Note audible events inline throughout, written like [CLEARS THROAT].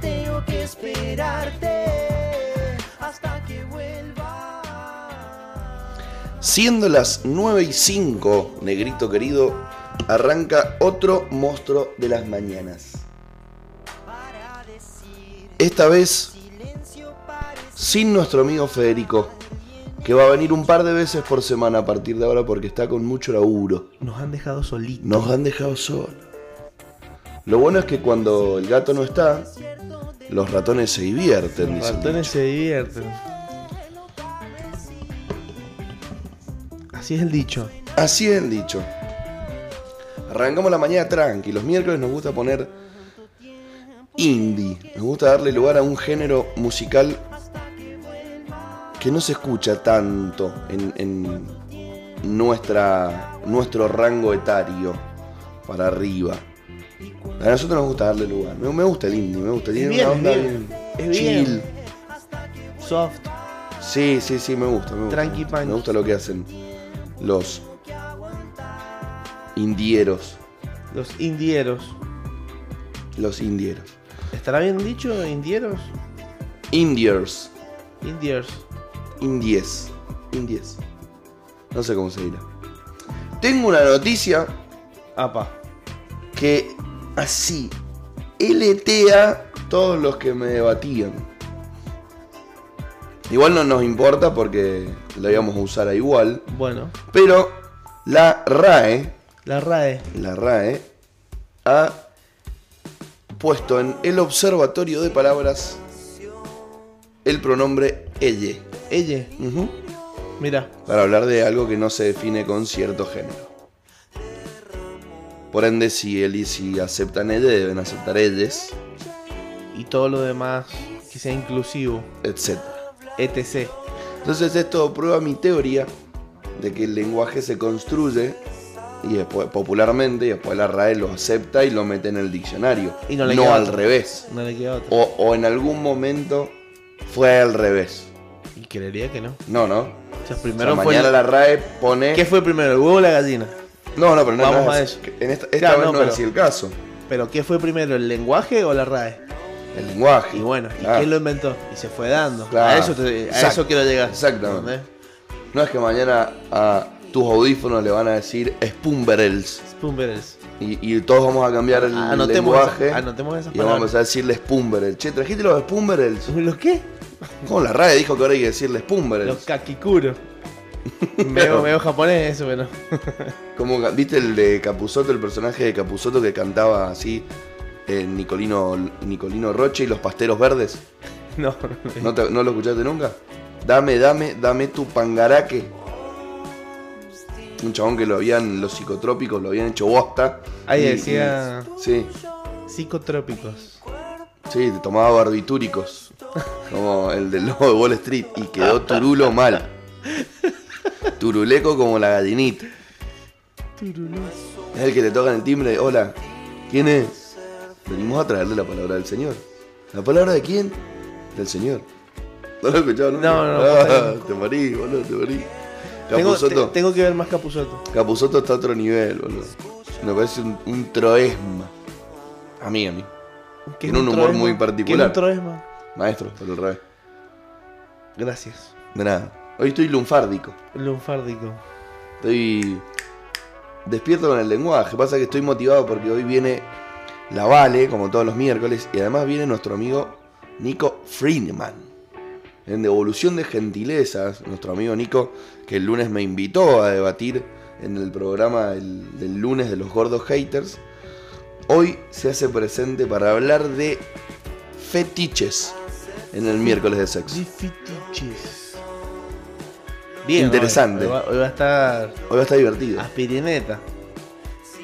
tengo que esperarte hasta que vuelva. Siendo las 9 y 5, negrito querido, arranca otro monstruo de las mañanas. Esta vez sin nuestro amigo Federico, que va a venir un par de veces por semana a partir de ahora porque está con mucho laburo. Nos han dejado solitos. Nos han dejado solos. Lo bueno es que cuando el gato no está, los ratones se divierten. Los dice el ratones dicho. se divierten. Así es el dicho. Así es el dicho. Arrancamos la mañana tranqui. Los miércoles nos gusta poner indie. Nos gusta darle lugar a un género musical que no se escucha tanto en, en nuestra, nuestro rango etario para arriba. A nosotros nos gusta darle lugar. Me, me gusta el indie, me gusta. Tiene bien, una onda es bien, bien. Es bien. chill. Soft. Sí, sí, sí, me gusta. Me gusta, Tranqui me gusta. punch. Me gusta lo que hacen los indieros. Los indieros. Los indieros. ¿Estará bien dicho indieros? Indiers. Indiers. Indies. Indies. No sé cómo se dirá. Tengo una noticia Apa. que así LTA todos los que me debatían. Igual no nos importa porque la íbamos a usar a igual. Bueno. Pero la RAE, La RAE. la RAE ha puesto en el observatorio de palabras el pronombre elle Elle. Ujú. Mira. para hablar de algo que no se define con cierto género. Por ende, si el y si aceptan elle, deben aceptar elles, Y todo lo demás que sea inclusivo. etc. Etc. Entonces esto prueba mi teoría de que el lenguaje se construye y después, popularmente y después la RAE lo acepta y lo mete en el diccionario. Y no le queda al otra. revés. No le queda otra. O, o en algún momento fue al revés. Y creería que no. No, no. O sea, O sea, primero fue. mañana el- la RAE pone... ¿Qué fue primero? ¿El huevo o la gallina? No, no, pero no, Vamos no a es- eso. En esta, esta Claro, vez no, no, es pero- así el caso. ¿Pero qué fue primero? ¿El lenguaje o la RAE? El lenguaje. Y bueno, ¿y Claro. quién lo inventó? Y se fue dando. Claro. A, eso te- a Exacto. eso quiero llegar. Exactamente. ¿Entendés? No es que mañana a tus audífonos le van a decir Spumberels. Spoonberries. Y, y todos vamos a cambiar el Anotemos, lenguaje. esa- anotemos esas y vamos a palabras. empezar a decirle Spumberels. Che, ¿trajiste los Spumberels? ¿Los qué? Con la RAE dijo que ahora hay que decirle Spumberels. [LAUGHS] Los kakikuro. medio, medio japonés eso, pero... Como, ca- ¿Viste el de Capuzoto, el personaje de Capuzoto que cantaba así? eh, Nicolino, Nicolino Roche y los pasteros verdes. No, no, [LAUGHS] no. ¿No, te- no lo escuchaste nunca? Dame, dame, dame tu pangaraque. Un chabón que lo habían, los psicotrópicos lo habían hecho bosta. Ahí Y- decía y- Sí, psicotrópicos. sí, tomaba barbitúricos. Como el del lobo de Wall Street. Y quedó turulo mal. Turuleco como la gallinita. Es el que te tocan el timbre. Hola, ¿quién es? Venimos a traerle la palabra del Señor. ¿La palabra de quién? Del Señor. ¿No lo escucharon? No, no, no. te morí, boludo, te morí. Tengo, te- Capuzoto, tengo que ver más Capuzoto. Capuzoto está a otro nivel, boludo. Me parece un, un troesma. A mí, a mí. Que Tiene un humor muy particular. ¿Qué es un troesma? Maestro, por el revés. Gracias. De nada. Hoy estoy lunfárdico. Lunfárdico. Estoy despierto con el lenguaje. Pasa que estoy motivado porque hoy viene la Vale, como todos los miércoles, y además viene nuestro amigo Nico Friedman. En Devolución de Gentilezas, nuestro amigo Nico, que el lunes me invitó a debatir en el programa del, del lunes de los gordos haters, hoy se hace presente para hablar de fetiches en el miércoles de sexo. Difitiches. Bien. Interesante. Hoy, hoy va, hoy va a estar Hoy va a estar divertido. [LAUGHS] Ah. aspirineta.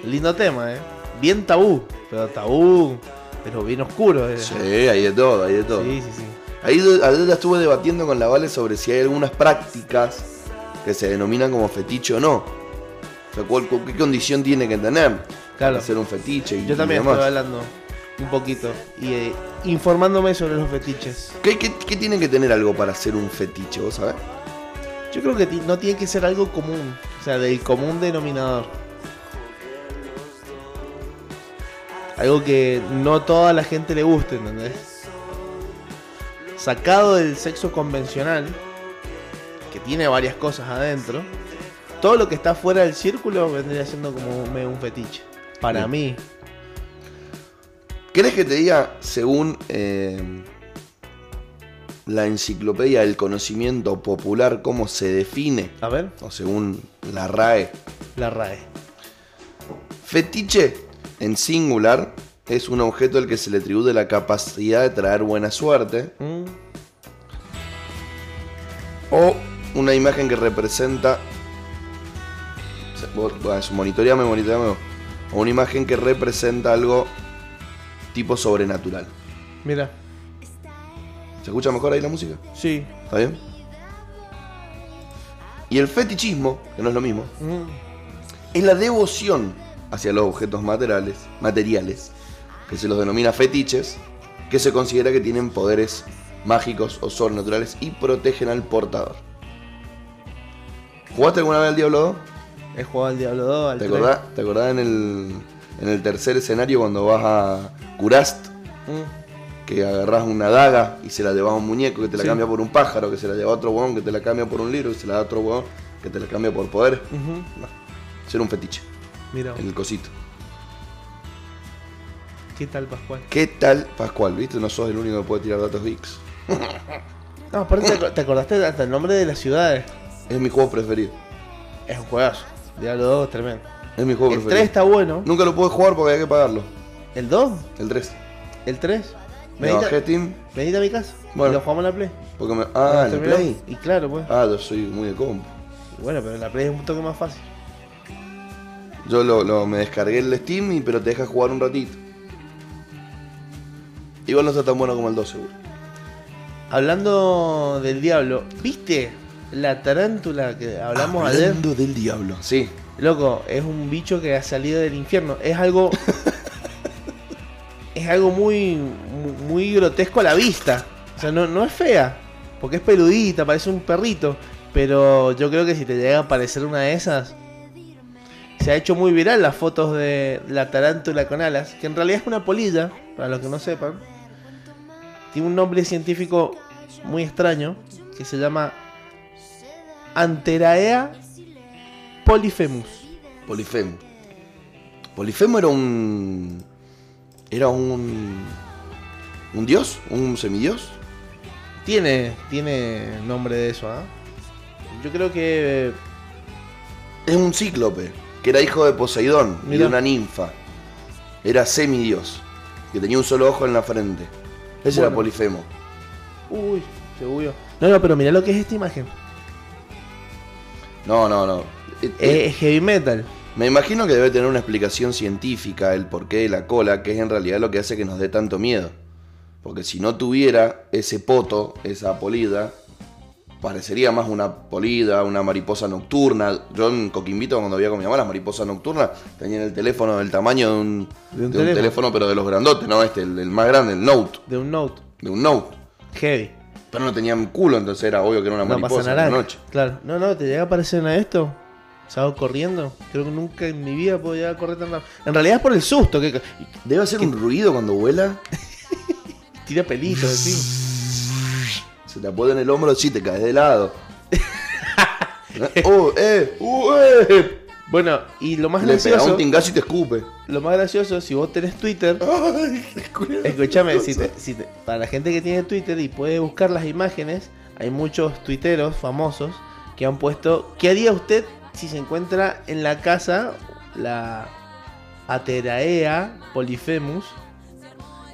Lindo tema, ¿eh? Bien tabú. Pero tabú. Pero bien oscuro. ¿eh? Sí, hay de todo, hay de todo. sí, sí. sí. Ahí do- ayer la estuve debatiendo con la Vale sobre si hay algunas prácticas que se denominan como fetiche o no. O sea, cuál- cu- ¿qué condición tiene que tener Claro. para ser un fetiche? Y, Yo también y demás? estoy hablando un poquito y eh, informándome sobre los fetiches. ¿Qué, qué, qué tiene que tener algo para ser un fetiche, vos sabés? Yo creo que ti- no tiene que ser algo común, o sea, del común denominador. Algo que no toda la gente le guste, ¿entendés? sacado del sexo convencional, que tiene varias cosas adentro, todo lo que está fuera del círculo vendría siendo como un, medio un fetiche. Para Bien. mí, ¿Querés que te diga, según eh, la enciclopedia del conocimiento popular, cómo se define, a ver, o según la RAE, la RAE. Fetiche, en singular, es un objeto al que se le atribuye la capacidad de traer buena suerte Mm, o una imagen que representa. o sea, vos- vos, eso, Monitoreame, monitoreame. vos. O una imagen que representa algo tipo sobrenatural. mira, ¿Se escucha mejor ahí la música? sí. ¿Está bien? Y el fetichismo, que no es lo mismo, mm, es la devoción hacia los objetos materiales, materiales, que se los denomina fetiches, que se considera que tienen poderes mágicos o sobrenaturales y protegen al portador. ¿Jugaste alguna vez al Diablo 2? He jugado al Diablo 2, al ¿Te 3. acordás, ¿Te acordás en el, en el tercer escenario cuando vas a Kurast? Mm, Que agarrás una daga y se la llevas a un muñeco que te la Sí. cambia por un pájaro, que se la lleva a otro huevón, que te la cambia por un libro, que se la da a otro huevón, que te la cambia por poder. ujú, Eso era un fetiche, Mira, el cosito. ¿qué tal Pascual? ¿Qué tal, Pascual? ¿Viste? No sos el único que puede tirar datos geeks. No, aparte te, ac- te acordaste hasta el nombre de las ciudades. Es mi juego preferido. Es un juegazo. Diablo 2 es tremendo. Es mi juego El 3 preferido. está bueno. Nunca lo pude jugar porque había que pagarlo. ¿El 2? El 3. ¿El 3? Me bajé Steam Venite a mi casa. Bueno. Y lo jugamos en la Play. porque me... Nos Ah, ¿en el terminamos. Play? Y claro, pues. Ah, yo soy muy de combo. Y Bueno, pero en la Play es un toque más fácil. Yo lo, lo- me descargué el Steam, y, pero te deja jugar un ratito. Igual no está tan bueno como el 2, seguro. Hablando del diablo, ¿viste la tarántula que hablamos ayer? Hablando del diablo. Sí. Loco, es un bicho que ha salido del infierno. Es algo. es algo muy. mu- muy grotesco a la vista. O sea, no, no es fea. Porque es peludita, parece un perrito. Pero yo creo que si te llega a aparecer una de esas. Se ha hecho muy viral las fotos de la tarántula con alas, que en realidad es una polilla, para los que no sepan. Tiene un nombre científico muy extraño, que se llama Anteraea polifemus. Polifemo. Polifemo era un. Era un. ¿Un dios? ¿Un semidios? Tiene, tiene nombre de eso, ¿ah? Yo creo que. Es un cíclope, que era hijo de Poseidón y Mirá. de una ninfa. Era semidios, que tenía un solo ojo en la frente. Ese era Bueno. Polifemo. Uy, se huyó. No, no, pero mirá lo que es esta imagen. No, no, no. Eh, eh, Es, es heavy metal. Me imagino que debe tener una explicación científica el porqué de la cola, que es en realidad lo que hace que nos dé tanto miedo. Porque si no tuviera ese poto, esa polida, parecería más una polida, una mariposa nocturna. Yo en Coquimbito, cuando vivía con mi mamá, las mariposas nocturnas tenían el teléfono del tamaño de un, De un de un teléfono. teléfono, pero de los grandotes, ¿no? Este, el, el más grande, el Note, De un note. de un Note. Heavy. Pero no tenían culo, entonces era obvio que era una No pasa mariposa en la naranja. noche. Claro. No, no, te llega a aparecer una de esto. Salgo corriendo. Creo que nunca en mi vida puedo llegar a correr tan rápido. En realidad es por el susto, que que Debe hacer un ruido cuando vuela. tira pelitos, así. [LAUGHS] Se te apoya en el hombro, sí, te caes de lado. ¡Uh, eh! ¡Uh, eh! Bueno, y lo más Le pega un gracioso. tingazo y te escupe. Lo más gracioso, si vos tenés Twitter. Escúchame, si te- si te- para la gente que tiene Twitter y puede buscar las imágenes, hay muchos tuiteros famosos que han puesto, ¿qué haría usted si se encuentra en la casa la Ateraea polifemus?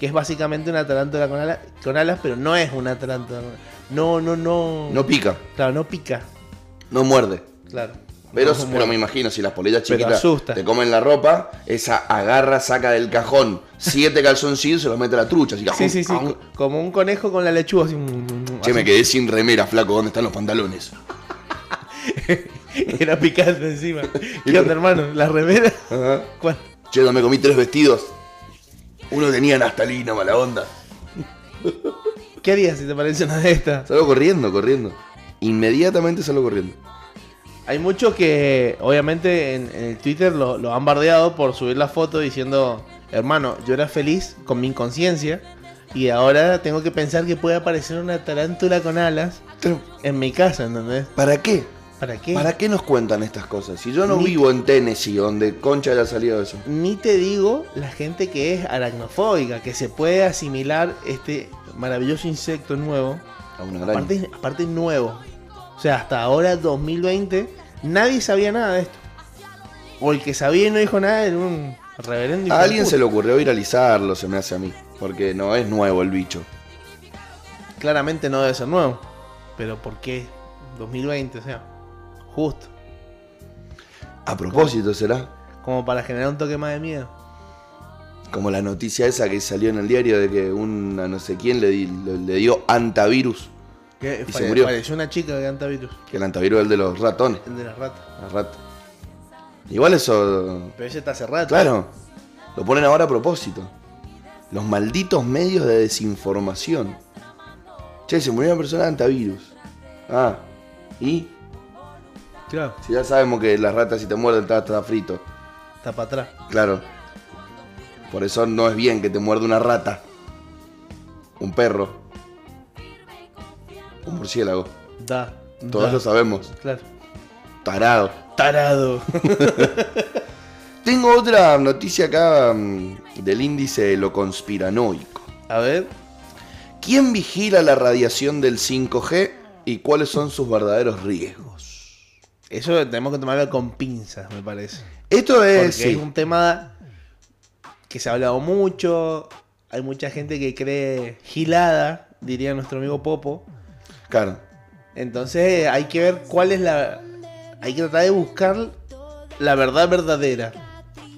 Que es básicamente una tarántula con, ala- con alas, pero no es una tarántula. con alas. No, no, no. No pica, claro, no pica. no muerde. Claro. Pero, No, pero me imagino, si las polillas Pero chiquitas asusta. te comen la ropa, esa agarra, saca del cajón siete calzoncillos y se los mete a la trucha. Así, Sí, sí, sí. Au. co- Como un conejo con la lechuga. Así, Che, me quedé sin remera, flaco. ¿Dónde están los pantalones? [LAUGHS] Era [LAUGHS] picante encima. ¿Qué onda, hermano? ¿La remera? Ajá. ¿Cuál? Che, no me comí tres vestidos. Uno tenía naftalina, mala onda. ¿Qué harías si te parece una de estas? Salgo corriendo, corriendo. Inmediatamente salgo corriendo. Hay muchos que, obviamente, en, en el Twitter lo, lo han bardeado por subir la foto diciendo, hermano, yo era feliz con mi inconsciencia, Y ahora tengo que pensar que puede aparecer una tarántula con alas Pero, en mi casa, ¿entendés? ¿Para qué? ¿Para qué? ¿Para qué nos cuentan estas cosas? Si yo no Ni- vivo en Tennessee, donde Concha haya salido eso. Ni te digo la gente que es aracnofóbica, que se puede asimilar este maravilloso insecto nuevo. A una araña. Aparte, aparte nuevo. O sea, hasta ahora 2020 nadie sabía nada de esto. O el que sabía y no dijo nada era un reverendo. hijo A de alguien puta. se le ocurrió viralizarlo, se me hace a mí. Porque no es nuevo el bicho. Claramente no debe ser nuevo. Pero ¿por qué? 2020, o sea, justo. A propósito, será. Como para generar un toque más de miedo. Como la noticia esa que salió en el diario de que una no sé quién le, di- le- le dio antivirus. Que Y fale- se murió. Pareció una chica que canta virus, Que el antivirus es el de los ratones. el de las ratas. La rata. Igual eso. Pero ese está hace rato. Claro. Lo ponen ahora a propósito. Los malditos medios de desinformación. Che, se murió una persona de antivirus. Ah. Y Claro. si ya sabemos que las ratas si te muerden está, está frito. Está para atrás. Claro. Por eso no es bien que te muerde una rata. Un perro. Un murciélago. Da. Todos da. lo sabemos. Claro. Tarado. Tarado. [LAUGHS] Tengo otra noticia acá mm, del índice de lo conspiranoico. A ver. ¿Quién vigila la radiación del 5G y cuáles son sus verdaderos riesgos? Eso tenemos que tomarlo con pinzas, me parece. Esto Porque es... es sí. un tema que se ha hablado mucho. Hay mucha gente que cree gilada, diría nuestro amigo Popo. Claro. Entonces hay que ver cuál es la. Hay que tratar de buscar la verdad verdadera.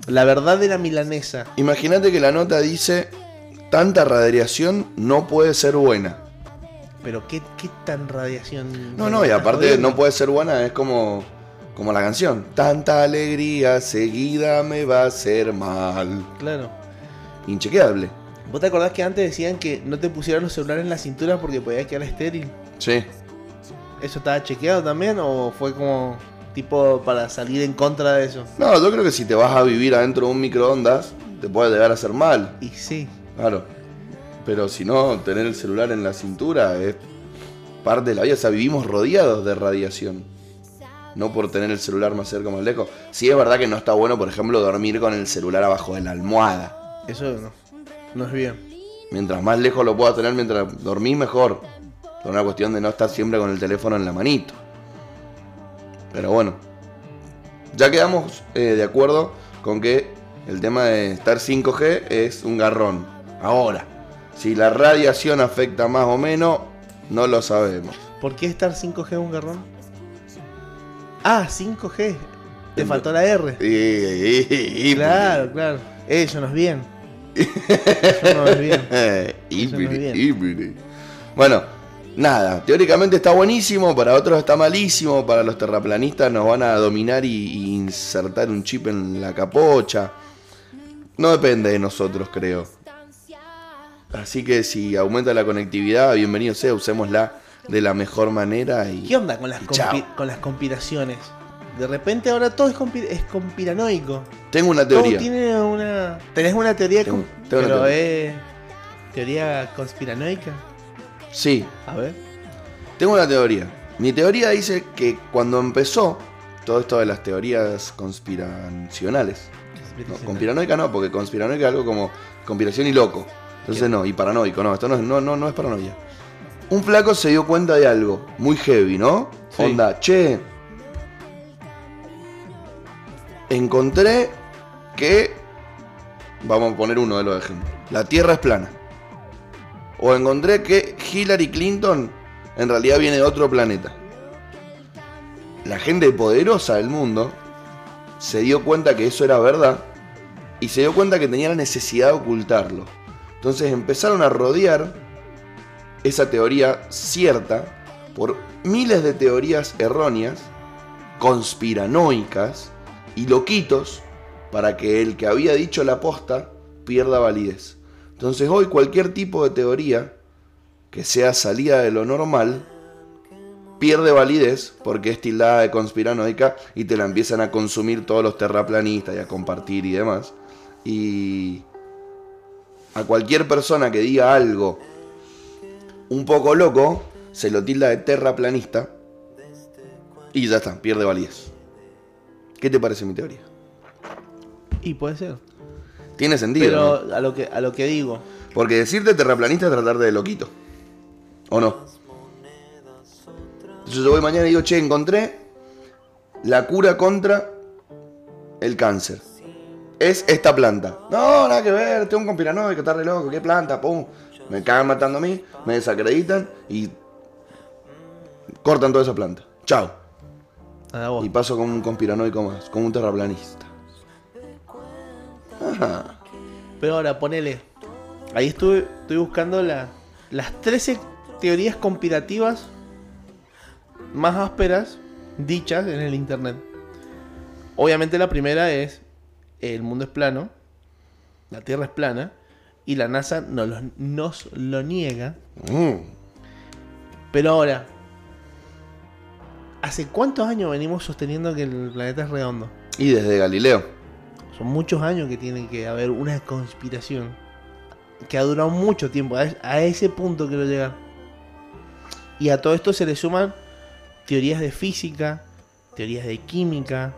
La verdad de la milanesa. Imagínate que la nota dice, tanta radiación no puede ser buena. Pero qué, qué tan radiación. No, no, y aparte no puede ser buena, es como, como la canción. Tanta alegría seguida me va a hacer mal. Claro. Inchequeable. ¿Vos te acordás que antes decían que no te pusieran los celulares en la cintura porque podía quedar estéril? Sí. ¿Eso estaba chequeado también o fue como tipo para salir en contra de eso? No, yo creo que si te vas a vivir adentro de un microondas, te puede llegar a hacer mal. Y sí, Claro. Pero si no, tener el celular en la cintura es parte de la vida. O sea, vivimos rodeados de radiación. No por tener el celular más cerca o más lejos. Sí es verdad que no está bueno, por ejemplo, dormir con el celular abajo de la almohada. eso no. No es bien. Mientras más lejos lo puedas tener mientras dormís, mejor. Por una cuestión de no estar siempre con el teléfono en la manito. Pero bueno. Ya quedamos eh, de acuerdo con que el tema de estar 5G es un garrón. Ahora, si la radiación afecta más o menos, no lo sabemos. [LAUGHS] ¿Por qué estar 5G es un garrón? Ah, 5G. Te faltó la R. Y- y- y- y- Claro, claro. Eso no es bien. Eso no [LAUGHS] es bien. Eh, Eso no es híbride, bien. híbride. Bueno, nada, teóricamente está buenísimo, para otros está malísimo, para los terraplanistas nos van a dominar y, y insertar un chip en la capocha. No depende de nosotros, creo. Así que si aumenta la conectividad, bienvenido sea, usémosla de la mejor manera y... ¿Qué onda con las, Y chao. compi- con las conspiraciones? De repente ahora todo es, compi- es conspiranoico. Tengo una Todo teoría. tiene una. Tenés una teoría. Tengo- con- tengo una pero es. Teoría conspiranoica. Sí, A ver. Tengo una teoría. Mi teoría dice que cuando empezó todo esto de las teorías conspiracionales, no, conspiranoica no, porque conspiranoica es algo como conspiración y loco. Entonces no, y paranoico, no, esto no es, no, no, no es paranoia. Un flaco se dio cuenta de algo muy heavy, ¿no? Sí. Onda, che. Encontré que. Vamos a poner uno de los ejemplos. La Tierra es plana. O encontré que Hillary Clinton en realidad viene de otro planeta. La gente poderosa del mundo se dio cuenta que eso era verdad y se dio cuenta que tenía la necesidad de ocultarlo. Entonces empezaron a rodear esa teoría cierta por miles de teorías erróneas, conspiranoicas y loquitos para que el que había dicho la posta pierda validez. Entonces hoy cualquier tipo de teoría que sea salida de lo normal pierde validez porque es tildada de conspiranoica y te la empiezan a consumir todos los terraplanistas y a compartir y demás. Y a cualquier persona que diga algo un poco loco, se lo tilda de terraplanista y ya está, pierde validez. ¿Qué te parece mi teoría? Y puede ser. Tiene sentido. Pero ¿no? a lo que a lo que digo, Porque decirte terraplanista es tratarte de loquito. ¿O no? Entonces yo voy mañana y digo, che, encontré la cura contra el cáncer. Es esta planta. No, nada que ver, tengo un conspiranoico, está re loco, qué planta, pum. Me cagan matando a mí, me desacreditan y cortan toda esa planta. Chao. a la voz. Y paso como un conspiranoico más, como un terraplanista. Ajá. Pero ahora, ponele. Ahí estuve, estoy buscando la- las 13 teorías conspirativas más ásperas dichas en el internet. Obviamente la primera es el mundo es plano, la Tierra es plana y la NASA nos lo, nos lo niega. Mm. Pero ahora, ¿hace cuántos años venimos sosteniendo que el planeta es redondo? Y desde Galileo. Son muchos años que tiene que haber una conspiración que ha durado mucho tiempo. A, es- a ese punto quiero llegar. Y a todo esto se le suman teorías de física, teorías de química,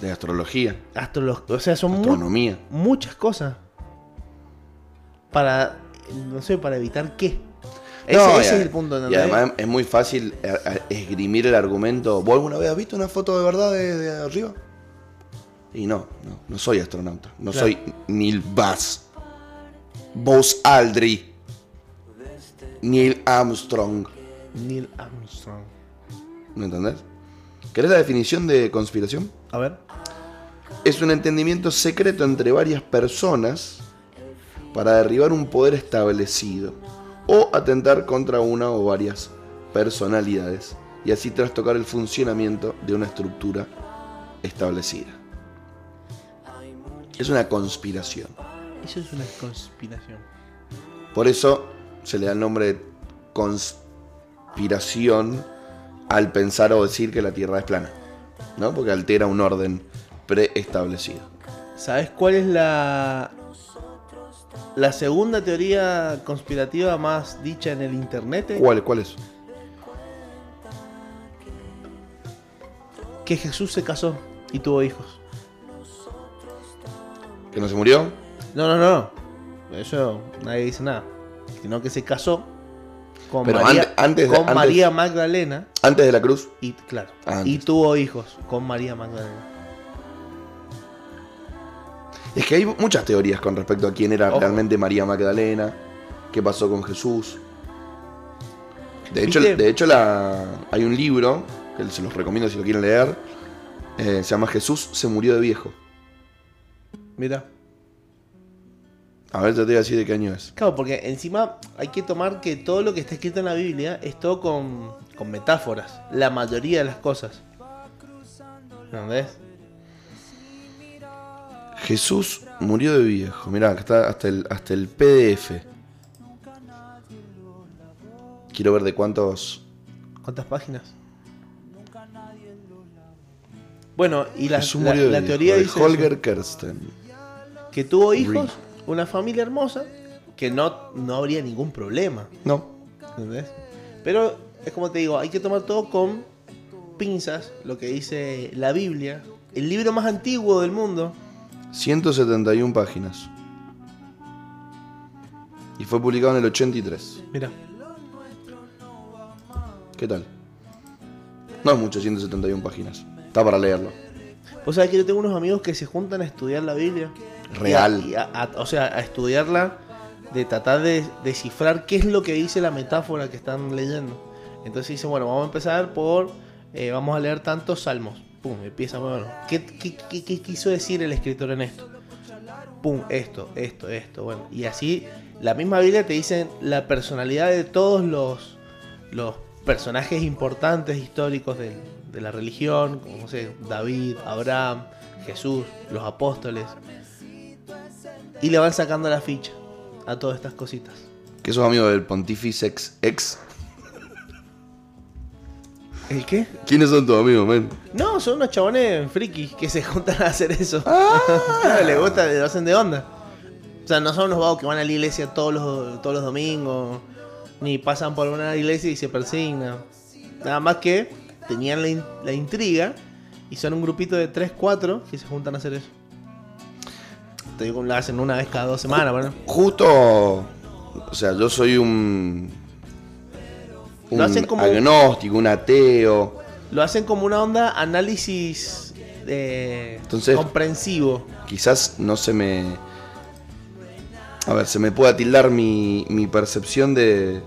de astrología, astrología. O sea, son mu- astronomía. muchas cosas. Para, no sé, para evitar qué. Ese, No, ese y a- es el punto. Y ¿entendés? además es muy fácil eh, eh, esgrimir el argumento. ¿Vos alguna vez has visto una foto de verdad de, de arriba? Y no, no, no soy astronauta. No Claro. soy Neil Bass. Buzz Aldrin. Neil Armstrong. Neil Armstrong. ¿Me entendés? ¿Querés la definición de conspiración? A ver. es un entendimiento secreto entre varias personas para derribar un poder establecido o atentar contra una o varias personalidades y así trastocar el funcionamiento de una estructura establecida. Es una conspiración. Eso es una conspiración. Por eso se le da el nombre de conspiración al pensar o decir que la Tierra es plana, ¿no? Porque altera un orden preestablecido. ¿Sabes cuál es la la segunda teoría conspirativa más dicha en el internet? ¿Cuál, cuál es? Que Jesús se casó y tuvo hijos. ¿Que no se murió? No, no, no. Eso nadie dice nada. Sino que se casó con Pero María, ante- antes de- con antes- María Magdalena Antes de la cruz. y claro, Ah, y antes. tuvo hijos con María Magdalena. Es que hay muchas teorías con respecto a quién era Ojo. realmente María Magdalena, qué pasó con Jesús. De hecho, ¿Viste? de hecho la, hay un libro, que se los recomiendo si lo quieren leer, eh, se llama Jesús se murió de viejo. Mira. A ver, yo te voy a decir de qué año es. Claro, porque encima hay que tomar que todo lo que está escrito en la Biblia es todo con, con metáforas. La mayoría de las cosas. ¿Entendés? Jesús murió de viejo. Mirá, acá está hasta el, hasta el PDF. Quiero ver de cuántos... ¿Cuántas páginas? Bueno, y la, Jesús la- murió de la viejo, teoría de dice Holger Kersten. eso, que tuvo hijos, Reed. una familia hermosa, que no, no habría ningún problema. No, ¿Entendés? Pero es como te digo, hay que tomar todo con pinzas, lo que dice la Biblia, el libro más antiguo del mundo. 171 páginas. Y fue publicado en el 83. Mira, ¿Qué tal? No es mucho 171 páginas. Está para leerlo. vos sabés que yo tengo unos amigos que se juntan a estudiar la Biblia. Real. Y a- y a- a- o sea, a estudiarla, de tratar de descifrar qué es lo que dice la metáfora que están leyendo. Entonces dicen, bueno, vamos a empezar por, eh, vamos a leer tantos salmos. Pum, empieza, bueno, ¿qué, qué, qué- qué quiso decir el escritor en esto? Pum, esto, esto, esto, bueno. Y así, la misma Biblia te dice la personalidad de todos los, los personajes importantes históricos del- de la religión, como no sé, David, Abraham, Jesús, los apóstoles. Y le van sacando la ficha a todas estas cositas. Que sos amigo del Pontifex ex. ¿El qué? ¿Quiénes son tus amigos, men? No, son unos Ah, chabones frikis que se juntan a hacer eso. le gusta, lo hacen de onda. O sea, no son unos vagos que van a la iglesia todos los, todos los domingos, ni pasan por una iglesia y se persignan. Nada más que tenían la, in- la intriga y son un grupito de 3, 4 que se juntan a hacer eso. Te digo, lo hacen una vez cada dos semanas, bueno. Justo, o sea, yo soy un, un Lo hacen como- agnóstico, un ateo. Lo hacen como una onda análisis eh, Entonces- comprensivo. Quizás no se me... A ver, se me pueda tildar mi, mi percepción de...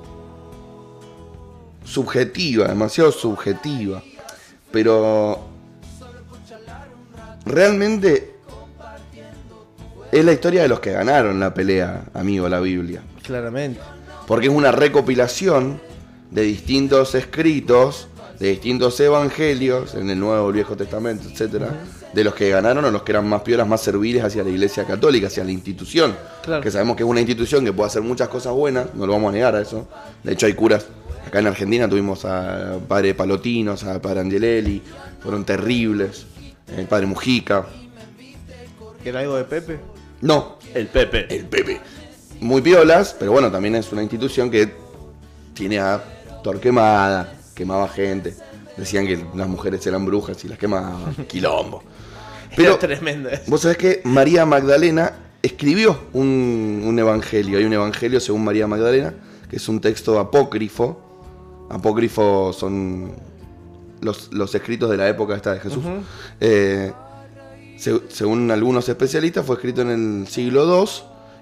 Subjetiva, demasiado subjetiva. Pero... Realmente... Es la historia de los que ganaron la pelea, amigo, la Biblia. Claramente. porque es una recopilación de distintos escritos, de distintos evangelios en el Nuevo Viejo Testamento, etcétera, de los que ganaron o los que eran más piolas, más serviles hacia la Iglesia Católica, hacia la institución, Claro. que sabemos que es una institución que puede hacer muchas cosas buenas, no lo vamos a negar a eso. De hecho hay curas acá en Argentina tuvimos a padre Palotinos, a padre Angelelli, fueron terribles, el padre Mujica, Que era algo de Pepe. no, El Pepe. el Pepe. Muy piolas, pero bueno, también es una institución que tiene a Torquemada, quemaba gente. Decían que las mujeres eran brujas y las quemaban. Quilombo. Pero Pero [LAUGHS] tremendo eso. vos sabés que María Magdalena escribió un, un evangelio. Hay un evangelio según María Magdalena, que es un texto apócrifo. Apócrifo son los, los escritos de la época esta de Jesús. Ujú. Eh, se- según algunos especialistas, fue escrito en el siglo II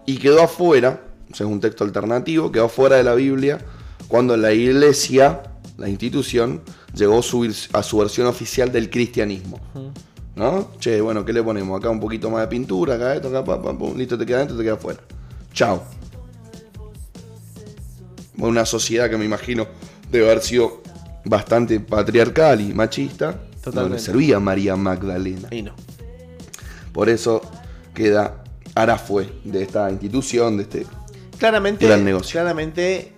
y quedó afuera, o sea, es un texto alternativo, quedó afuera de la Biblia cuando la iglesia, la institución, llegó su vir- a su versión oficial del cristianismo. ¿No? Che, bueno, ¿qué le ponemos? Acá un poquito más de pintura, acá esto, acá, pam, pam, pum, listo, te queda dentro, te queda afuera. Chao. Una sociedad que me imagino debe haber sido bastante patriarcal y machista. No le Totalmente. servía a María Magdalena. Y no. Por eso queda Arafue de esta institución, de este. Claramente, Gran negocio. claramente,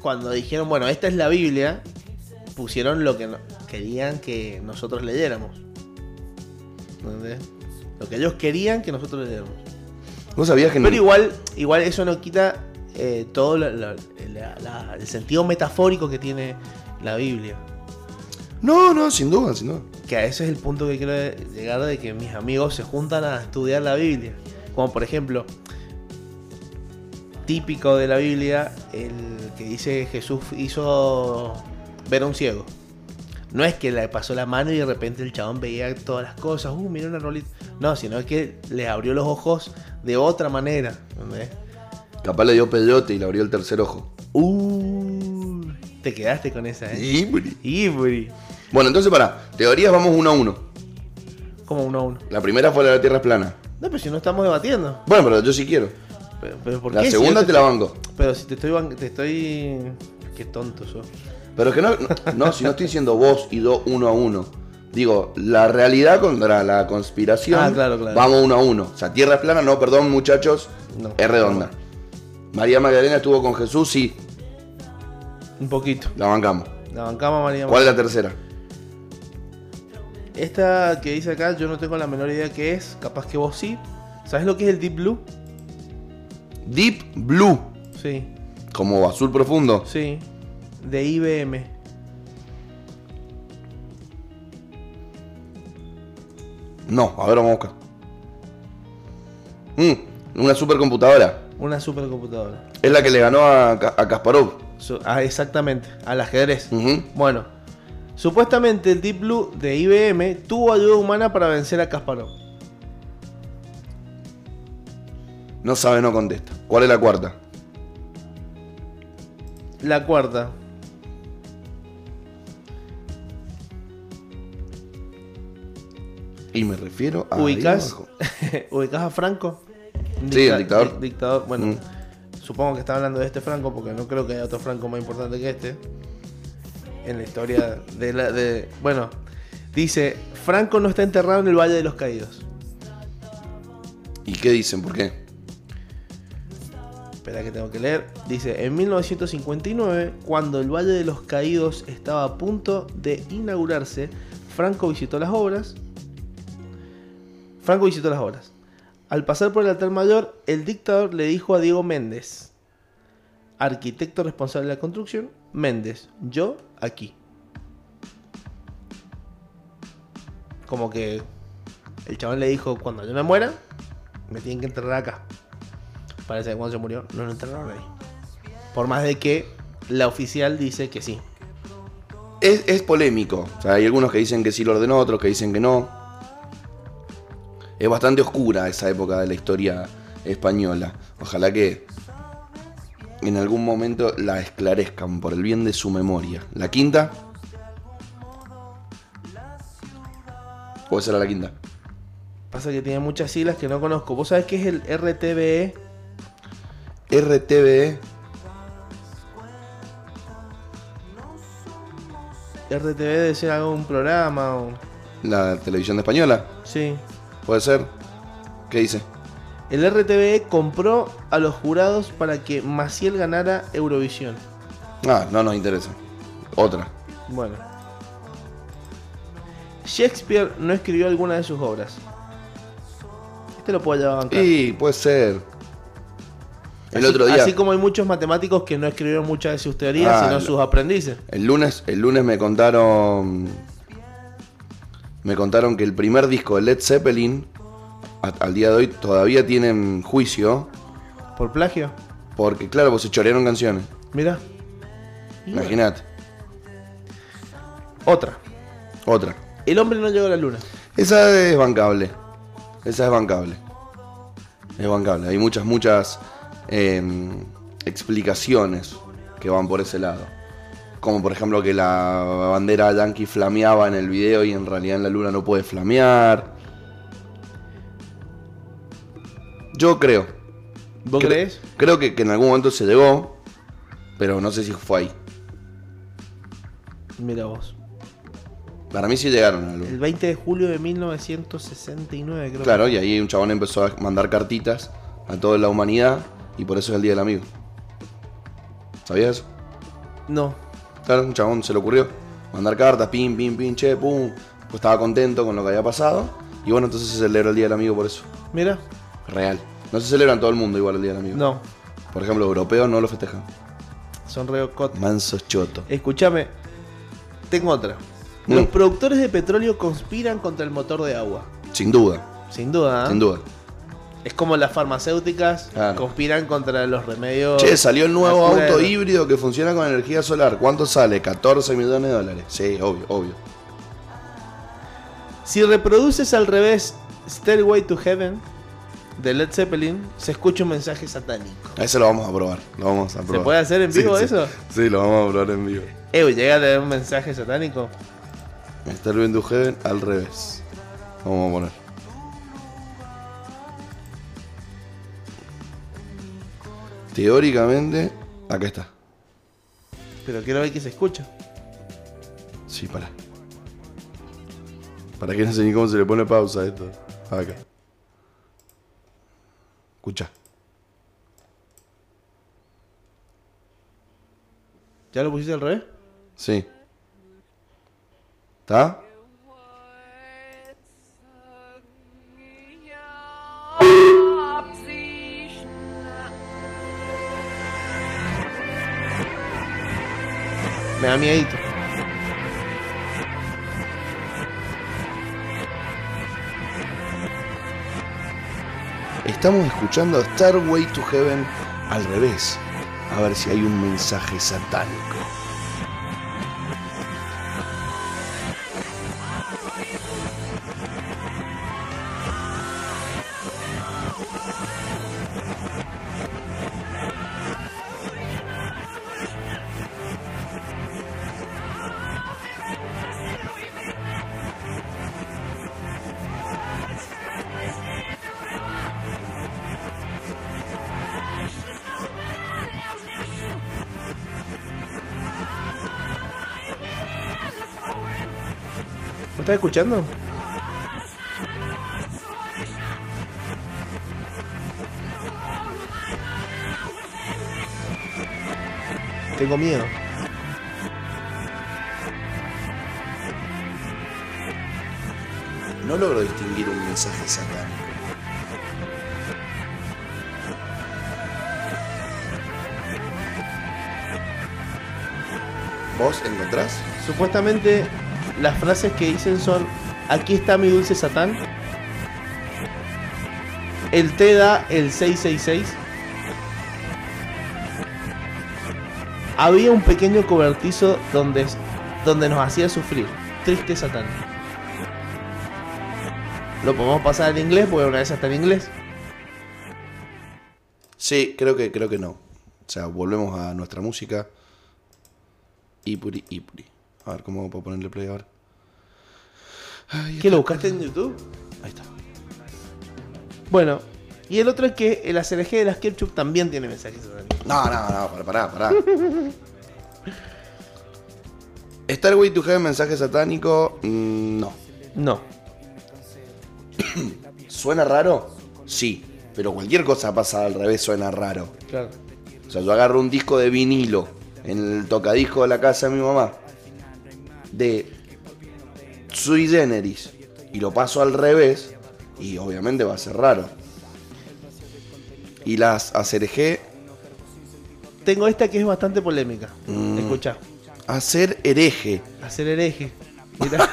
cuando dijeron, bueno, esta es la Biblia, pusieron lo que no- querían que nosotros leyéramos. ¿Entendés? Lo que ellos querían que nosotros leyéramos. ¿Vos sabías que no- Pero igual, igual eso no quita eh, todo lo- lo- la- la- el sentido metafórico que tiene la Biblia. No, no, sin duda, sin duda. Que a ese es el punto que quiero llegar de que mis amigos se juntan a estudiar la Biblia. Como por ejemplo, típico de la Biblia, el que dice Jesús hizo ver a un ciego. No es que le pasó la mano y de repente el chabón veía todas las cosas, uh, mira una rolita. No, sino que les abrió los ojos de otra manera. ¿entendés? Capaz le dio peyote y le abrió el tercer ojo. Uh, te quedaste con esa, ¿eh? Y- Ibri. Bueno, entonces para, teorías vamos uno a uno. Como uno a uno. La primera fue la de la Tierra es plana. No, pero si no estamos debatiendo. Bueno, pero yo sí quiero. Pero, pero ¿por La qué? Si segunda yo te la banco. Pero si te estoy... ban- Te estoy... Qué tonto sos. Pero es que no, no, no, si no estoy diciendo vos y yo uno a uno. Digo, la realidad contra la conspiración. Ah, claro, claro. Vamos uno a uno. O sea, tierra es plana, no, perdón, muchachos. No. Es redonda. María Magdalena estuvo con Jesús, sí, Un poquito. la bancamos. La bancamos, María. ¿Cuál es la tercera? Esta que dice acá, yo no tengo la menor idea qué es. Capaz que vos sí. ¿Sabes lo que es el Deep Blue? Deep Blue, Sí. como azul profundo. Sí. De IBM. No, a ver, vamos a buscar. Mm, una supercomputadora. Una supercomputadora. Es la que le ganó a, Ka- a Kasparov. So- ah, exactamente. Al ajedrez. Ujú. Bueno, supuestamente el Deep Blue de IBM tuvo ayuda humana para vencer a Kasparov. No sabe, no contesta. ¿Cuál es la cuarta? La cuarta. Y me refiero a. ahí ¿Ubicás, [LAUGHS] abajo. ¿Ubicás a Franco? Un Sí, dicta- el dictador. di- dictador. Bueno, Mm. supongo que está hablando de este Franco porque no creo que haya otro Franco más importante que este. En la historia de la. De, bueno, dice: Franco no está enterrado en el Valle de los Caídos. ¿Y qué dicen? ¿Por qué? Espera que tengo que leer. Dice, en 1959, cuando el Valle de los Caídos estaba a punto de inaugurarse, Franco visitó las obras. Franco visitó las obras. Al pasar por el altar mayor, el dictador le dijo a Diego Méndez, arquitecto responsable de la construcción, Méndez, yo aquí. Como que el chabón le dijo, cuando yo me muera, me tienen que enterrar acá. Parece que cuando se murió, no lo enterraron ahí. Por más de que la oficial dice que sí. Es, es polémico. O sea, hay algunos que dicen que sí lo ordenó, otros que dicen que no. Es bastante oscura esa época de la historia española. Ojalá que en algún momento la esclarezcan por el bien de su memoria. ¿La quinta? ¿O esa era la quinta? Pasa que tiene muchas siglas que no conozco. ¿Vos sabés qué es el RTBE? RTVE. RTBE E debe ser algún programa o... La televisión española, Sí. puede ser. ¿Qué dice? El RTBE E compró a los jurados para que Maciel ganara Eurovisión. Ah, no nos interesa. Otra. Bueno. Shakespeare no escribió alguna de sus obras. Este lo puedo llevar a bancar. Y puede ser. El Así- otro día, Así como hay muchos matemáticos que no escribieron muchas de sus teorías, Ah, sino lo- sus aprendices. el lunes, el lunes me contaron, me contaron que el primer disco de Led Zeppelin, a- al día de hoy todavía tienen juicio, Por plagio. porque claro, pues se chorearon canciones. Mira. Imagínate. Otra. Otra. El hombre no llegó a la luna. Esa es bancable. Esa es bancable. Es bancable. Hay muchas, muchas em, explicaciones que van por ese lado. Como por ejemplo que la bandera yankee flameaba en el video y en realidad en la luna no puede flamear. Yo creo. ¿Vos Cre- crees? Creo que, que en algún momento se llegó, pero no sé si fue ahí. Mira vos. Para mí sí llegaron a la luna. El 20 de julio de 1969, creo. Mm. Claro, y ahí un chabón empezó a mandar cartitas a toda la humanidad y por eso es el Día del Amigo. ¿Sabías? eso? No. Claro, un chabón se le ocurrió mandar cartas, pim, pim, pim, che, pum. Pues estaba contento con lo que había pasado y bueno, entonces se celebra el Día del Amigo por eso. Mira. Real. No se celebra en todo el mundo igual el Día del Amigo. No. Por ejemplo, los europeos no lo festejan. Son re cotas. Mansos choto. Escúchame. Tengo otra. Los Mm. productores de petróleo conspiran contra el motor de agua. Sin duda, Sin duda. ¿eh? sin duda. Es como las farmacéuticas Claro. conspiran contra los remedios. Che, salió el nuevo Locura de auto los- híbrido que funciona con energía solar. ¿Cuánto sale? 14 millones de dólares. Sí, obvio, obvio. Si reproduces al revés Stairway to Heaven de Led Zeppelin, se escucha un mensaje satánico. A Eso lo vamos a probar. Lo vamos a probar. puede hacer en Sí, vivo sí. eso? Sí, lo vamos a probar en vivo. Eh, llega a leer un mensaje satánico. Star Viendo Heaven al revés. Lo Vamos a poner. Teóricamente, acá está. Pero quiero ver que se escucha. Sí, para. Para que no sé ni cómo se le pone pausa a esto. Acá. Escucha. ¿Ya lo pusiste al revés? Sí. ¿Está? Me da miedito. Estamos escuchando Starway to Heaven al revés. A ver si hay un mensaje satánico. ¿Me estás escuchando? Tengo miedo. No logro distinguir un mensaje satánico. ¿Vos encontrás? Supuestamente las frases que dicen son, aquí está mi dulce satán. El te da el 666. Había un pequeño cobertizo donde, donde nos hacía sufrir. Triste satán. Lo podemos pasar al inglés porque una vez está en inglés. Sí, creo que, creo que no. O sea, volvemos a nuestra música. Ipuri, Ipuri. A ver, ¿cómo puedo ponerle play ahora? Ay, ¿Qué lo buscaste en YouTube? ahí está. Bueno, y el otro es que el ACLG de las Ketchup también tiene mensajes satánicos. No, no, no, pará, pará, pará. Starway to Heaven, mensaje satánico. mm, no. No. ¿Suena raro? Sí. Pero cualquier cosa pasada al revés suena raro. Claro. O sea, yo agarro un disco de vinilo en el tocadisco de la casa de mi mamá de Sui Generis y lo paso al revés y obviamente va a ser raro. Y las acerejé Tengo esta que es bastante polémica. Mm. Escucha. a ser hereje. Hacer hereje. Mirá.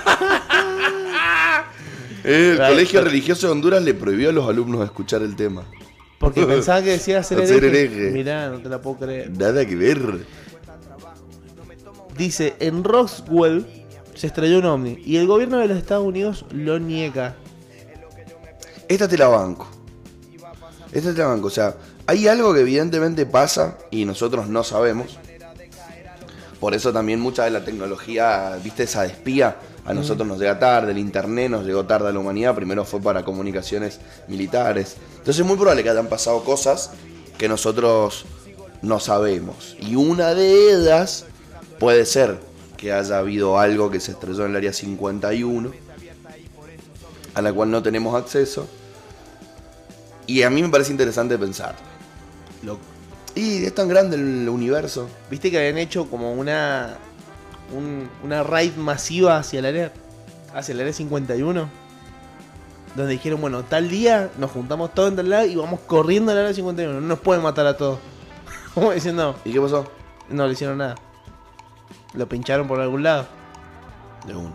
El Right. Colegio Religioso de Honduras le prohibió a los alumnos escuchar el tema. [LAUGHS] Porque pensaba que decía hacer hereje. Hacer hereje. Mirá, no te la puedo creer. Nada que ver. Dice, en Roswell se estrelló un ovni y el gobierno de los Estados Unidos lo niega. Esta te la banco. Esta te la banco. O sea, hay algo que evidentemente pasa y nosotros no sabemos. Por eso también mucha de la tecnología, viste, esa de espía, a nosotros nos llega tarde, el internet nos llegó tarde a la humanidad, primero fue para comunicaciones militares. Entonces es muy probable que hayan pasado cosas que nosotros no sabemos. Y una de ellas puede ser que haya habido algo que se estrelló en el área 51, a la cual no tenemos acceso. Y a mí me parece interesante pensar. Lo- y es tan grande el universo. Viste que habían hecho como una un- una raid masiva hacia el área hacia el área 51 donde dijeron, bueno, tal día nos juntamos todos en tal lado y vamos corriendo al área 51, no nos pueden matar a todos. [LAUGHS] Como diciendo, ¿Y qué pasó? no, no le hicieron nada. Lo pincharon por algún lado. De uno.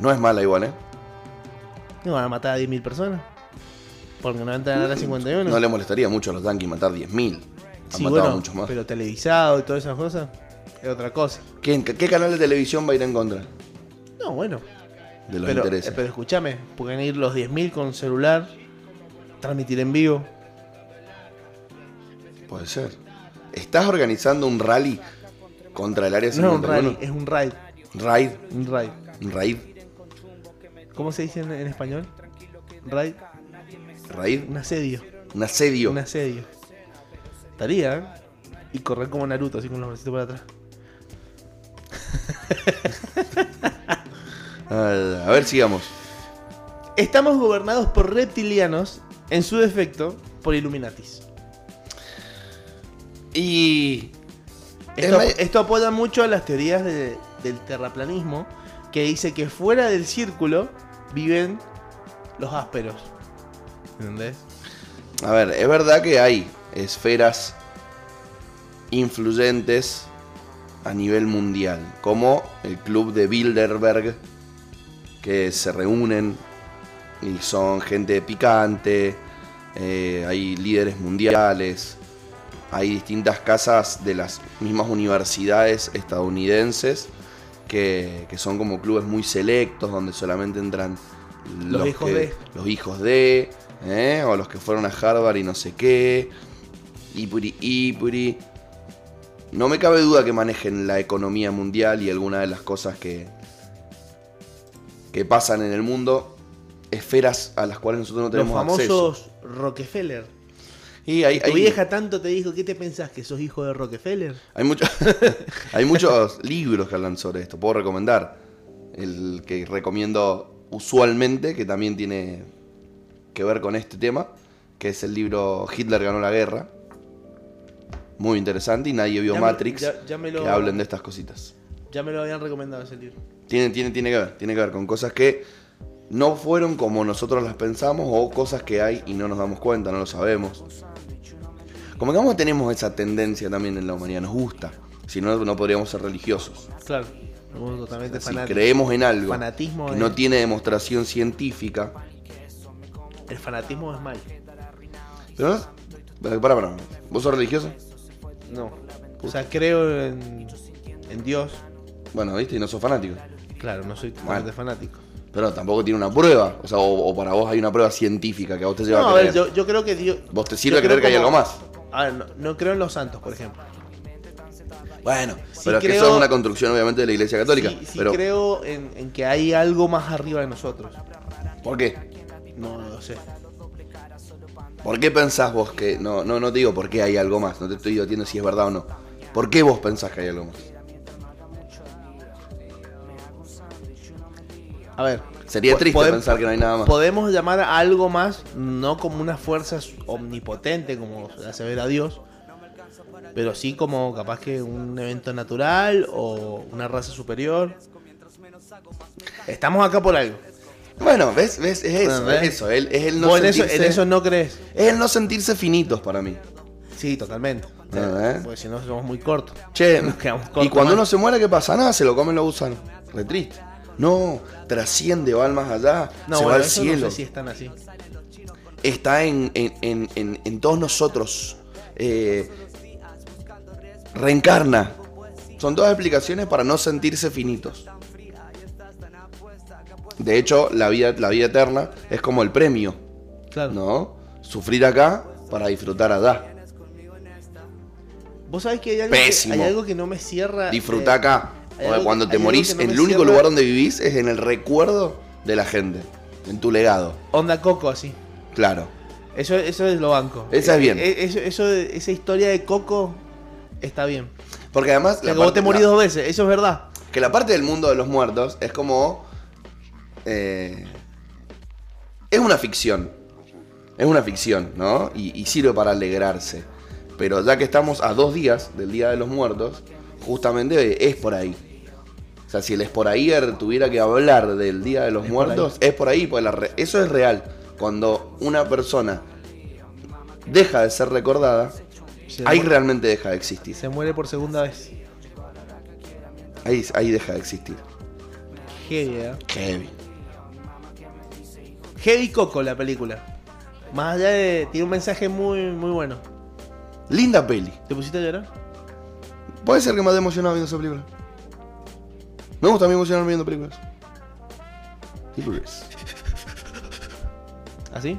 No es mala igual, ¿eh? No van a matar a 10.000 personas. Porque no entran al área 51. Mm, No le molestaría mucho a los tanques matar 10.000. Han Sí, matado bueno, muchos más. pero televisado y todas esas cosas es otra cosa. ¿Quién- ¿Qué, canal de televisión va a ir en contra No, bueno. de los pero, intereses? eh, pero escúchame, pueden ir los 10.000 con celular, transmitir en vivo. Puede ser. ¿Estás organizando un rally contra el área no es un rally, 51? es un raid. raid. Un raid. ¿Un raid? ¿Cómo se dice en, en español? Raid, ¿Raid? un asedio. ¿Un asedio? Un asedio. Estaría, ¿eh? Y correr como Naruto, así con los bracitos para atrás. Ah, a ver, sigamos. Estamos gobernados por reptilianos, en su defecto, por Illuminatis. Y... Es Esto, medio- esto apoya mucho a las teorías de- del terraplanismo, que dice que fuera del círculo viven los ásperos. ¿Entendés? A ver, es verdad que hay esferas influyentes a nivel mundial, como el club de Bilderberg, que se reúnen y son gente picante, eh, hay líderes mundiales, hay distintas casas de las mismas universidades estadounidenses que, que son como clubes muy selectos donde solamente entran los, hijos que- de. los hijos de, ¿eh? o los que fueron a Harvard y no sé qué, Ipuri, Ipuri. No me cabe duda que manejen la economía mundial y alguna de las cosas que, que pasan en el mundo, esferas a las cuales nosotros no Los tenemos acceso. famosos Rockefeller. Y hay, Tu hay- vieja tanto te dijo, ¿qué te pensás? ¿Que sos hijo de Rockefeller? hay mucho- [LAUGHS] hay muchos libros que hablan sobre esto. Puedo recomendar el que recomiendo usualmente, que también tiene que ver con este tema, que es el libro Hitler ganó la guerra. Muy interesante y nadie vio Ya me- Matrix ya- ya me lo- que hablen de estas cositas. Ya me lo habían recomendado ese libro. Tiene, tiene, tiene que ver, tiene que ver con cosas que no fueron como nosotros las pensamos o cosas que hay y no nos damos cuenta, no lo sabemos. Como que vamos tenemos esa tendencia también en la humanidad, nos gusta Si no, no podríamos ser religiosos. Claro. somos totalmente Si fanáticos. creemos en algo fanatismo que es- no tiene demostración científica, El fanatismo es mal. pero no, para, para, ¿vos sos religioso? No. O sea, creo en, en Dios. Bueno, viste, y no sos fanático. Claro, no soy Mal. totalmente fanático. Pero tampoco tiene una prueba. O sea, o, o para vos hay una prueba científica que a vos te lleva No, a a creer. ver, yo, yo creo que Dios. Vos te sirve yo creo creer que hay algo como- más. A ver, no, no creo en los santos, por ejemplo. Bueno, Sí pero es que creo- eso es una construcción obviamente de la Iglesia Católica. Sí, sí pero, creo en, en que hay algo más arriba de nosotros. ¿por qué? No lo sé. ¿Por qué pensás vos que.? No, no, no te digo por qué hay algo más, no te estoy diciendo si es verdad o no. ¿Por qué vos pensás que hay algo más? A ver. Sería po- triste podem- pensar que no hay nada más. [LAUGHS] Podemos llamar a algo más, no como una fuerza omnipotente, como se hace ver a Dios, pero sí como capaz que un evento natural o una raza superior. Estamos acá por algo. Bueno, ¿ves? ¿Ves? Es eso, Bueno, es ¿ves? eso. El, es el no Vos en eso, sentirse. en eso no crees. Es el no sentirse finitos para mí. Sí, totalmente. O sea, Ah, ¿eh? Porque si no, somos muy cortos. Che, [LAUGHS] Nos quedamos cortos, y cuando man. uno se muere, ¿qué pasa? Nada, se lo comen los gusanos. Re triste. No, trasciende, va al más allá, No, se bueno, va al eso cielo. no sé si están así. Está en, en- en- en- en todos nosotros. Eh, reencarna. Son todas explicaciones para no sentirse finitos. De hecho, la vida, la vida eterna es como el premio, Claro. ¿no? Sufrir acá para disfrutar allá. Vos sabés que hay algo, que, Pésimo. hay algo que no me cierra. Disfruta eh, acá. hay O algo cuando que- te hay algo morís, que no el me único cierra. lugar donde vivís es en el recuerdo de la gente, en tu legado. Onda Coco, así. Claro. Eso, eso es lo banco. Esa es bien. Eh, eh, Eso, eso- esa historia de Coco está bien. Porque además, O sea, la que vos parte- te morís la- dos veces, eso es verdad. que la parte del mundo de los muertos es como. eh, es una ficción. Es una ficción, ¿no? Y, y sirve para alegrarse. Pero ya que estamos a dos días del Día de los Muertos, justamente es por ahí. O sea, si el Sporayer tuviera que hablar del Día de los Es por Muertos, es por ahí. porque la re- eso es real. Cuando una persona deja de ser recordada, Se, ahí mu- realmente deja de existir. se muere por segunda vez. Ahí, ahí deja de existir. Heavy, ¿eh? Heavy. Heavy Coco la película. Más allá de. Tiene un mensaje muy, muy bueno. Linda peli. ¿Te pusiste a llorar? Puede ser que me haya emocionado viendo esa película. Me gusta a mí emocionarme viendo películas. Películas. ¿Así?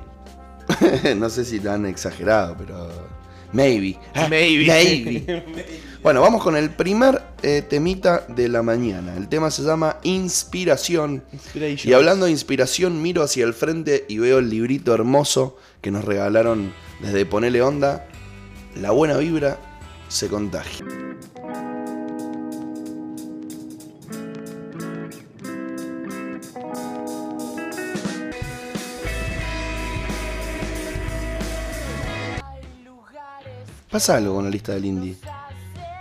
[LAUGHS] no sé si tan exagerado, pero. Maybe. Ah, Maybe. [LAUGHS] Maybe. bueno, vamos con el primer eh, temita de la mañana. El tema se llama Inspiración. Inspiration. Y hablando de inspiración, miro hacia el frente y veo el librito hermoso que nos regalaron desde Ponele Onda. La buena vibra se contagia. Pasa algo con la lista del indie.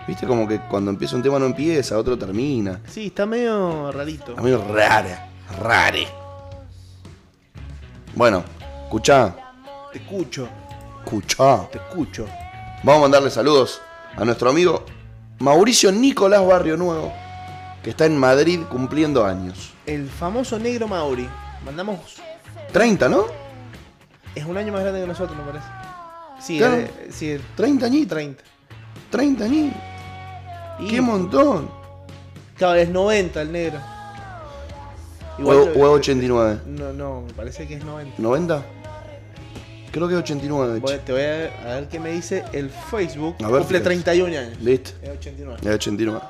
Viste como que cuando empieza un tema no empieza, otro termina. Sí, está medio rarito. A mí rara, rare. Bueno, escuchá, Te escucho, escuchá. te escucho. Vamos a mandarle saludos a nuestro amigo Mauricio Nicolás Barrio Nuevo, que está en Madrid cumpliendo años. El famoso negro Mauri. Mandamos. 30, ¿no? Es un año más grande que nosotros, me parece. Sí, Claro. eh, sí, 30 añitos, 30. 30 añitos. Y- ¡Qué montón! Claro, es 90 el negro. O, yo- o es 89. No, no, me parece que es 90. ¿90? Creo que es 89, Voy- che. te voy a, a ver qué me dice el Facebook. A ver, cumple fíjate. 31 años. Listo, Es 89. es 89.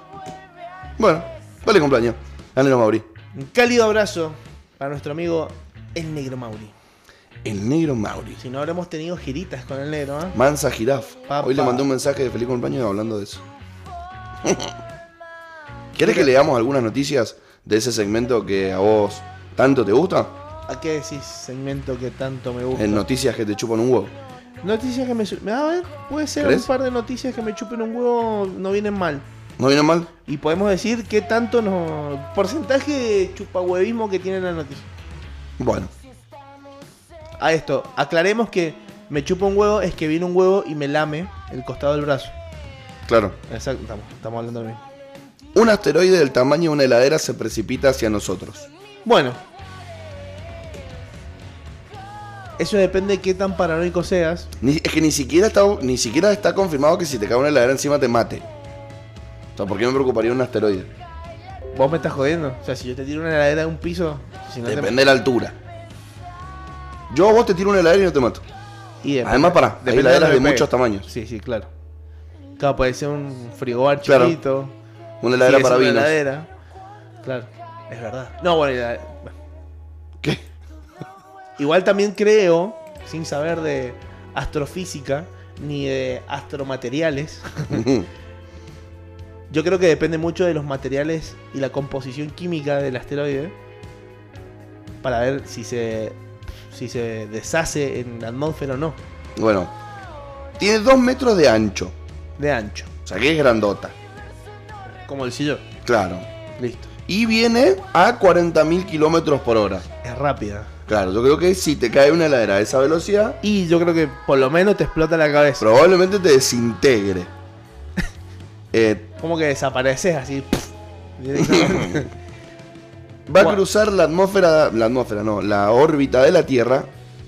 Bueno, vale cumpleaños. Dale a Mauri. Un cálido abrazo para nuestro amigo el negro Mauri. El negro Mauri. Si no habremos tenido giritas con el negro, ¿ah? Mansa Giraf. Papá. Hoy le mandé un mensaje de feliz cumpleaños hablando de eso. [LAUGHS] ¿Quieres que leamos algunas noticias de ese segmento que a vos tanto te gusta? ¿A qué decís segmento que tanto me gusta? En noticias que te chupan un huevo. Noticias que me. su- A ver, puede ser ¿Crees? un par de noticias que me chupen un huevo, no vienen mal. ¿No viene mal? Y podemos decir qué tanto nos. porcentaje de chupahuevismo que tiene la noticia. Bueno, A esto, aclaremos que me chupa un huevo es que viene un huevo y me lame el costado del brazo. Claro. Exacto, estamos, estamos hablando de lo mismo. Un asteroide del tamaño de una heladera se precipita hacia nosotros. Bueno. Eso depende de qué tan paranoico seas. Ni- es que ni siquiera, está, ni siquiera está confirmado que si te cae una heladera encima te mate. O sea, ¿por qué me preocuparía un asteroide? Vos me estás jodiendo. O sea, si yo te tiro una heladera de un piso, si no te- Depende de la altura. Yo a vos te tiro una heladera y no te mato. y depende- Además, pará, hay heladeras lo que de muchos pegue. tamaños. Sí, sí, claro. Claro, puede ser un frigobar Claro. chiquito. Una heladera sigue para siendo vinos. una heladera. Claro, es verdad. No, bueno, la- bueno. ¿Qué? igual también creo, sin saber de astrofísica ni de astromateriales, [LAUGHS] Yo creo que depende mucho de los materiales y la composición química del asteroide para ver si se si se deshace en la atmósfera o no, bueno, tiene dos metros de ancho. de ancho, O sea, que es grandota. como el sillón. Claro. Listo. Y viene a 40.000 kilómetros por hora. Es rápida. Claro, yo creo que si te cae una heladera a esa velocidad, Y yo creo que por lo menos te explota la cabeza. probablemente te desintegre. Eh, Como que desapareces así. directamente. Va a Gua- cruzar la atmósfera, la atmósfera no, la órbita de la Tierra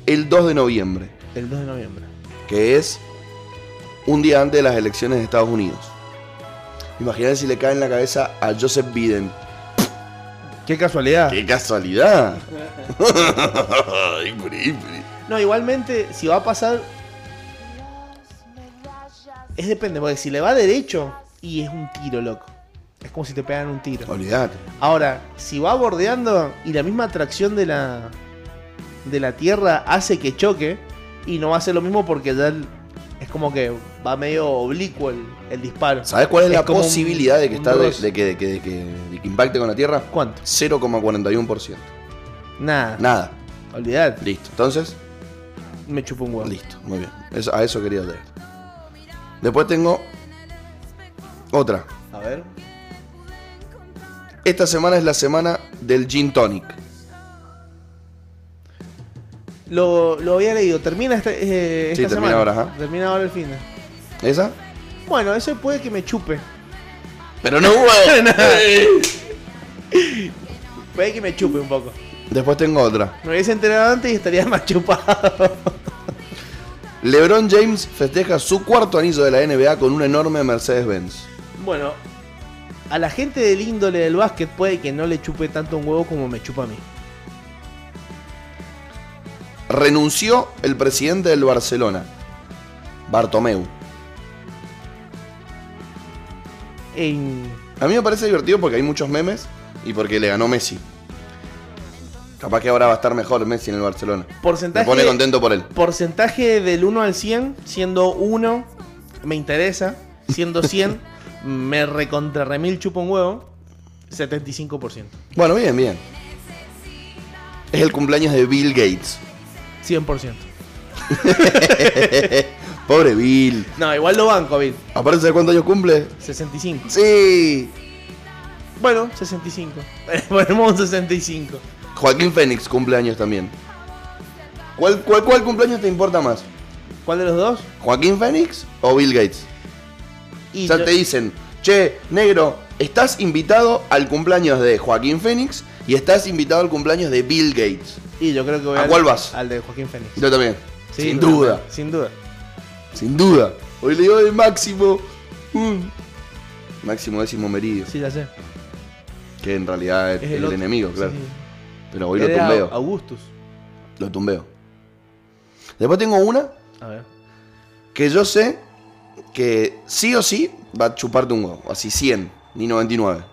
el 2 de noviembre, el 2 de noviembre. que es un día antes de las elecciones de Estados Unidos. Imagínate si le cae en la cabeza a Joseph Biden. Qué casualidad. ¡Qué casualidad! [LAUGHS] Increíble. No, igualmente, si va a pasar. Es depende, porque si le va derecho, y es un tiro, loco. Es como si te pegan un tiro. Olvídate. Ahora, si va bordeando y la misma atracción de la. de la tierra hace que choque. Y no va a ser lo mismo porque ya el- es como que va medio oblicuo el, el disparo. ¿Sabes cuál es, Es la como un- posibilidad de que un está de, roce. de que, de que- de que- de que impacte con la Tierra? ¿Cuánto? 0,41%. Nada. Nada. Olvidate. Listo. Entonces, Me chupo un huevo. Listo, muy bien. Eso- a eso quería leer. Después tengo otra. A ver. Esta semana es la semana del Gin Tonic. Lo, lo había leído. Termina esta, eh, Sí, esta termina semana. ahora, ajá. Termina ahora el fin de. ¿Esa? Bueno, eso puede que me chupe. Pero no [LAUGHS] hubo. Puede que me chupe un poco. [LAUGHS] Después tengo otra. Me hubiese enterado antes y estaría [LAUGHS] más chupado. LeBron James festeja su cuarto anillo de la NBA con un enorme Mercedes-Benz. Bueno, a la gente del índole del básquet puede que no le chupe tanto un huevo como me chupa a mí. Renunció el presidente del Barcelona, Bartomeu. En- A mí me parece divertido porque hay muchos memes y porque le ganó Messi. Capaz que ahora va a estar mejor Messi en el Barcelona. Me porcentaje, pone contento por él. porcentaje del 1 al 100, siendo 1 me interesa, [LAUGHS] siendo 100 me recontra remil chupa un huevo, 75%. Bueno, bien, bien. Es el cumpleaños de Bill Gates. [LAUGHS] 100%. Pobre Bill. No, igual lo banco, Bill. Aparte, ¿sabes cuántos años cumple? 65. Sí. Bueno, 65. [LAUGHS] Ponemos un 65. Joaquín Fénix cumple años también. ¿Cuál, cuál, cuál cumpleaños te importa más? ¿Cuál de los dos? ¿Joaquín Fénix o Bill Gates? Y Ya yo- te dicen, che, negro, estás invitado al cumpleaños de Joaquín Fénix y estás invitado al cumpleaños de Bill Gates. Y yo creo que voy ¿A al- cuál vas? Al de Joaquín Fénix. Yo también. Sí, sin totalmente, duda, Sin duda. sin duda. Hoy le digo de máximo. Mm. Máximo décimo meridio. Sí, ya sé. Que en realidad es, Es el, otro. enemigo, claro. Sí, sí. Pero hoy lo Era tumbeo. Augustus. Lo tumbeo. Después tengo una A ver. que yo sé que sí o sí va a chuparte un huevo. Así 100, ni 99.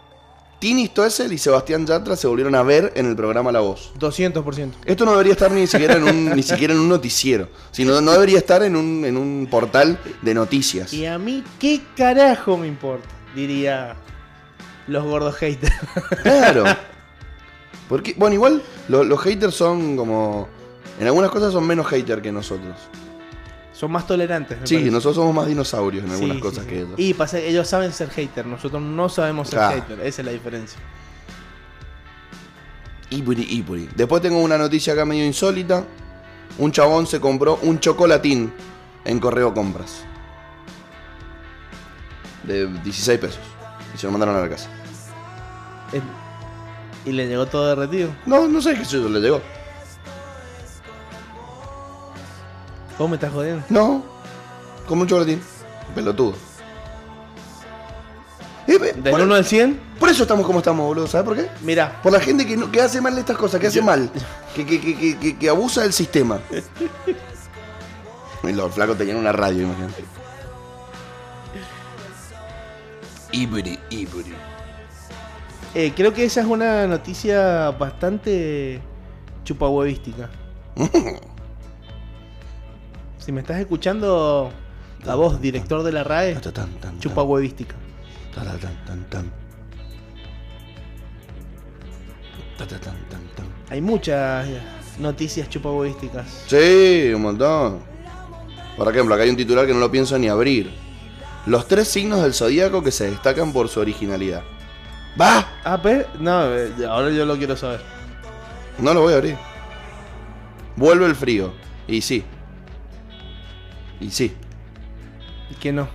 Tini Stoessel y Sebastián Yatra se volvieron a ver en el programa La Voz. 200%. Esto no debería estar ni siquiera en [LAUGHS] un, ni siquiera en un noticiero, sino no debería estar en un, en un portal de noticias. ¿Y a mí qué carajo me importa? Diría los gordos haters. [LAUGHS] Claro. Porque, bueno, igual lo- los haters son como... En algunas cosas son menos haters que nosotros. Son más tolerantes. me Sí, parece. nosotros somos más dinosaurios en Sí, algunas sí, cosas sí. que ellos. Y pasa, que ellos saben ser hater, nosotros no sabemos ser Ah. hater. Esa es la diferencia. Ipuri, ipuri. Después tengo una noticia acá medio insólita. Un chabón se compró un chocolatín en Correo Compras. de 16 pesos. Y se lo mandaron a la casa. Eh, Y le llegó todo derretido. No, no sé qué eso le llegó. ¿Cómo me estás jodiendo? No. Como un chocolatín. Pelotudo. Eh, eh, Del por, 1 al 100, por eso estamos como estamos, boludo. ¿Sabes por qué? mira, Por la gente que, no- que hace mal estas cosas, que hace mal. Que, que- que- que- que- que abusa del sistema. Y los flacos tenían una radio, imagínate. Ibri, Ibri. eh, creo que esa es una noticia bastante chupahuevística. Si me estás escuchando, la voz, director de la Eh, RAE, chupahuevística. Hay muchas eh, noticias chupahuevísticas. Sí, un montón. Por ejemplo, acá hay un titular que no lo pienso ni abrir. Los tres signos del zodíaco que se destacan por su originalidad. ¡Va! Ah, pero, no, eh, ahora yo lo quiero saber. No lo voy a abrir. Vuelve el frío. Y sí. Y sí. Que no.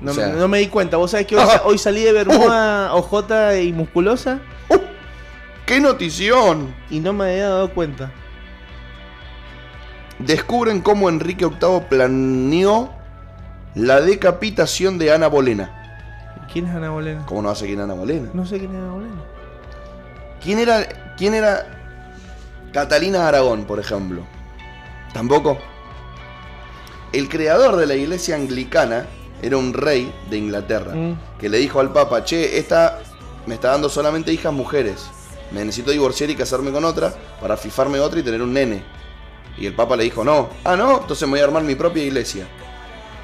No, O sea- no me di cuenta. Vos sabés que hoy, sa- hoy salí de Bermuda ojota y musculosa ¡Uh! ¡Qué notición! y no me había dado cuenta. Descubren cómo Enrique VIII planeó la decapitación de Ana Bolena. ¿Quién es Ana Bolena? ¿Cómo no hace quién Ana Bolena? No sé quién es Ana Bolena. ¿Quién era, quién era Catalina Aragón, por ejemplo? Tampoco. El creador de la iglesia anglicana era un rey de Inglaterra Mm. que le dijo al Papa, che, esta me está dando solamente hijas mujeres. Me necesito divorciar y casarme con otra para fifarme otra y tener un nene. Y el Papa le dijo, no, ah, no, entonces me voy a armar mi propia iglesia.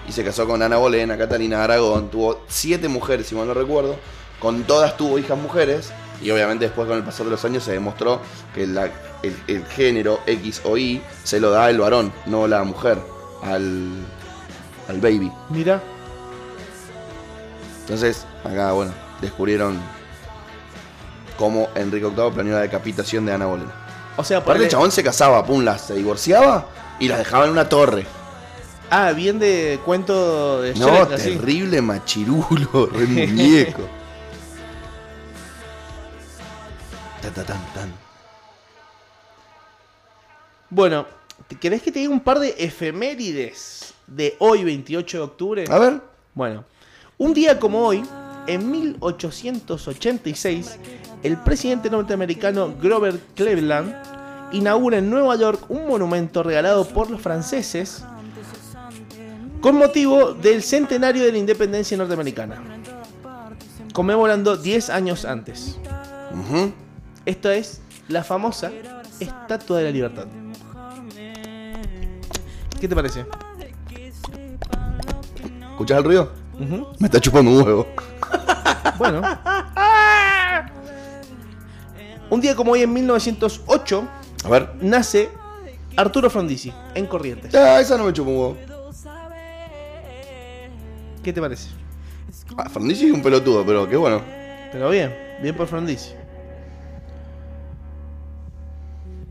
Y se casó con Ana Bolena, Catalina Aragón, tuvo siete mujeres, si mal no recuerdo, con todas tuvo hijas mujeres, y obviamente después con el pasar de los años se demostró que la- el, el género X o Y se lo da el varón, no la mujer, al, al baby. Mira, Entonces, acá, bueno, descubrieron cómo Enrique VIII planeó la decapitación de Ana Bolena. o sea, Aparte, ponele- el chabón se casaba, pum, las se divorciaba y las dejaba en una torre. Ah, bien de cuento de No, Shrek, así. terrible machirulo, [LAUGHS] re muñeco. Tan, tan, tan, tan. Bueno, ¿te- ¿querés que te diga un par de efemérides de hoy, 28 de octubre? A ver, Bueno, un día como hoy, en 1886, el presidente norteamericano Grover Cleveland inaugura en Nueva York un monumento regalado por los franceses con motivo del centenario de la independencia norteamericana, conmemorando 10 años antes. ujú, Esto es la famosa Estatua de la Libertad. ¿Qué te parece? ¿escuchás el ruido? Ujú. Me está chupando un huevo. Bueno. Un día como hoy en 1908 A ver. nace Arturo Frondizi en Corrientes. Ah, esa no me chupa un huevo. ¿Qué te parece? Ah, Frondizi es un pelotudo, pero qué bueno. Pero bien, bien por Frondizi.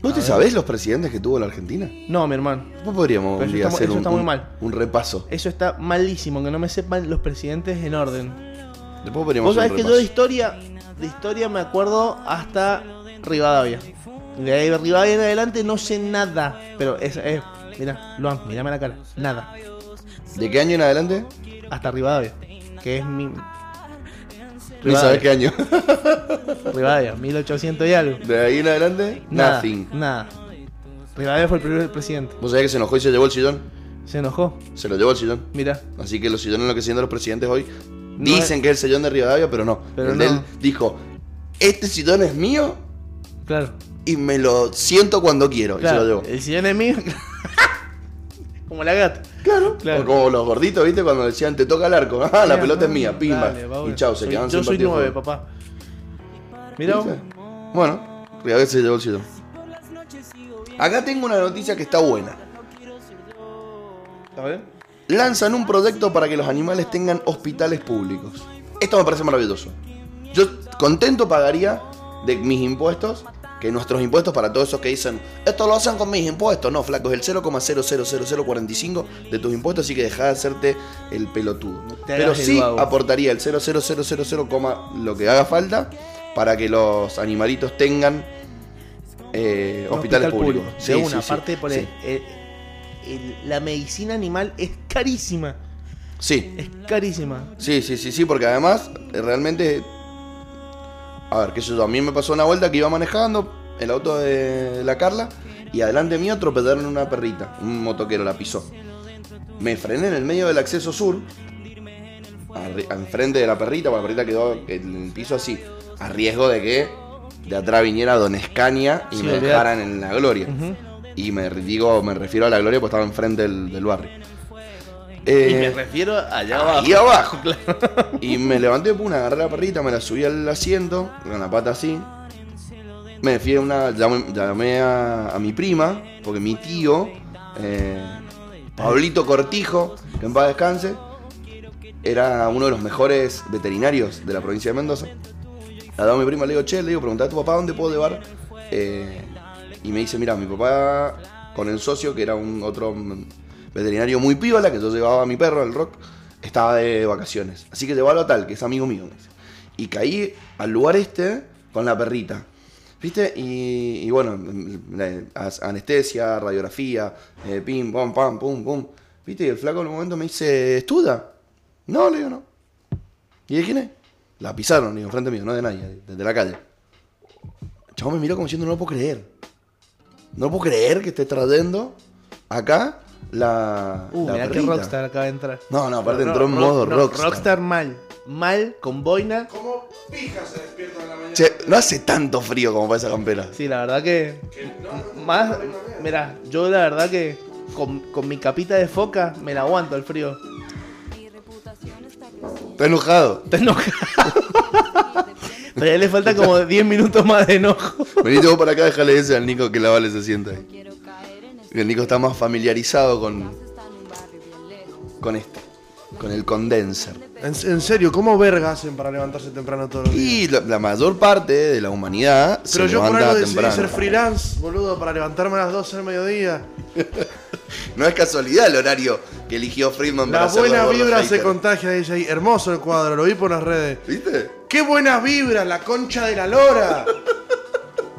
¿Vos te sabés los presidentes que tuvo la Argentina? No, mi hermano. Vos podríamos Pero un eso día está mu- hacer eso un, está muy un- mal. un repaso. Eso está malísimo, que no me sepan los presidentes en orden. Después podríamos Vos hacer sabés un que yo de repaso. historia, de historia me acuerdo hasta Rivadavia. De ahí de Rivadavia en adelante no sé nada. Pero es, es mirá, Luan, mirame la cara. Nada. ¿De qué año en adelante? Hasta Rivadavia. Que es mi. No sabés qué año. [LAUGHS] Rivadavia, 1800 y algo. De ahí en adelante, Nada, nothing. Nada. Rivadavia fue el primer presidente. ¿Vos sabés que se enojó y se llevó el sillón? Se enojó. Se lo llevó el sillón. Mira. Así que los sillones lo que siendo los presidentes hoy dicen que es el sillón de Rivadavia, pero no. Pero el no. de él dijo, este sillón es mío Claro. y me lo siento cuando quiero. Y se lo claro Eh, llevó. el sillón es mío. [LAUGHS] Como la gata. Claro, claro. O como los gorditos, ¿viste? Cuando decían, te toca el arco. [LAUGHS] Ah, la Mira, pelota es no, mía, pimba. dale, va, y bueno. chau, se Soy- quedan Yo sin soy partido de nueve, fútbol. papá. Mira, vos. ¿Viste? Bueno, Rivadavia se llevó el sillón. Acá tengo una noticia que está buena. a ver. lanzan un proyecto para que los animales tengan hospitales públicos. Esto me parece maravilloso. Yo contento pagaría de mis impuestos que nuestros impuestos, para todos esos que dicen, esto lo hacen con mis impuestos, no, flaco, es el 0,000045 de tus impuestos, así que deja de hacerte el pelotudo. te Pero hagas el sí vago. aportaría el 0,0000, coma lo que haga falta, para que los animalitos tengan eh, Un hospitales hospital públicos. público. Sí, de sí, una sí, parte, por sí. el- el- el- la medicina animal es carísima. Sí. Es carísima. Sí, sí, sí, sí, porque además eh, realmente... A ver, qué sé yo, a mí me pasó una vuelta que iba manejando el auto de la Carla y adelante mío atropellaron una perrita, un motoquero la pisó. Me frené en el medio del acceso sur, arri- enfrente de la perrita, porque la perrita quedó en el piso así, a riesgo de que de atrás viniera Don Escaña y Sí, me olvidate. dejaran en la gloria. Ujú. Y me digo, me refiero a la gloria porque estaba enfrente del, del barrio. y me Eh, refiero allá abajo. Ahí [LAUGHS] abajo, Y me levanté, pum, agarré la perrita, me la subí al asiento, con la pata así. Me fui a una. Llamé, llamé a, a mi prima, porque mi tío, eh, Pablito Cortijo, que en paz descanse, era uno de los mejores veterinarios de la provincia de Mendoza. La dado a mi prima, le digo, che, le digo, preguntar a tu papá dónde puedo llevar. Eh, y me dice, mira, mi papá con el socio, que era un otro mm, veterinario muy píbala, que yo llevaba a mi perro al rock, estaba de vacaciones. Así que llevalo a tal, que es amigo mío. me dice. Y caí al lugar este con la perrita. ¿Viste? Y, y bueno, mm, la- as- anestesia, radiografía, eh, pim, pam, pam, pum, pum. ¿Viste? Y el flaco en un momento me dice, ¿estuda? No, le digo, no. ¿Y de quién es? La pisaron, digo, enfrente mío, no de nadie, desde la calle. El chabón me miró como diciendo, no lo puedo creer. No puedo creer que esté trayendo acá la. Uh, la mirá que perrita". Rockstar acaba de entrar. No, no, aparte No, entró en no, modo no, rockstar. Rockstar mal. Mal, con boina. ¿Cómo pija se despierta en la mañana? Che, no hace tanto frío como para esa campera. Sí, la verdad que. Que no, no, no, Más. no, no, no, no. Mirá, yo la verdad que. Con, con mi capita de foca me la aguanto el frío. Mi reputación está creciendo. Está enojado. Te [LAUGHS] enoja. Pero ya le falta como 10 minutos más de enojo. Venite vos para acá, déjale ese al Nico que la vale se sienta ahí. Quiero caer en este. El Nico está más familiarizado Casa con, está en un barrio bien lejos. con este, con el condenser. En, en serio, ¿cómo verga hacen para levantarse temprano todos los días? Y la, la mayor parte de la humanidad Pero se yo por levanta algo decidí temprano. ser freelance, boludo, para levantarme a las 12 del mediodía. No es casualidad el horario que eligió Friedman para La hacer los buena gordos vibra se haters. contagia, dice ahí. Hermoso el cuadro, lo vi por las redes. ¿Viste? ¡Qué buenas vibras, la concha de la lora!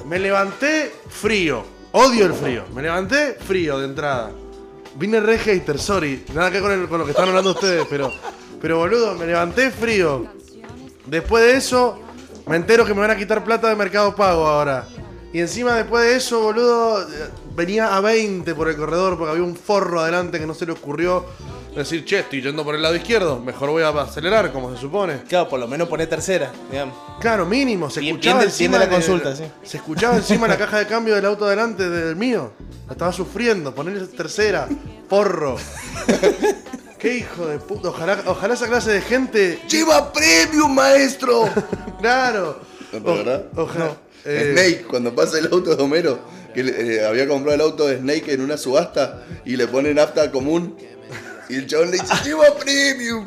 Me levanté frío. Odio el frío. Me levanté frío de entrada. Vine re hater, sorry. Nada que ver con, el- con lo que están hablando ustedes, pero. Pero boludo, me levanté frío. Después de eso, me entero que me van a quitar plata de Mercado Pago ahora. Y encima después de eso, boludo, eh, venía a 20 por el corredor porque había un forro adelante que no se le ocurrió decir, che, estoy yendo por el lado izquierdo, mejor voy a acelerar, como se supone. Claro, por lo menos pone tercera. digamos. Claro, mínimo. Se Bien- escuchaba bien del- encima bien de la de- consulta, sí. Se escuchaba [LAUGHS] encima la caja de cambio del auto delante del mío. La estaba sufriendo. Ponerle tercera. [LAUGHS] Porro. Qué hijo de puta. Ojalá, ojalá esa clase de gente. ¡Lleva premium, [LAUGHS] maestro! Claro. ¿No te acordás? Ojalá. Eh, Snake, cuando pasa el auto de Homero, que le- eh, había comprado el auto de Snake en una subasta y le ponen apta común. Y el chabón le dice, lleva premium.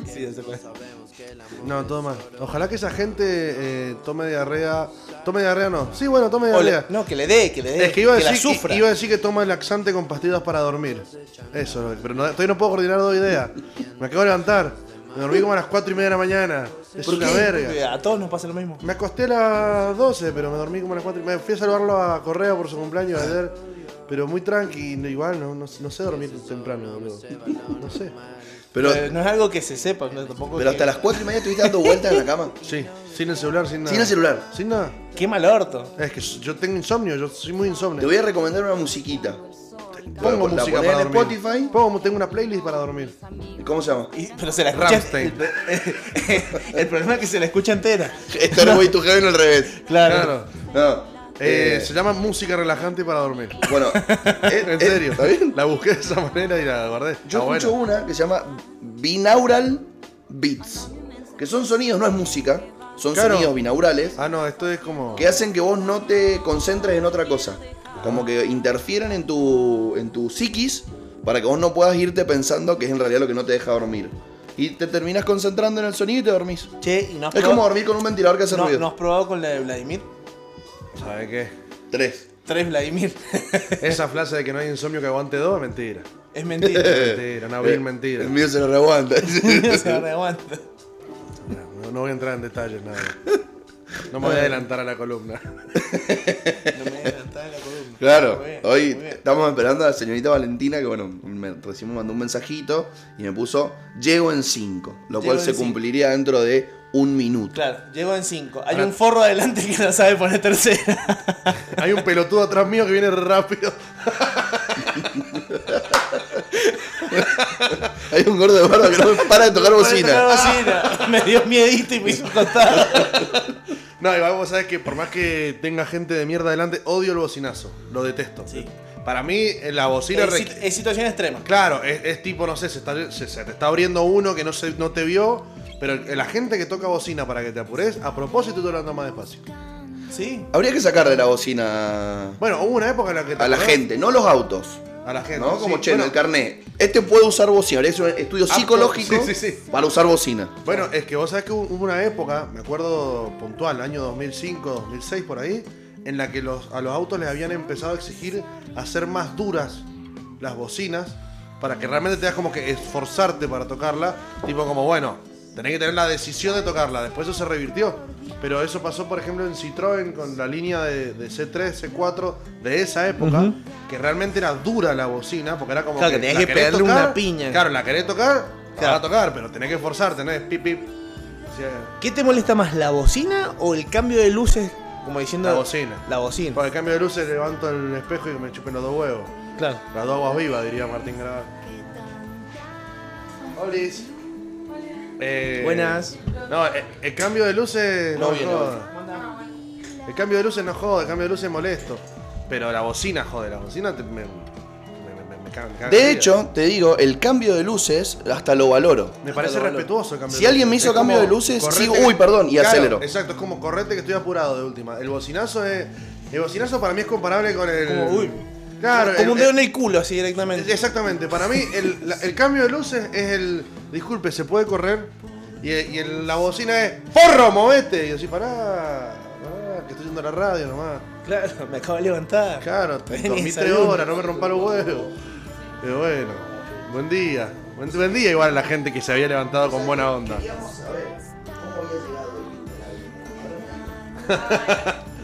No, todo mal. Ojalá que esa gente eh, tome diarrea. Tome diarrea no. Sí, bueno, tome diarrea. no, que le dé, que le dé. Es Eh, que iba a, la decir, sufra. iba a decir que toma laxante con pastillas para dormir. Eso, pero no, todavía no puedo coordinar dos ideas. Me acabo de levantar. Me dormí como a las 4 y media de la mañana. Es ¿Por una qué? verga. A todos nos pasa lo mismo. Me acosté a las 12, pero me dormí como a las 4 y media. Fui a saludarlo a Correa por su cumpleaños ayer. Pero muy tranqui, no- igual no, no, no sé dormir temprano, boludo. No sé. Pero, Eh, no es algo que se sepa, no, tampoco. pero que- hasta las 4 y media estuviste dando vueltas en la cama. Sí, sin el celular, sin nada. Sin el celular. Sin nada. Qué mal orto. Es que yo tengo insomnio, yo soy muy Te insomnio. voy a recomendar una musiquita. Pongo la música ponés para en dormir. Spotify. Pongo, tengo una playlist para dormir. ¿Y ¿Cómo se llama? Y- pero se la escucha. Rammstein. El, [LAUGHS] el problema es que se la escucha entera. Estar Way to Heaven al revés. Claro. No. Eh, eh, se llama música relajante para dormir. [LAUGHS] bueno, [LAUGHS] eh, En eh, serio. ¿Está bien? La busqué de esa manera y la guardé. Yo Está buena. escucho una que se llama Binaural Beats, que son sonidos, no es música, son Claro. sonidos binaurales Ah, no, esto es como. que hacen que vos no te concentres en otra cosa, como que interfieren en tu, en tu psiquis para que vos no puedas irte pensando que es en realidad lo que no te deja dormir. Y te terminas concentrando en el sonido y te dormís. Che, y no has Es probado- como dormir con un ventilador que hace no, ruido. ¿no has probado con la de Vladimir. ¿Sabe qué? Tres. Tres [LAUGHS] Vladimir. Esa frase de que no hay insomnio que aguante [LAUGHS] dos es mentira. es [LAUGHS] [LAUGHS] mentira. Eh, Mentira, no, Bill, mentira. El mío se lo reaguanta. Se la aguanta. No, no voy a entrar en [LAUGHS] detalles, nada. No Eh. me voy a adelantar a la columna. No me adelantaba la columna. [LAUGHS] Claro, Muy bien, hoy muy bien. estamos esperando a la señorita Valentina, que bueno, me, recién me mandó un mensajito y me puso, llego en cinco, lo Llego cual en se cinco. cumpliría dentro de un minuto. Claro, llego en cinco. Hay un forro adelante que no sabe poner tercera. Hay un pelotudo atrás mío que viene rápido. [LAUGHS] Hay un gordo de barba que no me para de tocar [LAUGHS] bocina. bocina. Me dio miedito y me hizo contar. No, y vos sabés que por más que tenga gente de mierda adelante, odio el bocinazo. Lo detesto. Sí. Para mí, eh, la bocina... Es, re- sit- es situación extrema. Claro, es, es tipo, no sé, se, está- se- se te está abriendo uno que no, se, no te vio, pero la gente que toca bocina para que te apures, a propósito estoy hablando más despacio. Sí. Habría que sacar de la bocina Bueno, hubo una época en la que... te a la acordás- gente, no los autos. A la gente. ¿No? Como sí. che, en Bueno, el carnet. Este puede usar bocina. Habría que hacer un estudio Apto, psicológico sí, sí, sí. para usar bocina. Bueno, es que vos sabés que hubo una época, me acuerdo puntual, año 2005, 2006, por ahí, en la que los, a los autos les habían empezado a exigir hacer más duras las bocinas para que realmente tengas como que esforzarte para tocarla. Tipo como, bueno, tenés que tener la decisión de tocarla. Después eso se revirtió. Pero eso pasó, por ejemplo, en Citroën con la línea de, de C3, C4 de esa época, que realmente era dura la bocina, porque era como Claro, que tenías la que querés pegarle una piña. Claro, la querés tocar, la Claro. vas a tocar, pero tenés que esforzarte, ¿no? Es pip, pip. eh. O sea, ¿Qué te molesta más, la bocina o el cambio de luces? Como diciendo. La bocina. La bocina. Por el cambio de luces levanto el espejo y que me chupen los dos huevos. Claro. Las dos aguas vivas, diría Martín Grabar. Olis. Eh, Buenas. No, eh, el cambio de luces no, joda. El cambio de luces no joda, el cambio de luces es molesto. Pero la bocina jode, la bocina te- me, me, me- me- me caga- me caga la vida. De hecho, te digo, el cambio de luces hasta lo valoro. Me parece respetuoso el cambio Si alguien me hizo Es cambio como, de luces, correte- sigo, uy, perdón, y Claro, acelero. Exacto, es como correte que estoy apurado de última. El bocinazo es. El bocinazo para mí es comparable con el. Como, uy. Claro, el- Como un el- dedo en el culo, así directamente. Exactamente, para mí el, la- el cambio de luces es el. Disculpe, se puede correr. Y, y el- la bocina es. ¡Porro, movete! Y yo así, pará, pará, que estoy yendo a la radio nomás. Claro, me acabo de levantar. Claro, Vení, dormí tres saludo. horas, no me rompa los huevos. Pero bueno, buen día. Buen, buen día igual a la gente que se había levantado con buena onda.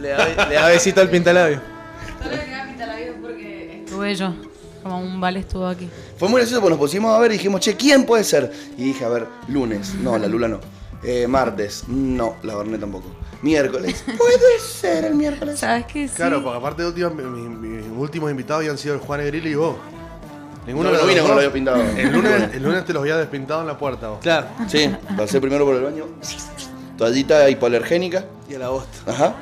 Le da, le da besito al pintalabio. Solo que queda pintalabio porque estuve yo. Como un vale estuvo aquí. Fue muy gracioso porque nos pusimos a ver y dijimos, che, ¿quién puede ser? Y dije, a ver, lunes. No, la Lula no. Eh, martes. No, la Bernet tampoco. [LAUGHS] Miércoles. Puede ser el miércoles. ¿Sabes qué? Sí. Claro, porque aparte de última- mi- mi- mis, últimos invitados habían sido el Juan Grilli y vos. Ninguno No, no de los vine dos. con el labio pintado. El lunes, el lunes te los había despintado en la puerta vos. Claro. Sí, pasé primero por el baño. Toallita hipoalergénica. Y a la bosta. Ajá.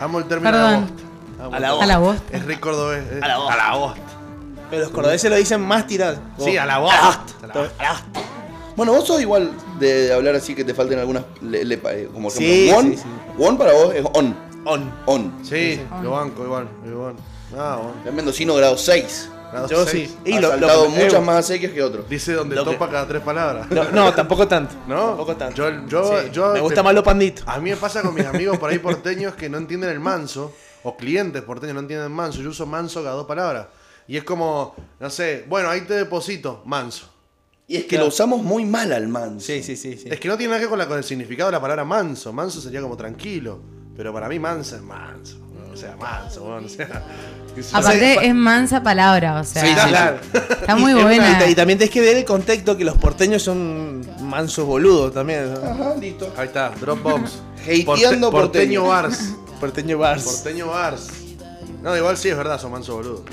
Amo el término de Perdón. agosto. Amo A el la término. A la voz. Es rey cordobés. eh. A la bosta. bosta. Pero los cordobeses lo dicen más tirado. Sí, a la A la bosta. bosta. A la bosta. A la bosta. Bueno, vos sos igual de hablar así que te falten algunas. le- le- eh, como ejemplo, Sí, won. sí, sí. Won para vos es on. On. On. Sí, lo banco igual, lo banco. Ah, bueno. Es mendocino grado 6. Grado Yo seis. sí. Ha Y lo- lo- saltado muchas eh, más acequias que otros. Dice donde Lo que- topa cada tres palabras. No, no, tampoco tanto. [LAUGHS] ¿No? Tampoco tanto. Yo- yo- yo- me gusta te- Ah. más lo pandito. A mí me pasa con mis amigos por ahí porteños que no entienden el manso, o clientes porteños no entienden manso. Yo uso manso cada dos palabras. Y es como, no sé, bueno, ahí te deposito, manso. Y es que lo usamos muy mal al man. Sí, sí, sí, sí. Es que no tiene nada que ver con, la- con el significado de la palabra manso. Manso sería como tranquilo. Pero para mí manso es manso. O sea, manso, bueno, o sea. Aparte es mansa palabra, o sea. Sí, sí, claro. Está muy Y- y- buena. Y, también tenés que ver el contexto que los porteños son mansos boludos también. ¿no? Ajá, listo. Ahí está, Dropbox. Hateando porteño. [LAUGHS] bars. Porteño bars. Porteño bars. No, igual sí es verdad, son manso [LAUGHS] boludo.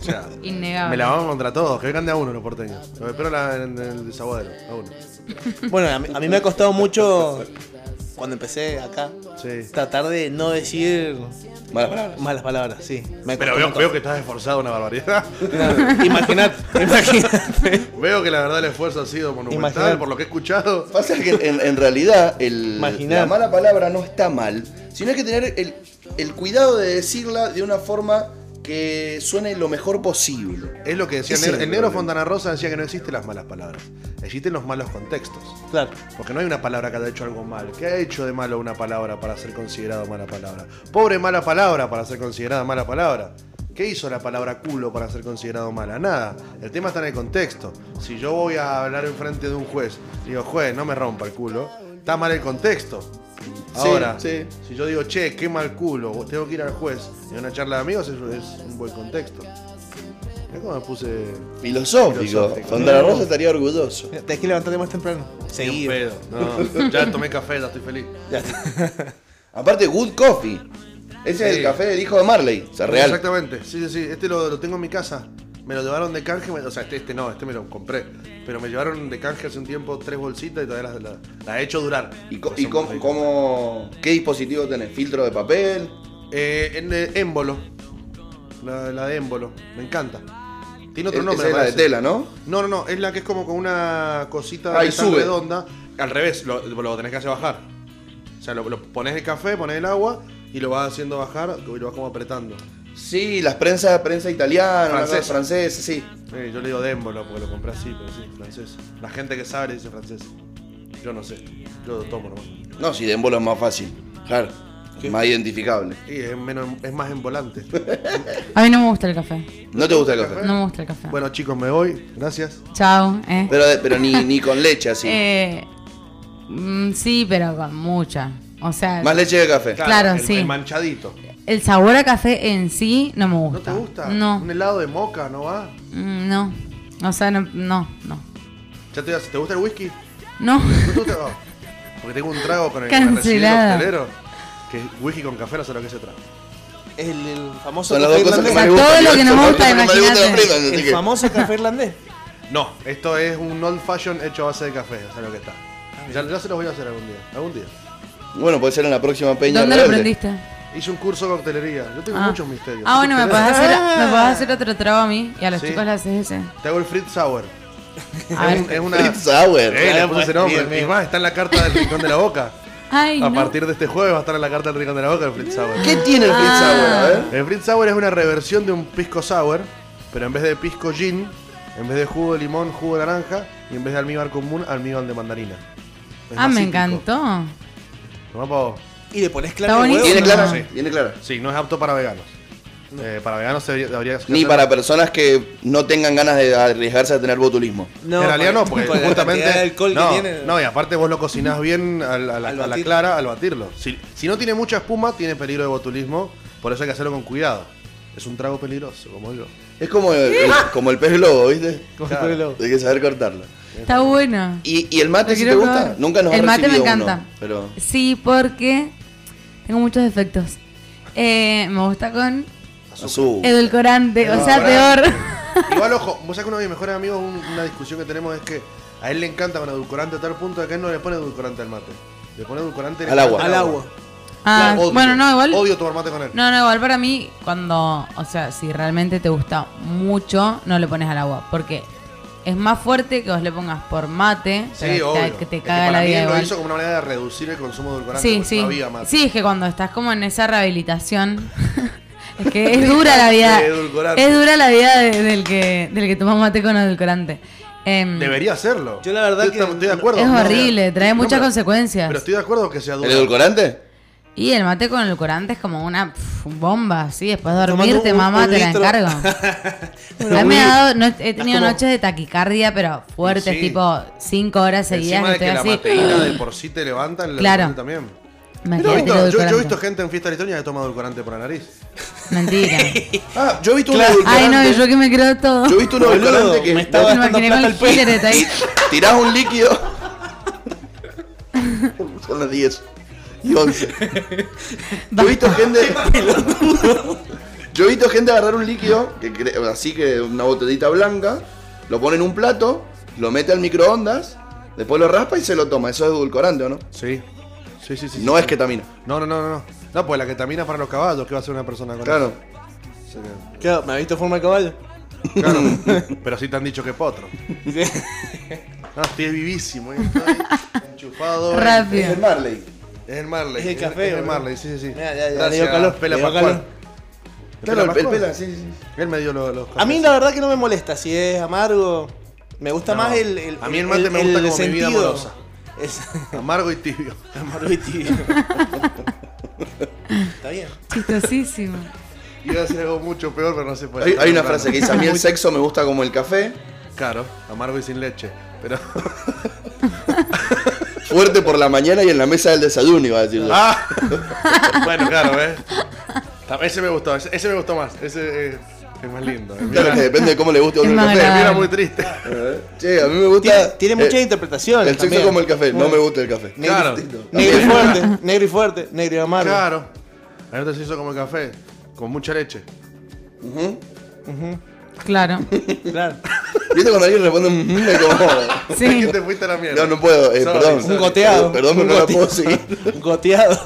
O sea, Innegable. me la vamos contra todos, que vengan de a uno los porteños. Los espero la- en el desaguadero, a uno. Bueno, a mí, a mí me ha costado mucho cuando empecé acá Sí. tratar de no decir Malas palabras. malas palabras, sí. Me Pero costó veo, un veo que estás esforzado una barbaridad. [LAUGHS] montón. Imaginate, imaginate. veo que la verdad el esfuerzo ha sido monumental, Imaginar. por lo que he escuchado. Pasa que en, en realidad el, Imaginá. la mala palabra no está mal, sino hay que tener el, el cuidado de decirla de una forma que suene lo mejor posible. Es lo que decía Ese el, es el el negro problema. Fontana Rosa, decía que no existen las malas palabras, existen los malos contextos. Claro. Porque no hay una palabra que haya hecho algo mal. ¿Qué ha hecho de malo una palabra para ser considerado mala palabra? Pobre mala palabra para ser considerada mala palabra. ¿Qué hizo la palabra culo para ser considerado mala? Nada. El tema está en el contexto. Si yo voy a hablar enfrente de un juez, le digo, juez, no me rompa el culo, está mal el contexto. Sí, Ahora, sí. si yo digo, che, qué mal culo, o tengo que ir al juez, en una charla de amigos es, es un buen contexto. Mirá cómo me puse Filosófico. Filosófico. Fontana Rosa estaría orgulloso. Te hay que levantarte más temprano. bien Seguido. pedo. No, ya tomé café, ya estoy feliz. Aparte, Good Coffee. Ese es Sí. el café del hijo de Marley. O sea, real. Exactamente, sí, sí, sí. Este lo, lo tengo en mi casa. Me lo llevaron de canje, me- o sea, este, este no, este me lo compré. Pero me llevaron de canje hace un tiempo tres bolsitas y todavía las la, la he hecho durar. ¿Y, co- Pues y son cómo, ricas. cómo- qué dispositivo tenés? ¿Filtro de papel? Eh, en el émbolo. La, la de émbolo, me encanta. Tiene E-, otro Es- nombre. esa es la de parece. tela, ¿no? No, no, no, es la que es como con una cosita Ah, y de metal sube. redonda. Al revés, lo, lo tenés que hacer bajar. O sea, lo, lo pones el café, pones el agua y lo vas haciendo bajar y lo vas como apretando. Sí, las prensas, prensa italiana, Francesa. francesa, francesa sí. Eh, yo le digo démbolo porque lo compré así, pero sí, francés. La gente que sabe le dice francés. Yo no sé. Yo lo tomo nomás. No, si de émbolo es más fácil. Claro. Más identificable. Y es, menos, es más en volante. [LAUGHS] A mí no me gusta el café. No te gusta el café. No me gusta el café. bueno, chicos, me voy. Gracias. Chao. Eh. Pero, pero ni, ni con leche así. Eh, mm, sí, pero con mucha. O sea, Más leche que café. Claro, el- sí. El manchadito. el sabor a café en sí no me ¿No te gusta. gusta? No. Un helado de moca, ¿no va? Mm, No. O sea, no, no, no. Ya te, ¿Te gusta el whisky? No. ¿No te gusta? No. Porque tengo un trago con el que me recibí el Cancelada. hostelero. Que es whisky con café, no sé lo que se trago. El, el famoso Son las café dos cosas que irlandés. más irlandés. me O sea, gustan. todo lo que no me Son gusta, las dos cosas que más me gustan de imagínate. Freeman, así El que- famoso café irlandés. No, esto es un old fashion hecho a base de café, o sea lo que está. Ya, ya se los voy a hacer algún día, algún día. Bueno, puede ser en la próxima peña. ¿Dónde lo rebelde. aprendiste? Hice un curso de coctelería. Yo tengo Ah. muchos misterios. Ah, bueno, me Ustedes- podés, [LAUGHS] hacer, me podés hacer otro trago a mí y a los Sí. chicos le haces ese. Te hago el Fritz Sour. A es, un- ver. es una. Fritz Sauer. Eh, le Claro, puse ese pues, nombre. bien, bien. Y más, está en la carta del Rincón de la Boca. Ay, A no. partir de este jueves va a estar en la carta del Rincón de la Boca el Fritz Sour. ¿eh? ¿Qué tiene el Fritz Ah. Sauer? A ver. El Fritz Sour es una reversión de un pisco sour, pero en vez de pisco gin, en vez de jugo de limón, jugo de naranja, y en vez de almíbar común, almíbar de mandarina. Es ah, más me cítrico. encantó. Tomá pa' vos. Y le pones Está claro de buenísimo. ¿Viene No. clara? Sí. ¿Viene clara? Sí, no es apto para veganos. Eh, para veganos debería, debería Ni ser- para personas que no tengan ganas de arriesgarse a tener botulismo. No, en realidad no, [LAUGHS] porque por la justamente. cantidad de alcohol no, que tiene. no, y aparte vos lo cocinás bien a la, a la- a Al la batir. clara al batirlo. Si, si no tiene mucha espuma, tiene peligro de botulismo, por eso hay que hacerlo con cuidado. Es un trago peligroso, como yo. Es como el, el- como el pez globo, ¿viste? Como Claro. por el lobo. Hay que saber cortarlo. Está bueno. ¿Y, y el mate Lo si te quiero gusta? probar. Nunca nos ha El mate me recibido uno, encanta. pero Sí, porque tengo muchos defectos. Eh, me gusta con Uh. azul. edulcorante, o sea, Edulcorante. [LAUGHS] peor. Igual, ojo, vos sabés que uno de mis mejores amigos, un- una discusión que tenemos es que a él le encanta con edulcorante a tal punto de que él no le pone edulcorante al mate. Le pone edulcorante Al agua. Al agua. Ah, Odio. bueno, no, igual. Odio tomar mate con él. No, no, igual para mí, cuando, o sea, si realmente te gusta mucho, no le pones al agua, porque es más fuerte que vos le pongas por mate, Sí, pero te- obvio. que te Es caga para la mí vida él igual. lo hizo como una manera de reducir el consumo de edulcorante. Sí, porque sí. No había mate. Sí, es que cuando estás como en esa [LAUGHS] rehabilitación, es que es dura la vida. De edulcorante. Es dura la vida de- del que del que toma mate con edulcorante. Em, Debería hacerlo. Mm. Yo la verdad Estoy- que- estoy de acuerdo. es No, horrible, pero- trae no, muchas pero- consecuencias. Pero estoy de acuerdo que sea ¿El duro. edulcorante? Y el mate con edulcorante es como una pf, bomba, sí, después de Tomando dormirte, un- mamá, un te la litro. encargo. A mí me ha dado, no- he tenido como- noches de taquicardia, pero fuertes, Sí. tipo cinco horas seguidas Encima que de estoy que la así. [GASPS] mateína de por sí te levanta, el Claro. edulcorante también. Imagínate Yo he, el visto, yo- yo he edulcorante. visto gente en fiesta electrónica que toma edulcorante por la nariz. [LAUGHS] Mentira. Ah, yo he visto un Ay, no, edulcorante. y yo que me creo todo. Yo he visto un Boludo, edulcorante que me estaba Me gastando imaginé plata con al pelo. Hilleret ahí. tirás un líquido. Son las 10 y 11. Yo he visto gente. Yo he visto gente agarrar un líquido, que cre- así que una botellita blanca, lo pone en un plato, lo mete al microondas, después lo raspa y se lo toma. Eso es edulcorante, ¿o no? Sí. Ah. Sí, sí, sí. No es ketamina. No, no, no, no, no. No, pues la ketamina es para los caballos, ¿qué va a hacer una persona con Claro. eso? Sí, Claro, ¿Me ha visto forma de caballo? [LAUGHS] Claro. Pero sí te han dicho que potro. No, estoy vivísimo, ¿eh? [LAUGHS] Estoy enchufado. Es [LAUGHS] Rápido. el Marley. es el Marley. Es el café, Es el boludo. Marley, sí, sí, sí. Mira, ya, ya, le Gracias, dio calor, Pela le dio Pascual. calor. Claro, el, el el pela, pela, sí, sí. Él me dio los. los A mí la verdad que no me molesta si es amargo. Me gusta No. más el, el- A mí el mate me gusta como mi vida amorosa. Es- [LAUGHS] Amargo y tibio. [LAUGHS] amargo y tibio. Está bien. Chistosísimo. Iba a decir algo mucho peor, pero no se puede. Hay, hay una Claro. frase que dice, a mí el sexo me gusta como el café, Claro, amargo y sin leche. [LAUGHS] Pero. fuerte por la mañana y en la mesa del desayuno, iba a decir. yo. ¡Ah! [LAUGHS] bueno, claro, ¿ves? Ta- Ese me gustó, ese, ese me gustó más. Ese es, es más lindo. Claro Mira, que depende de cómo le guste a uno Es el más café. agradable. mira muy triste. Eh, Che, a mí me Tiene, gusta... tiene eh, muchas interpretaciones. El sexo también. como el café, no me gusta el café. Claro. Negro y fuerte, negro y fuerte, negro y amargo. Claro. La nota se hizo como el café, con mucha leche. Claro. [LAUGHS] [LAUGHS] Claro. ¿Viste cuando alguien responde un "mm", me incomoda? [LAUGHS] ¿Por qué Sí. [LAUGHS] te fuiste a la mierda? No, no puedo, eh, Sorry, perdón. sorry. Un goteado. Perdón, un pero no la puedo goteado. seguir. [LAUGHS] Un goteado.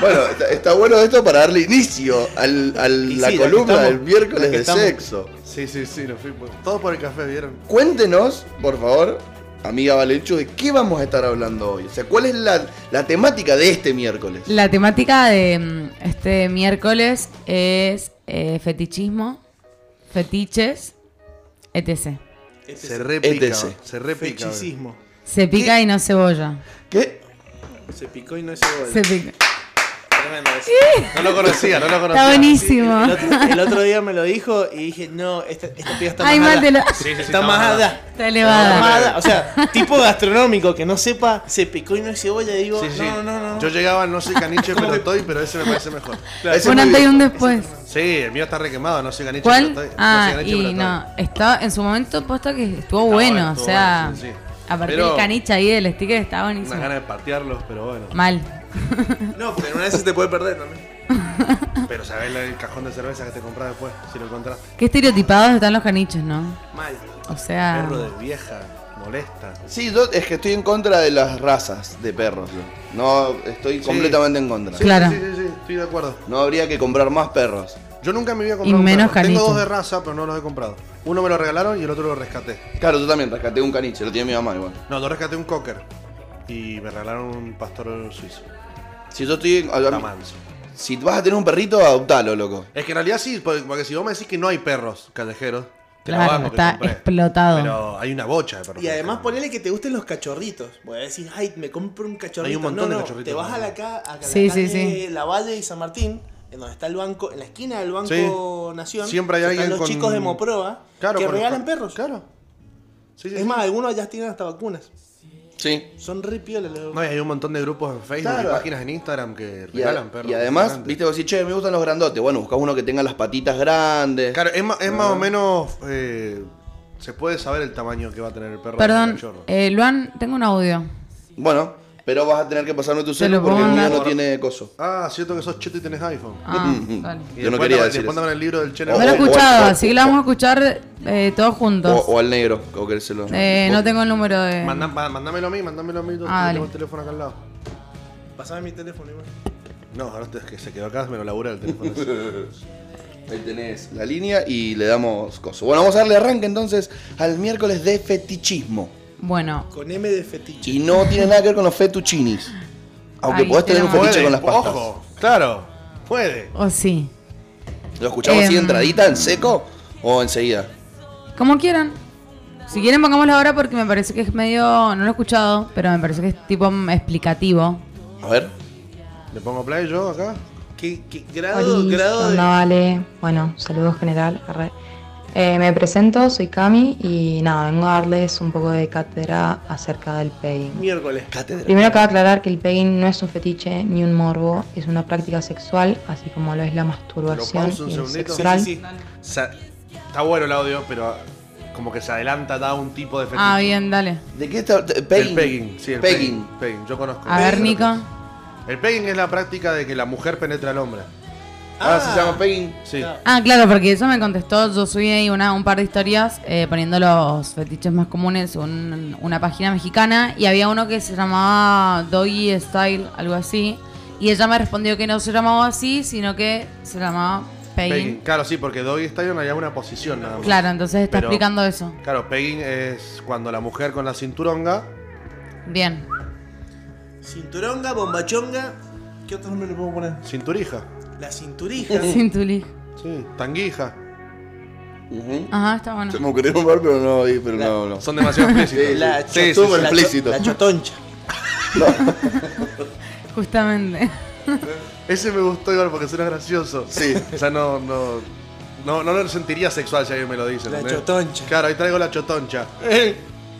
Bueno, está, está bueno esto para darle inicio a Y la sí, ya que columna estamos, del ya miércoles que de estamos. sexo. Sí, sí, sí, nos fuimos. Todo por el café, ¿vieron? Cuéntenos, por favor, amiga Valenchu, de qué vamos a estar hablando hoy. O sea, ¿cuál es la, la temática de este miércoles? La temática de mm, este miércoles es eh, fetichismo, fetiches, etc. Se repica. ETC. Se repica. Fechicismo. Se pica y no cebolla. ¿Qué? Se picó y no hizo gol. Se pica. Tremendo [LAUGHS] eso. No lo conocía, no lo Está conocía. buenísimo. El otro, el otro día me lo dijo y dije, no, esta, esta piba está más Ay, ala. mátelo. Está más ala. Está Está Ah. más elevada. ala. O sea, tipo gastronómico que no sepa, se picó y no es cebolla. Y digo, Sí, sí. no, no, no. Yo llegaba, no [LAUGHS] soy caniche, pero estoy, pero ese me parece mejor. Ese Un es muy antes y un viejo. después. Sí, el mío está requemado, no soy caniche, ¿Cuál? pero estoy. Ah, no soy caniche, pero y estoy. no. Está en su momento posta que estuvo Está bueno. bueno, o estuvo sea, bueno, sí, sí. a partir Pero- del caniche ahí del sticker está Unas buenísimo. ganas de patearlos, pero bueno. Mal. No, porque en una de esas te puede perder también. Pero sabés el cajón de cerveza que te compras después, si lo encontrás. Qué estereotipados están los caniches, ¿no? Mal. O sea. Perro de vieja, molesta. Sí, yo es que estoy en contra de las razas de perros. yo. No, estoy completamente en contra. Sí, Claro. Sí, sí, sí, estoy de acuerdo. No habría que comprar más perros. Yo nunca me había comprado un menos perro. Tengo caniche. dos de raza, pero no los he comprado. Uno me lo regalaron y el otro lo rescaté. Claro, yo también rescaté un caniche, lo tiene mi mamá igual. No, yo rescaté un cocker. Y me regalaron un pastor suizo. Si yo estoy. a- a- Está manso. si vas a tener un perrito, adoptalo, loco. Es que en realidad sí, porque porque si vos me decís que no hay perros callejeros, te la Claro, banco que está compré. explotado. Pero hay una bocha de perros. Y además callejeros. ponele que te gusten los cachorritos. Voy a decir, ay, me compro un cachorrito. Hay un montón No, de no, cachorritos Te vas a la, también. ca a la Sí, sí, calle sí. La Valle y San Martín, en donde está el banco, en la esquina del Banco Sí. Nación. Siempre hay están alguien los con- chicos de Moproa Claro, que con los regalan per- perros. Claro. Sí, sí, Es sí. más, algunos ya tienen hasta vacunas. Sí. Son re piolas los- No, y hay un montón de grupos en Facebook Claro. y páginas en Instagram que Y, a- regalan perros. y además, impresionante. viste, vos decís, che, me gustan los grandotes. Bueno, buscá uno que tenga las patitas grandes. Claro, es, ma- es más o menos. eh, se puede saber el tamaño que va a tener el perro. Perdón, del cachorro. eh, Luan, tengo un audio. Bueno, pero vas a tener que pasarme tu Te lo celular porque el pongo mío en la- no tiene coso. Ah, cierto que sos cheto y tenés iPhone. Ah, vale. Yo Y no después quería andaba- decir Después eso. andaba en el libro del chelo. Mm, O- No lo he o- escuchado, o- así que la vamos a escuchar eh, todos O, juntos. o al negro, o que se lo. Eh, no tengo el número de... Mandá- ma- Mandámelo a mí, mandámelo a mí. Ah, tengo el dale. teléfono acá al lado. Pasame mi teléfono igual. No, ahora es que se quedó acá, me lo labura el [LAUGHS] teléfono. ese. Ahí tenés la línea y le damos coso. Bueno, vamos a darle arranque entonces al miércoles de fetichismo. Bueno, Con M de fetiche. Y no tiene nada que ver con los fetuchinis. Aunque Ahí podés tener un tenemos. fetiche con las pastas. ojo, claro, puede. o sí. ¿Lo escuchamos así Em. entradita, en seco o enseguida? Como quieran. Si quieren pongámoslo ahora porque me parece que es medio... No lo he escuchado, pero me parece que es tipo mm, explicativo. A ver. Le pongo play yo acá. ¿Qué, qué grado, grado de... No vale. Bueno, saludos general. arre. Eh, me presento, soy Cami y nada, vengo a darles un poco de cátedra acerca del pegging. Miércoles. Primero cabe aclarar que el pegging no es un fetiche ni un morbo, es una práctica sexual, así como lo es la masturbación pauso un y el segundito. sexo Sí, oral. sí, sí. Sa- está bueno el audio, pero como que se adelanta, da un tipo de fetiche. Ah, bien, dale. ¿De qué está? te- Pegging. El pegging, sí, el Pegging. pegging. pegging, yo conozco. A ver, Nico. El pegging es la práctica de que la mujer penetra al hombre. Ah, se llama pegging. Sí. Ah, claro, porque eso me contestó. Yo subí ahí una, un par de historias eh, poniendo los fetiches más comunes en una página mexicana y había uno que se llamaba Doggy Style, algo así. Y ella me respondió que no se llamaba así, sino que se llamaba Pegging. Pegging. Claro, sí, porque doggy style no hay una posición nada más. Claro, entonces está Pero- explicando eso. Claro, pegging es cuando la mujer con la cinturonga. Bien. Cinturonga, bombachonga. ¿Qué otro nombre le puedo poner? Cinturija. La [LAUGHS] cinturija. Cintulí. Sí, tanguija. Ujú. Ajá, está bueno. Se me ocurrió un par, pero no, eh, pero no, no. [LAUGHS] Son demasiado explícitos. La- Sí, chotu- sí, súper la cho- explícito. La [LAUGHS] chotoncha. Justamente. Ese me gustó igual porque suena gracioso. Sí. O sea, no, no, no, no lo sentiría sexual si alguien me lo dice. La ¿entendés? chotoncha. Claro, ahí traigo la chotoncha.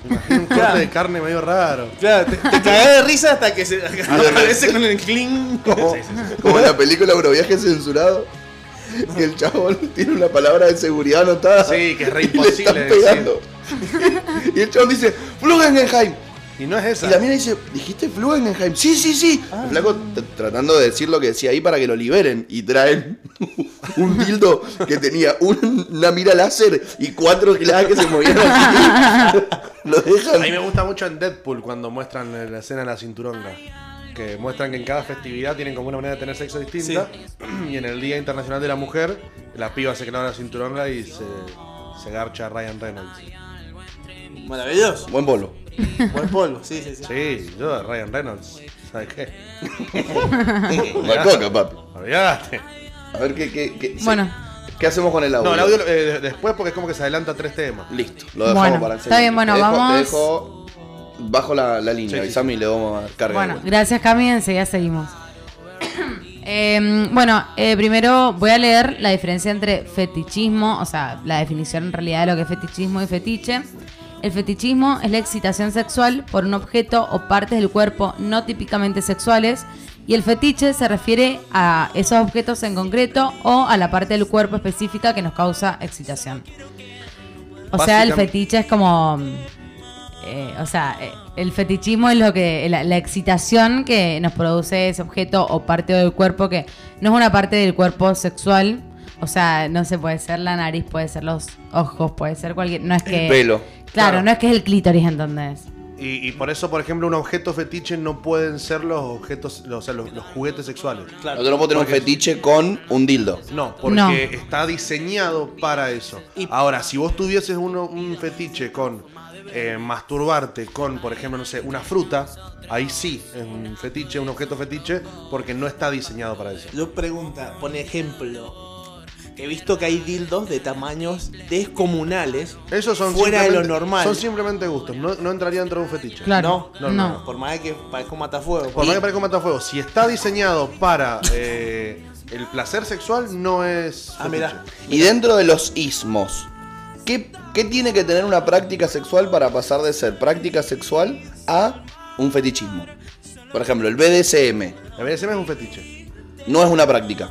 Imagino un corte de carne medio raro. Eh, Claro, te, te cagás de risa hasta que [LAUGHS] se aparece con el cling. Como, como en la película Euroviaje censurado. Y el chabón tiene una palabra de seguridad anotada. Sí, que es re y le están imposible decir. pegando. Y el chabón dice, Flugenheim. Y no es Y esa. ¿eh? la mina dice, ¿dijiste Flugenheim? Sí, sí, sí. Ah. El flaco t- tratando de decir lo que decía ahí para que lo liberen. Y traen [LAUGHS] un dildo que tenía un- una mira láser y cuatro giladas que se movían [LAUGHS] así. lo A mí me dejan. gusta mucho en Deadpool cuando muestran la- la escena de la cinturonga. Que muestran que en cada festividad tienen como una manera de tener sexo distinta. Y en el Día Internacional de la Mujer, la piba se clava la cinturonga y se, se garcha a Ryan Reynolds. Maravilloso. Buen bolo. Buen polvo, sí, sí, sí. Sí, yo de Ryan Reynolds. ¿Sabes qué? La coca, papi. Olvídate. A ver qué, qué, qué- Bueno, ¿qué hacemos con el audio. No, el audio eh, de- después porque es como que se adelanta tres temas. Listo, lo dejamos Bueno, para el está segundo. bien, bueno, Te dejo- vamos. te dejo bajo la, la línea, Sí, sí, avísame y le vamos a dar carga. bueno, de vuelta. gracias Cami, enseguida seguimos. [COUGHS] Eh, bueno, eh, primero voy a leer la diferencia entre fetichismo, o sea, la definición en realidad de lo que es fetichismo y fetiche. El fetichismo es la excitación sexual por un objeto o partes del cuerpo no típicamente sexuales y el fetiche se refiere a esos objetos en concreto o a la parte del cuerpo específica que nos causa excitación. O sea, el Básicamente- fetiche es como... eh, o sea, eh, el fetichismo es lo que la, la excitación que nos produce ese objeto o parte del cuerpo que no es una parte del cuerpo sexual. O sea, no se puede ser la nariz, puede ser los ojos, puede ser cualquier. No es que. pelo. Claro, Claro. no es que es el clítoris, ¿entendés? Y, y por eso, por ejemplo, un objeto fetiche no pueden ser los objetos, los- o sea, los, los juguetes sexuales. Nosotros no podemos tener un fetiche con un dildo. No, porque No. está diseñado para eso. Ahora, si vos tuvieses uno, un fetiche con eh, masturbarte con, por ejemplo, no sé, una fruta, ahí sí es un fetiche, un objeto fetiche, porque no está diseñado para eso. Yo pregunta, por ejemplo, he visto que hay dildos de tamaños descomunales. Esos son fuera de lo simplemente- normal. Son simplemente gustos, no, no entraría dentro de un fetiche. Claro. No, No, no, Por más que parezca un matafuego. Por más Y- que parezca un matafuego, si está diseñado para eh, el placer sexual, no es. Ah, mira. fetiche. Y dentro de los ismos, ¿qué, qué tiene que tener una práctica sexual para pasar de ser práctica sexual a un fetichismo? Por ejemplo, el BDSM El BDSM es un fetiche. no es una práctica.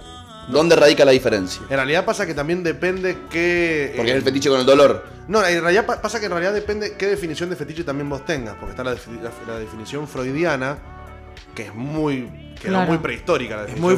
¿Dónde radica la diferencia? En realidad pasa que también depende qué. Porque eh, es el fetiche con el dolor. No, en realidad pa- pasa que en realidad depende qué definición de fetiche también vos tengas, porque está la, defi- la- la definición freudiana, que es muy. quedó Claro. muy prehistórica la definición muy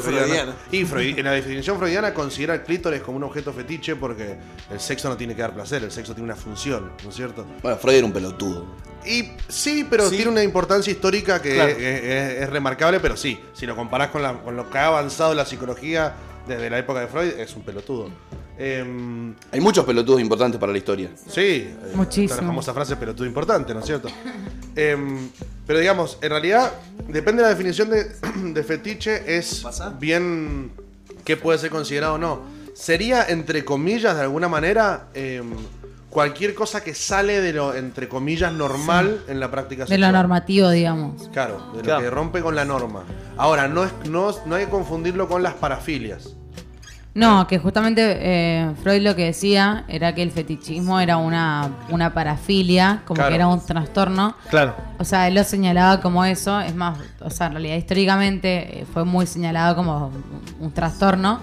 Y Freud- en la definición freudiana considera el clítoris como un objeto fetiche porque el sexo no tiene que dar placer, el sexo tiene una función, ¿no es cierto? Bueno, Freud era un pelotudo. Y sí, pero Sí. tiene una importancia histórica que Claro. es, es- es remarcable, pero sí, si lo comparás con, la- con lo que ha avanzado la psicología desde la época de Freud, es un pelotudo. Em, Hay muchos pelotudos importantes para la historia. Sí, eh, Muchísimo. La famosa frase, pero todo importante, ¿no es cierto? [LAUGHS] Em, pero digamos, en realidad, depende de la definición de, [CLEARS THROAT] de fetiche, es ¿Pasa? bien qué puede ser considerado o no. Sería, entre comillas, de alguna manera, em, cualquier cosa que sale de lo, entre comillas, normal en la práctica De lo sexual. normativo, digamos. Claro, de lo Claro. que rompe con la norma. Ahora, no, es, no, no hay que confundirlo con las parafilias. No, que justamente eh, Freud lo que decía era que el fetichismo era una, una parafilia, como Claro. que era un trastorno. Claro. O sea, él lo señalaba como eso, es más, o sea, en realidad históricamente eh, fue muy señalado como un- un trastorno.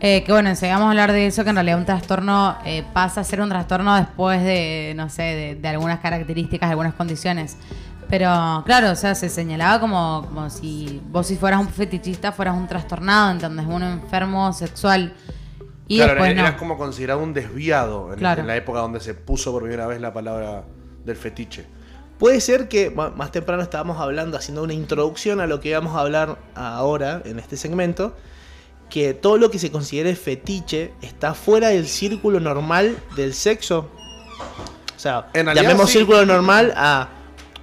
Eh, que bueno, enseguida vamos a hablar de eso, que en realidad un trastorno eh, pasa a ser un trastorno después de, no sé, de, de algunas características, algunas condiciones. Pero claro, o sea, se señalaba como, como si vos si fueras un fetichista fueras un trastornado, ¿entendés? Un enfermo sexual. Y claro, después era no. era como considerado un desviado en, Claro. en la época donde se puso por primera vez la palabra del fetiche. Puede ser que ma- más temprano estábamos hablando, haciendo una introducción a lo que vamos a hablar ahora en este segmento, que todo lo que se considere fetiche está fuera del círculo normal del sexo. O sea, En realidad llamemos sí. círculo normal a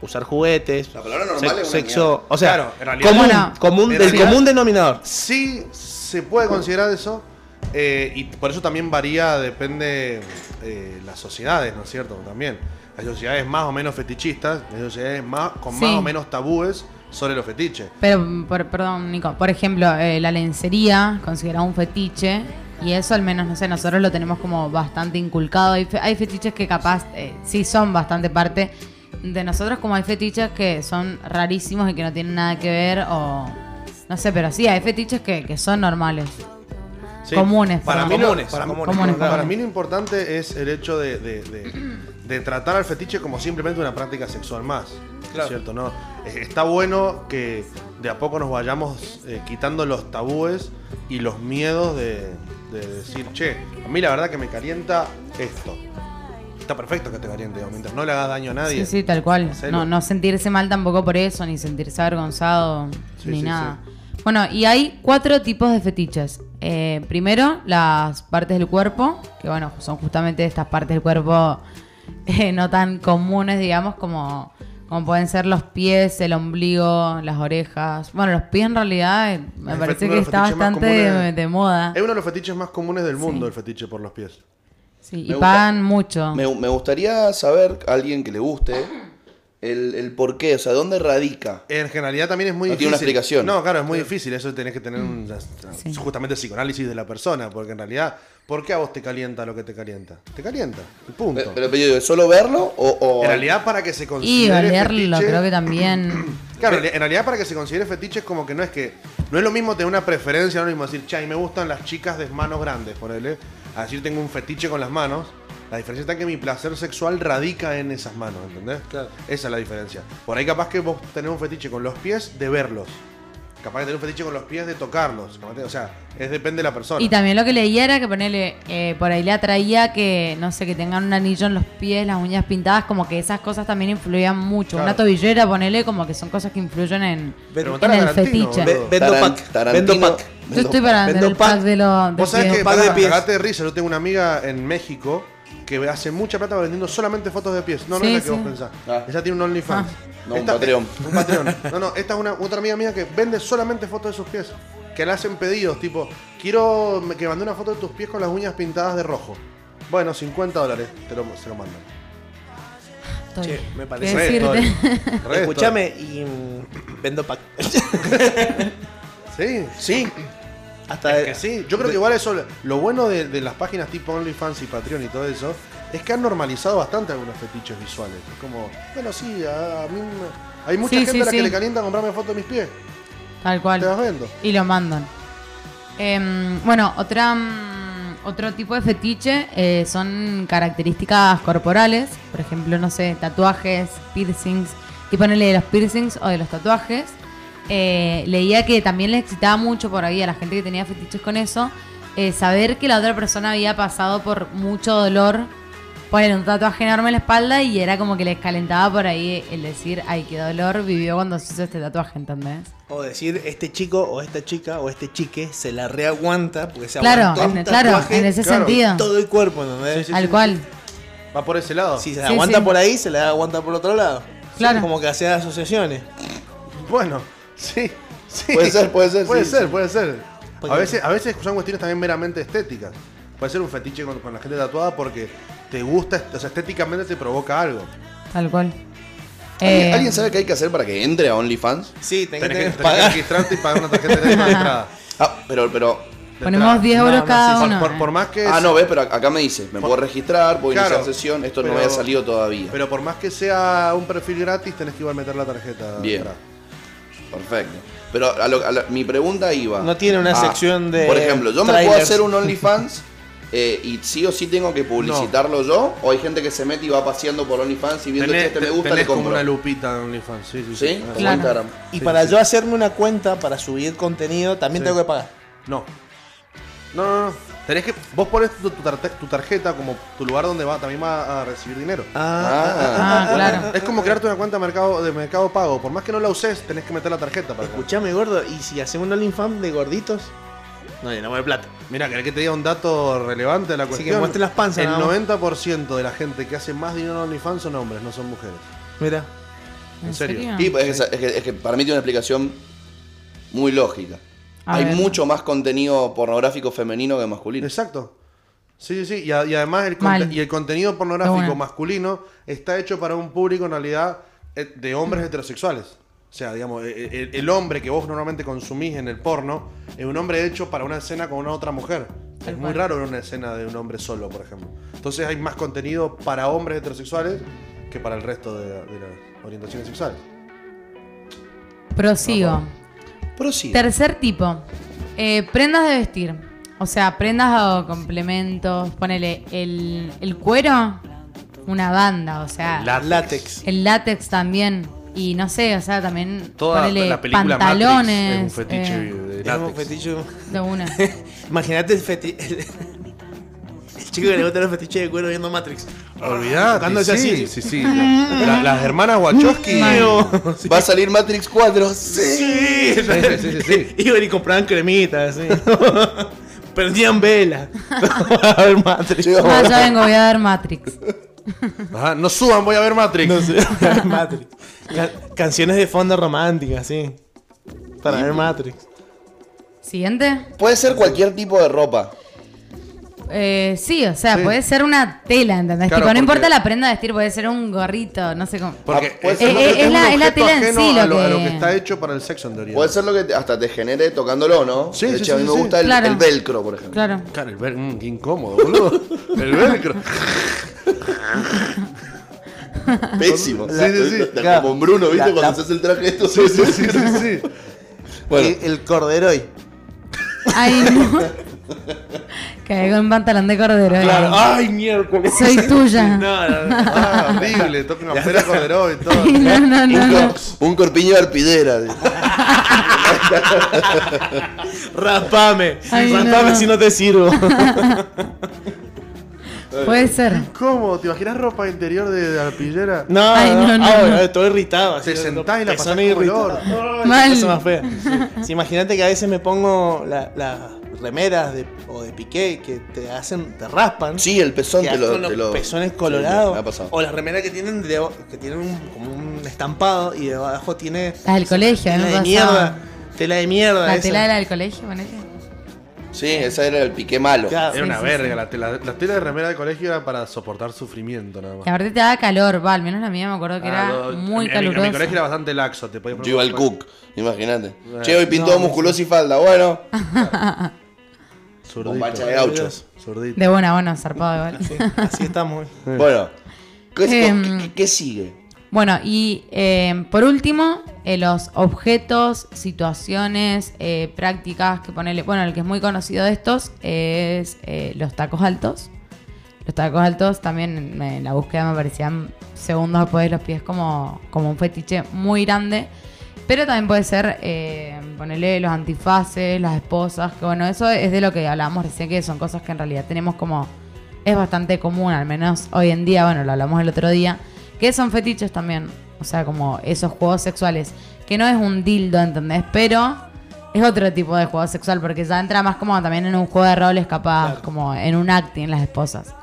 usar juguetes, La palabra normal es una sexo, mierda. o sea, Claro, en realidad- común, Bueno. común- En del realidad- común denominador. Sí se puede considerar eso. eh, y por eso también varía, depende eh, las sociedades, ¿no es cierto? También. Hay sociedades más o menos fetichistas, hay sociedades más, con más Sí. o menos tabúes sobre los fetiches. Pero, por- perdón, Nico, por ejemplo, eh, la lencería, considerada un fetiche, y eso al menos, no sé, nosotros lo tenemos como bastante inculcado. Hay, fe- hay fetiches que capaz eh, sí son bastante parte de nosotros, como hay fetiches que son rarísimos y que no tienen nada que ver, o no sé, pero sí, hay fetiches que, que son normales. Sí. Comunes, Para mí, perdón. lo- Comunes, para, comunes, para comunes, comunes. mí lo importante es el hecho de, de- de- de tratar al fetiche como simplemente una práctica sexual más. Claro. ¿Cierto? ¿No? Eh, Está bueno que de a poco nos vayamos eh, quitando los tabúes y los miedos de, de decir, che, a mí la verdad que me calienta esto. Está perfecto que te caliente, digo, mientras no le hagas daño a nadie. Sí, sí, tal cual. Hacelo. No, no sentirse mal tampoco por eso, ni sentirse avergonzado, Sí, ni sí, nada. Bueno, y hay cuatro tipos de fetiches. Eh, primero, las partes del cuerpo, que bueno, son justamente estas partes del cuerpo [LAUGHS] eh, no tan comunes, digamos, como, como pueden ser los pies, el ombligo, las orejas. Bueno, los pies en realidad eh, me El parece fet- uno que de los está fetiches más bastante de, comunes. de moda. Es uno de los fetiches más comunes del mundo, el fetiche por los pies. Sí, y gusta- pagan mucho. Me, me gustaría saber, a alguien que le guste, el, el por qué, o sea, ¿dónde radica? En generalidad también es muy No difícil. tiene una explicación. No, claro, es muy difícil. Eso tenés que tener un, Sí. justamente el psicoanálisis de la persona, porque en realidad, ¿por qué a vos te calienta lo que te calienta? Te calienta, y punto. Eh, Pero, pero yo digo, ¿solo verlo o...? o- en realidad, para que se y considere. olerlo, fetiche- creo que [CLEARS THROAT] también. Claro, en realidad, para que se considere fetiche, es como que no es que. No es lo mismo tener una preferencia, no es lo mismo decir, chay, me gustan las chicas de manos grandes, ponele. A decir, tengo un fetiche con las manos. La diferencia está en que mi placer sexual radica en esas manos, ¿entendés? Esa es la diferencia. Por ahí, capaz que vos tenés un fetiche con los pies de verlos. Capaz que tenés un fetiche con los pies de tocarlos. capaz que- O sea, es depende de la persona. Y también lo que leía era que ponerle, por ahí le atraía que, no sé, que tengan un anillo en los pies, las uñas pintadas, como que esas cosas también influían mucho. Claro. Una tobillera, ponele, como que son cosas que influyen en... Preguntale en a el Tarantino, fetiche. boludo. Ve- Vendo Taran- pack, Tarantino- vendo pack. Yo estoy para vendo vender el pack pack. de los... Vos sabés que Par de pará, pies. cagate de risa, yo tengo una amiga en México que hace mucha plata vendiendo solamente fotos de pies. No, no Sí, es la que sí. vos pensás. Ah. Ella tiene un OnlyFans. No, un Patreon. [LAUGHS] Un Patreon. No, no, esta es una, otra amiga mía que vende solamente fotos de sus pies. Que le hacen pedidos, tipo, quiero que mande una foto de tus pies con las uñas pintadas de rojo. Bueno, 50 dólares, te lo, se [LAUGHS] lo mandan. Che, me ¿Qué parece Re, decirte? estoy. Re, Escúchame y mm, vendo pack. estoy. Sí, sí. Hasta Que sí, yo creo que igual eso, lo bueno de, de las páginas tipo OnlyFans y Patreon y todo eso, es que han normalizado bastante algunos fetiches visuales. Es como, bueno, sí, a, a mí me- hay mucha Sí, gente sí, a la sí. que le calienta comprarme fotos de mis pies. [LAUGHS] Tal cual. Te las vendo. Y lo mandan. Em, bueno, otra, mm, otro tipo de fetiche eh, son características corporales. Por ejemplo, no sé, tatuajes, piercings. Y ponerle de los piercings o de los tatuajes. Eh, leía que también les excitaba mucho por ahí a la gente que tenía fetiches con eso. eh, saber que la otra persona había pasado por mucho dolor. Poner un tatuaje enorme en la espalda y era como que les calentaba por ahí el decir, ay, qué dolor vivió cuando se hizo este tatuaje, ¿entendés? O decir, este chico o esta chica o este chique se la reaguanta porque se Claro, aguantó un en- claro, tatuaje en ese claro, sentido. todo el cuerpo, ¿entendés? Al cual. Va por ese lado. Si se Sí, aguanta sí. por ahí, se la aguanta por otro lado. Claro. Como que hacía asociaciones. Bueno, sí, sí. Puede ser, puede ser, Puede sí, ser, sí. puede ser. A Porque- veces, a veces son cuestiones también meramente estéticas. Puede ser un fetiche con, con la gente tatuada porque te gusta, o sea, estéticamente te provoca algo. Tal cual. ¿Alguien, Eh, alguien sabe qué hay que hacer para que entre a OnlyFans? Sí, Tenés tenés, que, que, tenés que pagar. registrarte y pagar [LAUGHS] una tarjeta de crédito de entrada. Ah, pero, pero... De entrada. ponemos 10 No, euros no, cada sí, Por- uno. por- por más que Ah, es- no, ves, pero acá me dice, me puedo registrar, puedo Claro, iniciar sesión, esto no pero- me había salido todavía. Pero por más que sea un perfil gratis, tenés que igual meter la tarjeta. Bien. atrás. Perfecto. Pero a lo- a la- mi pregunta iba. No tiene una sección de Por ejemplo, yo me puedo trailers. hacer un OnlyFans eh, y sí o sí tengo que publicitarlo yo. O hay gente que se mete y va paseando por OnlyFans y viendo Tenés- que este me gusta, tenés le como compro. una lupita de OnlyFans. Sí, sí, sí. ¿Sí? Ah, Como Claro. Instagram. Y Sí, para sí. yo hacerme una cuenta para subir contenido, también Sí. tengo que pagar. No. No, no, no. Tenés que. Vos pones tu, tu tarte- tu tarjeta como tu lugar donde va, también va a recibir dinero. Ah, Ah, claro. Es como crearte una cuenta de mercado, de mercado pago. Por más que no la uses, tenés que meter la tarjeta para Escuchame, gordo, ¿y si hacemos un OnlyFans de gorditos? No, no me plata. Mira, querés que te diga un dato relevante de la Así que cuestión. muestre las panzas, El nada más. 90% de la gente que hace más dinero en OnlyFans son hombres, no son mujeres. Mira. en serio. Ah, Y pues, es, que- es que, es que para mí tiene una explicación muy lógica. A Hay ver. mucho más contenido pornográfico femenino que masculino. Exacto. Sí, sí, sí. Y, a- y además el, Mal. conte- y el contenido pornográfico De una. masculino está hecho para un público en realidad eh, de hombres heterosexuales. O sea, digamos, e- e- el, hombre que vos normalmente consumís en el porno es un hombre hecho para una escena con una otra mujer. Es cual. muy raro ver una escena de un hombre solo, por ejemplo. Entonces hay más contenido para hombres heterosexuales que para el resto de, de las orientaciones sexuales. Prosigo. Pero sí. Tercer tipo. eh, prendas de vestir. O sea, prendas o complementos. Ponele el, el cuero, una banda. O sea, Látex. el látex también. Y no sé, o sea, también Toda ponele la película pantalones. Matrix es un fetiche eh, de Es un látex. fetiche- [LAUGHS] de una. Imagínate el feti- El, [LAUGHS] el chico que le gusta los fetiches de cuero viendo Matrix. Olvidate, Tocándose sí, así. sí, sí. La- la- las hermanas Wachowski. Va a salir Matrix 4. Sí. Sí, sí, sí, sí, sí. [LAUGHS] Iban y compraban cremitas, [LAUGHS] sí. Prendían vela. a ver Matrix. Llegó. Ah, ya vengo, voy a dar Matrix. Ajá, no suban, voy a ver Matrix. No sé, a ver Matrix. Ca- canciones de fondo románticas, sí. Para ver Matrix. Siguiente. Puede ser cualquier tipo de ropa. Eh, sí, o sea, puede ser una tela, ¿entendés? Claro, Tipo, no porque- importa la prenda de vestir, puede ser un gorrito, no sé cómo. Porque Ah, puede es, ser lo que- es es la- un es la objeto tela en ajeno sí lo a, lo, a lo que- que está hecho para el sexo en teoría. Puede ser lo que te- hasta te genere tocándolo, ¿no? Sí, De sí, hecho, a sí, mí sí. me gusta el, Claro. el velcro, por ejemplo. Claro. Cara, el ver- mm, qué incómodo, boludo. El velcro. Pésimo. Sí, sí, sí. Como Claro. en Bruno, ¿viste? La- Cuando la- se hace el traje esto. Sí, sí, sí, sí, sí. [LAUGHS] Bueno, El, corderoy. Ay, [LAUGHS] no. Caigo en pantalón de cordero. eh. Ah. Ay, miércoles. Soy tuya. [LAUGHS] No, No, no, no. Ah, [LAUGHS] horrible. Tocan a Pera Cordero y [LAUGHS] todo. no, no, un, no. cor- un corpiño de arpidera. Raspame. Ay, Raspame no. si no te [LAUGHS] sirvo. Puede ser. ¿Cómo? ¿Te imaginas ropa interior de, de arpillera? No, Ay, no, no, Ah, bueno, no. estoy irritado. Te así, sentás y la persona pasás como el irritada. orto. Ay, Mal. qué cosa más fea. Sí, imagínate que a veces me pongo la- las remeras de- o de piqué que te hacen, te raspan. Sí, el pezón que te lo. con los te lo- pezones Sí, colorados. me ha pasado. o las remeras que tienen, de- que tienen un, como un estampado y debajo tiene Las del Ah, colegio, tela me de pasaba. mierda. Tela de mierda. La esa. tela de la del colegio, ponele. Sí, ese era el piqué malo. Claro. Era una sí, verga. La, tela, la tela de remera de colegio era para soportar sufrimiento, nada más. Y aparte te da calor, va, al menos la mía me acuerdo que era Ah, no, muy en mi- en mi- En mi calurosa. colegio era bastante laxo. Te podías Yo iba al poner- Cook, imagínate. che, hoy pintó musculoso y falda. Bueno, Zurdito. bombacha de gauchos. Zurdito. De buena, bueno, zarpado igual. Sí, así [LAUGHS] estamos. [LAUGHS] Bueno, ¿qué, Em. qué- qué sigue? Bueno, y eh, por último, eh, los objetos, situaciones, eh, prácticas que ponele. Bueno, el que es muy conocido de estos es eh, los tacos altos. Los tacos altos también me- en la búsqueda me parecían segundos después de los pies como, como un fetiche muy grande. Pero también puede ser, eh, ponele los antifaces, las esposas, que bueno, eso es de lo que hablábamos recién, que son cosas que en realidad tenemos como. Es bastante común, al menos hoy en día, bueno, lo hablamos el otro día, que son fetiches también. O sea, como esos juegos sexuales, que no es un dildo, ¿entendés? Pero es otro tipo de juego sexual, porque ya entra más como también en un juego de roles, capaz, como en un acting, las esposas.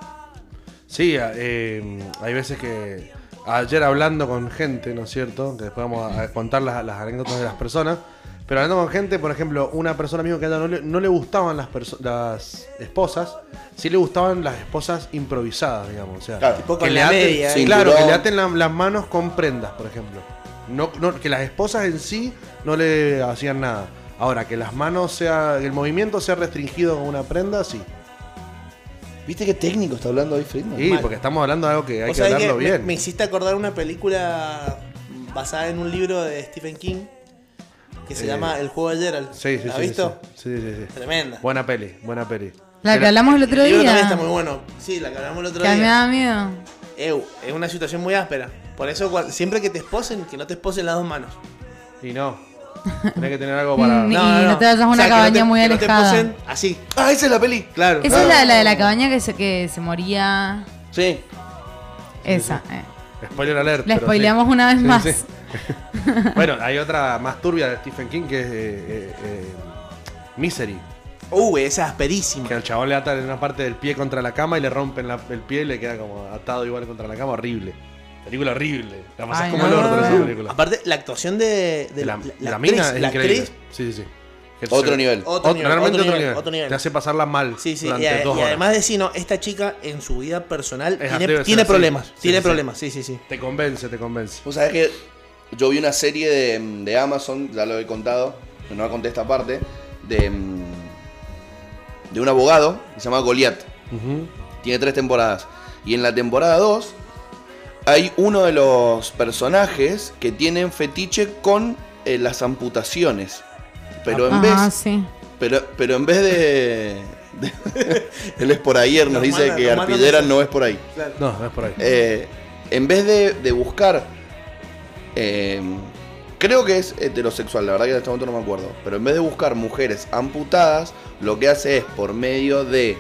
Sí, a- eh, hay veces que ayer hablando con gente, ¿no es cierto? Que después vamos a, a contar las, las anécdotas de las personas. Pero hablando con gente, por ejemplo, una persona mismo que a ella no le, no le gustaban las, perso- las esposas, sí le gustaban las esposas improvisadas, digamos. O sea, Claro. Tipo que con le la aten- media, sí, ¿eh? claro, que le Cinturón. aten la- las manos con prendas, por ejemplo. No, no- que las esposas en sí no le hacían nada. Ahora, que las manos sea, que el movimiento sea restringido con una prenda, sí. ¿Viste qué técnico está hablando hoy Friedman? Y Mal. porque estamos hablando de algo que hay Vos que sabés que hablarlo me- bien. Me, hiciste acordar una película basada en un libro de Stephen King que se Eh, llama El juego de Gerald. Sí, sí, ¿La sí, visto? Sí, sí, sí. sí, sí. Tremenda. Buena peli, buena peli. La que Era- hablamos el otro el libro día. también está muy bueno. Sí, la que hablamos el otro que a mí me día. da miedo. Ew, es una situación muy áspera. Por eso cua- siempre que te esposen, que no te esposen las dos manos. Y no. Tenés que tener algo para. [LAUGHS] Ni- no te vayas a una que no cabaña muy que alejada. No te esposen así, Ah, esa es la peli. claro. Esa es la, la de la cabaña que se, que se moría. Sí. Esa. eh. Spoiler alert. La pero spoileamos una vez Sí, más. sí. [LAUGHS] Bueno, hay otra más turbia de Stephen King que es eh, eh, eh, Misery. Uh, esa es asperísima. Que al chabón le atan en una parte del pie contra la cama y le rompen la- el pie y le queda como atado igual contra la cama. Horrible. Película horrible. La pasás Ay, como no. el orto en esa No. película. Aparte, la actuación de, de la, la actriz- mina es la increíble. actriz, Sí, sí, sí. Que Otro se- nivel. Otro Ot- nivel, realmente otro otro, nivel, nivel. otro nivel. Te hace pasarla mal. Sí, sí, y, Durante a- dos y horas. además de sí, no, esta chica en su vida personal Es- tiene, debe ser tiene así. problemas. Sí, tiene sí, sí. problemas, sí, sí, sí. Te convence, te convence. Vos sabés que yo vi una serie de, em, de Amazon, ya lo he contado, pero no la conté esta parte, de, mm, de un abogado que se llama Goliath. Tiene tres temporadas. Y en la temporada 2 hay uno de los personajes que tienen fetiche con eh, las amputaciones. Pero en Ajá, vez sí. pero, pero en vez de, de- [LAUGHS] él es por ayer, nos Nos dice manda- que nos manda Arpillera mensaje. no es por ahí. No, no es por ahí. Eh, en vez de, de buscar. eh, creo que es heterosexual, la verdad que en este momento no me acuerdo. Pero en vez de buscar mujeres amputadas, lo que hace es por medio de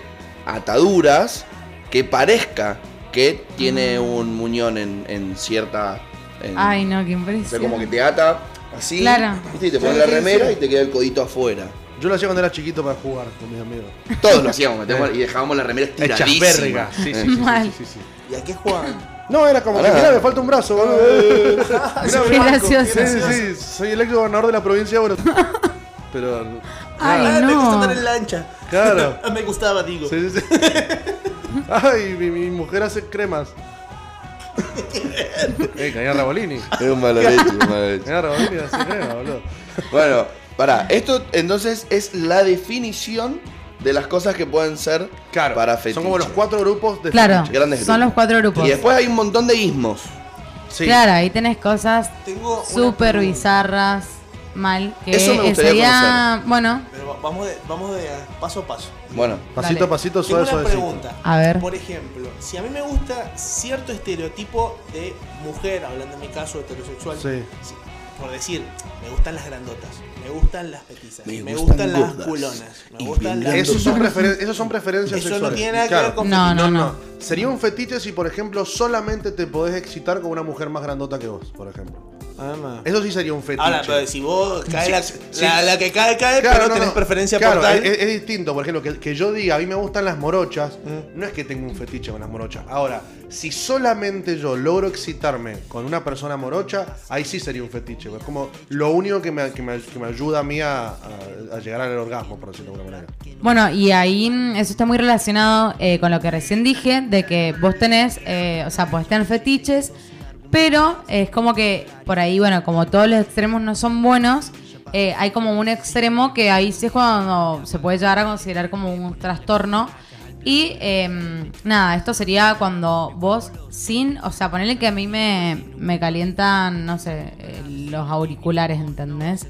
ataduras que parezca que tiene Mm. un muñón en, en cierta. en- Ay, no, qué o sea, impresión. [LAUGHS] como que te ata así. Claro. ¿viste? Y te pones la remera y te queda el codito afuera. Yo lo hacía cuando era chiquito para jugar con mis amigos. Todos lo hacíamos, metíamos- y dejábamos la remera Hechas estiradísima. verga. Sí, sí, sí, sí, Mal. sí, sí, sí. ¿Y a qué juegan? No, era como que, Pará. mirá, me falta un brazo, boludo. [LAUGHS] Mirá, Qué mirá. gracioso. Eh. Sí, sí, sí, soy el ex gobernador de la provincia de Buenos [LAUGHS] Pero, Ay, Ah, Me gusta no. andar en lancha. claro. Ah, me gustaba, digo. Sí, sí, sí. [LAUGHS] Ay, mi, mi mujer hace [LAUGHS] cremas. Eh, caña Rabolini. Es un mala leche, un mala leche. [LAUGHS] Caña Rabolini hace cremas, boludo. Bueno, pará. Esto entonces es la definición de las cosas que pueden ser Claro, para fetiche. son como los cuatro grupos de Claro, fetiche. Grandes son grupos. los cuatro grupos. Y después hay un montón de ismos. Sí. Claro, ahí tenés cosas Tengo una súper pregunta. bizarras, mal. Que Eso me gustaría sería- Bueno, Pero va- vamos de, vamos de paso a paso. Bueno, Pasito Dale. a pasito, Tengo suave, una suavecito. pregunta. a ver. Por ejemplo, si a mí me gusta cierto estereotipo de mujer, hablando en mi caso heterosexual, Sí. si- por decir, me gustan las grandotas, me gustan las petizas, Me me, gustan gustan, las gordas culonas, me y gustan bien las... Esos son, preferen- esos son preferencias Eso no sexuales. tiene nada que ver con- No, no, no. Sería un fetiche si, por ejemplo, solamente te podés excitar con una mujer más grandota que vos, por ejemplo. Ah, Eso sí sería un fetiche. Ahora, pero si vos cae la, sí. la, la que cae, cae, Claro, pero no, tenés no. preferencia Claro, eh, por tal. Es, es distinto, por ejemplo, que, que yo diga, a mí me gustan las morochas, Mm. no es que tengo un fetiche con las morochas. Ahora, si solamente yo logro excitarme con una persona morocha, ahí sí sería un fetiche. Es como lo único que me, que me- que me ayuda a mí a, a- a llegar al orgasmo, por decirlo de alguna manera. Bueno, y ahí mm, eso está muy relacionado eh, con lo que recién dije, de que vos tenés, eh, o sea, podés tener fetiches, pero es como que por ahí, bueno, como todos los extremos no son buenos, eh, hay como un extremo que ahí sí es cuando se puede llegar a considerar como un trastorno. Y em, nada, esto sería cuando vos sin, o sea, ponele que a mí me, me calientan, no sé, eh, los auriculares, ¿entendés?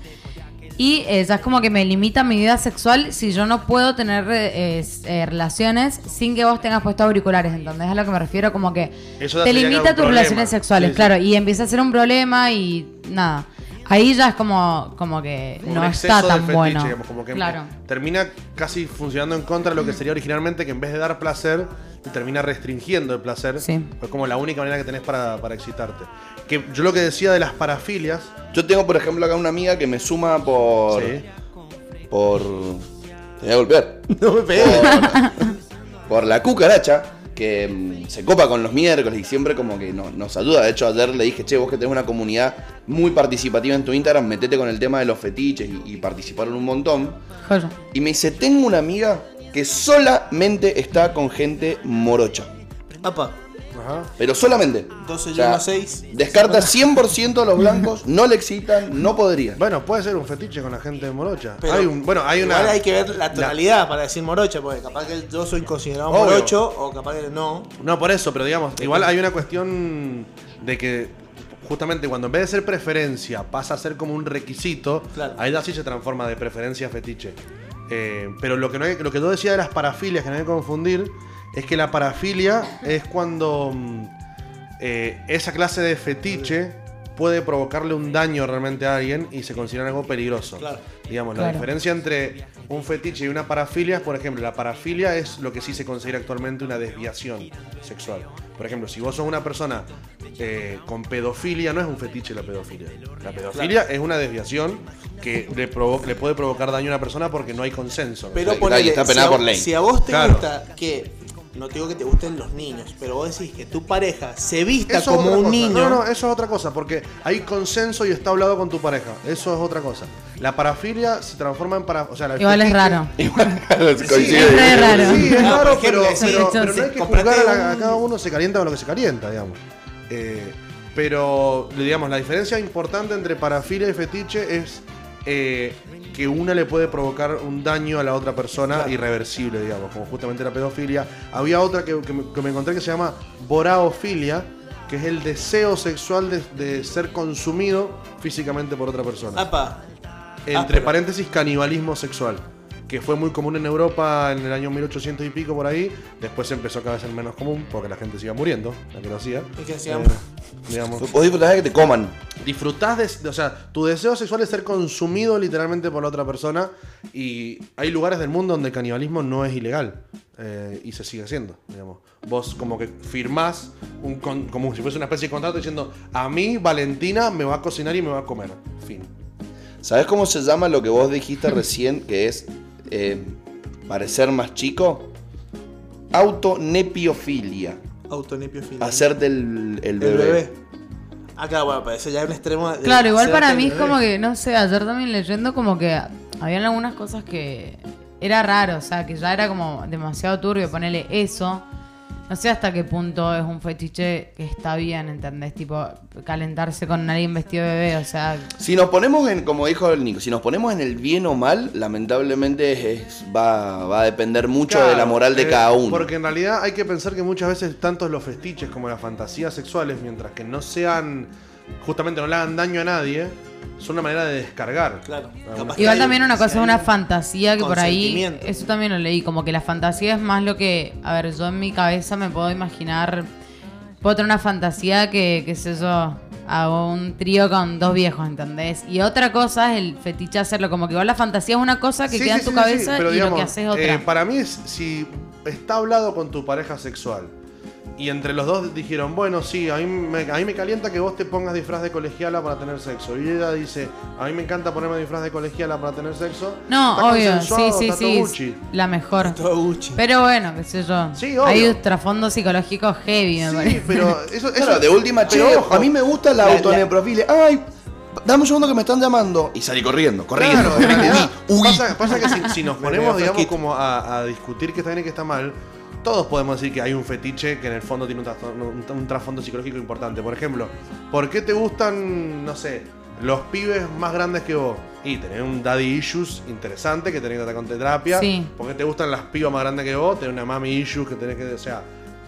Y eh, ya es como que me limita mi vida sexual si yo no puedo tener eh, es- eh, relaciones sin que vos tengas puestos auriculares, ¿entendés? Es a lo que me refiero, como que Eso ya te sería limita un tus problema. relaciones sexuales, Sí, sí. claro, y empieza a ser un problema y nada. Ahí ya es como, como que Como no un está exceso de tan fetiche, bueno. digamos, como que claro. termina casi funcionando en contra de lo que sería originalmente, que en vez de dar placer, te termina restringiendo el placer. Sí. Es como la única manera que tenés para, para excitarte. Que yo lo que decía de las parafilias. yo tengo por ejemplo acá una amiga que me suma por. Sí. por. Te voy a golpear. [LAUGHS] No me pegues. Por la cucaracha, que mm, se copa con los miércoles y siempre como que no- nos ayuda. De hecho, ayer le dije, che, vos que tenés una comunidad muy participativa en tu Instagram, metete con el tema de los fetiches y, y participaron un montón. Joya. Y me dice, tengo una amiga que solamente está con gente morocha. eh. Apa, Ajá. Pero solamente. 12 y O sea, uno, seis. Descarta 100% a [LAUGHS] los blancos, no le excitan, no podría. Bueno, puede ser un fetiche con la gente de morocha. Pero hay un, bueno, hay una. Igual hay que ver la tonalidad para decir morocha, porque capaz que yo soy considerado Obvio. morocho o capaz que no. No, por eso, pero digamos, igual hay una cuestión de que justamente cuando en vez de ser preferencia pasa a ser como un requisito, Claro. ahí ya sí se transforma de preferencia a fetiche. Eh, pero lo que, no hay- lo que yo decía de las parafilias, que no hay que confundir, es que la parafilia es cuando mm, eh, esa clase de fetiche puede provocarle un daño realmente a alguien y se considera algo peligroso. Claro. Digamos, la Claro. diferencia entre un fetiche y una parafilia es, por ejemplo, la parafilia es lo que sí se considera actualmente una desviación sexual. Por ejemplo, si vos sos una persona eh, con pedofilia, no es un fetiche la pedofilia. La pedofilia es una desviación que le, provo- le puede provocar daño a una persona porque no hay consenso. Pero Ahí ponele, está penada si, a, por ley. si a vos te Claro. gusta que No te digo que te gusten los niños, pero vos decís que tu pareja se vista Eso es como otra un cosa. niño. No, no, eso es otra cosa, porque hay consenso y está hablado con tu pareja. Eso es otra cosa. La parafilia se transforma en para, o sea, la Igual es fetiche- raro. Coincide. es re raro. Sí, es No, raro, por pero, ejemplo, sí, pero, pero sí, no hay que comprate juzgar a, la- a un- cada uno, se calienta con lo que se calienta, digamos. Eh, pero, digamos, la diferencia importante entre parafilia y fetiche es eh, que una le puede provocar un daño a la otra persona irreversible, digamos, como justamente la pedofilia. Había otra que, que me, que me encontré que se llama boraofilia, que es el deseo sexual de, de ser consumido físicamente por otra persona Apa, entre Ah, paréntesis, canibalismo sexual, que fue muy común en Europa en el año 1800 y pico por ahí, después empezó cada vez a ser menos común porque la gente se iba muriendo, la que lo hacía. Eh, Y que hacían- digamos. Vos disfrutás de que te coman. Disfrutás de, de- o sea, tu deseo sexual es ser consumido literalmente por la otra persona y hay lugares del mundo donde el canibalismo no es ilegal eh, y se sigue haciendo, digamos. Vos como que firmás un con- como si fuese una especie de contrato diciendo, a mí Valentina me va a cocinar y me va a comer. Fin. ¿Sabés cómo se llama lo que vos [LAUGHS] dijiste recién, que es eh, parecer más chico? Autonepiofilia. Autonepiofilia. Hacerte el, el el bebé. bebé. Ah, claro, bueno, pero eso ya es un extremo. de- Claro, igual hacerte para el mí es bebé. como que, no sé, ayer también leyendo como que habían algunas cosas que era raro, o sea, que ya era como demasiado turbio ponerle eso. No sé hasta qué punto es un fetiche que está bien, ¿entendés? Tipo, calentarse con alguien vestido de bebé, o sea... Si nos ponemos en, como dijo el Nico, si nos ponemos en el bien o mal, lamentablemente es- va, va a depender mucho de la Claro, moral de eh, cada uno. Porque en realidad hay que pensar que muchas veces tanto los festiches como las fantasías sexuales, mientras que no sean, justamente no le hagan daño a nadie, son una manera de descargar. Claro. Alguna- Capaz que Igual hay- también una si cosa es hay una un- fantasía que por ahí, consentimiento. eso también lo leí, como que la fantasía es más lo que, a ver, yo en mi cabeza me puedo imaginar, puedo tener una fantasía que, qué sé yo, hago un trío con dos viejos, ¿entendés? Y otra cosa es el fetiche hacerlo, como que igual la fantasía es una cosa que Sí, queda sí, en tu sí, sí, sí, cabeza pero y lo digamos, que haces es otra. eh, para mí, es, si está hablado con tu pareja sexual y entre los dos dijeron, bueno, sí, a mí, me, a mí me calienta que vos te pongas disfraz de colegiala para tener sexo. Y ella dice, a mí me encanta ponerme disfraz de colegiala para tener sexo. no, Está obvio, sí, consensuado, sí, está todo sí, Gucci. la mejor. Todo Gucci. Pero bueno, qué sé yo, Sí, obvio. hay un trasfondo psicológico heavy, me parece. Sí, pero eso, eso Claro, de última, che, pero ojo, a mí me gusta la, la- autoneprofilia. Ay, dame un segundo que me están llamando. Y salí corriendo, corriendo. Claro, en [LAUGHS] realidad, Huí, huí. Pasa, pasa que si, si nos ponemos, veo digamos, fresquito. como a, a discutir qué está bien y qué está mal, todos podemos decir que hay un fetiche que en el fondo tiene un trastorno- un- un trasfondo psicológico importante. Por ejemplo, ¿por qué te gustan, no sé, los pibes más grandes que vos? Y tenés un daddy issues interesante que tenés que tratar con terapia. Sí. ¿Por qué te gustan las pibas más grandes que vos? Tenés una mami issues que tenés que... O sea,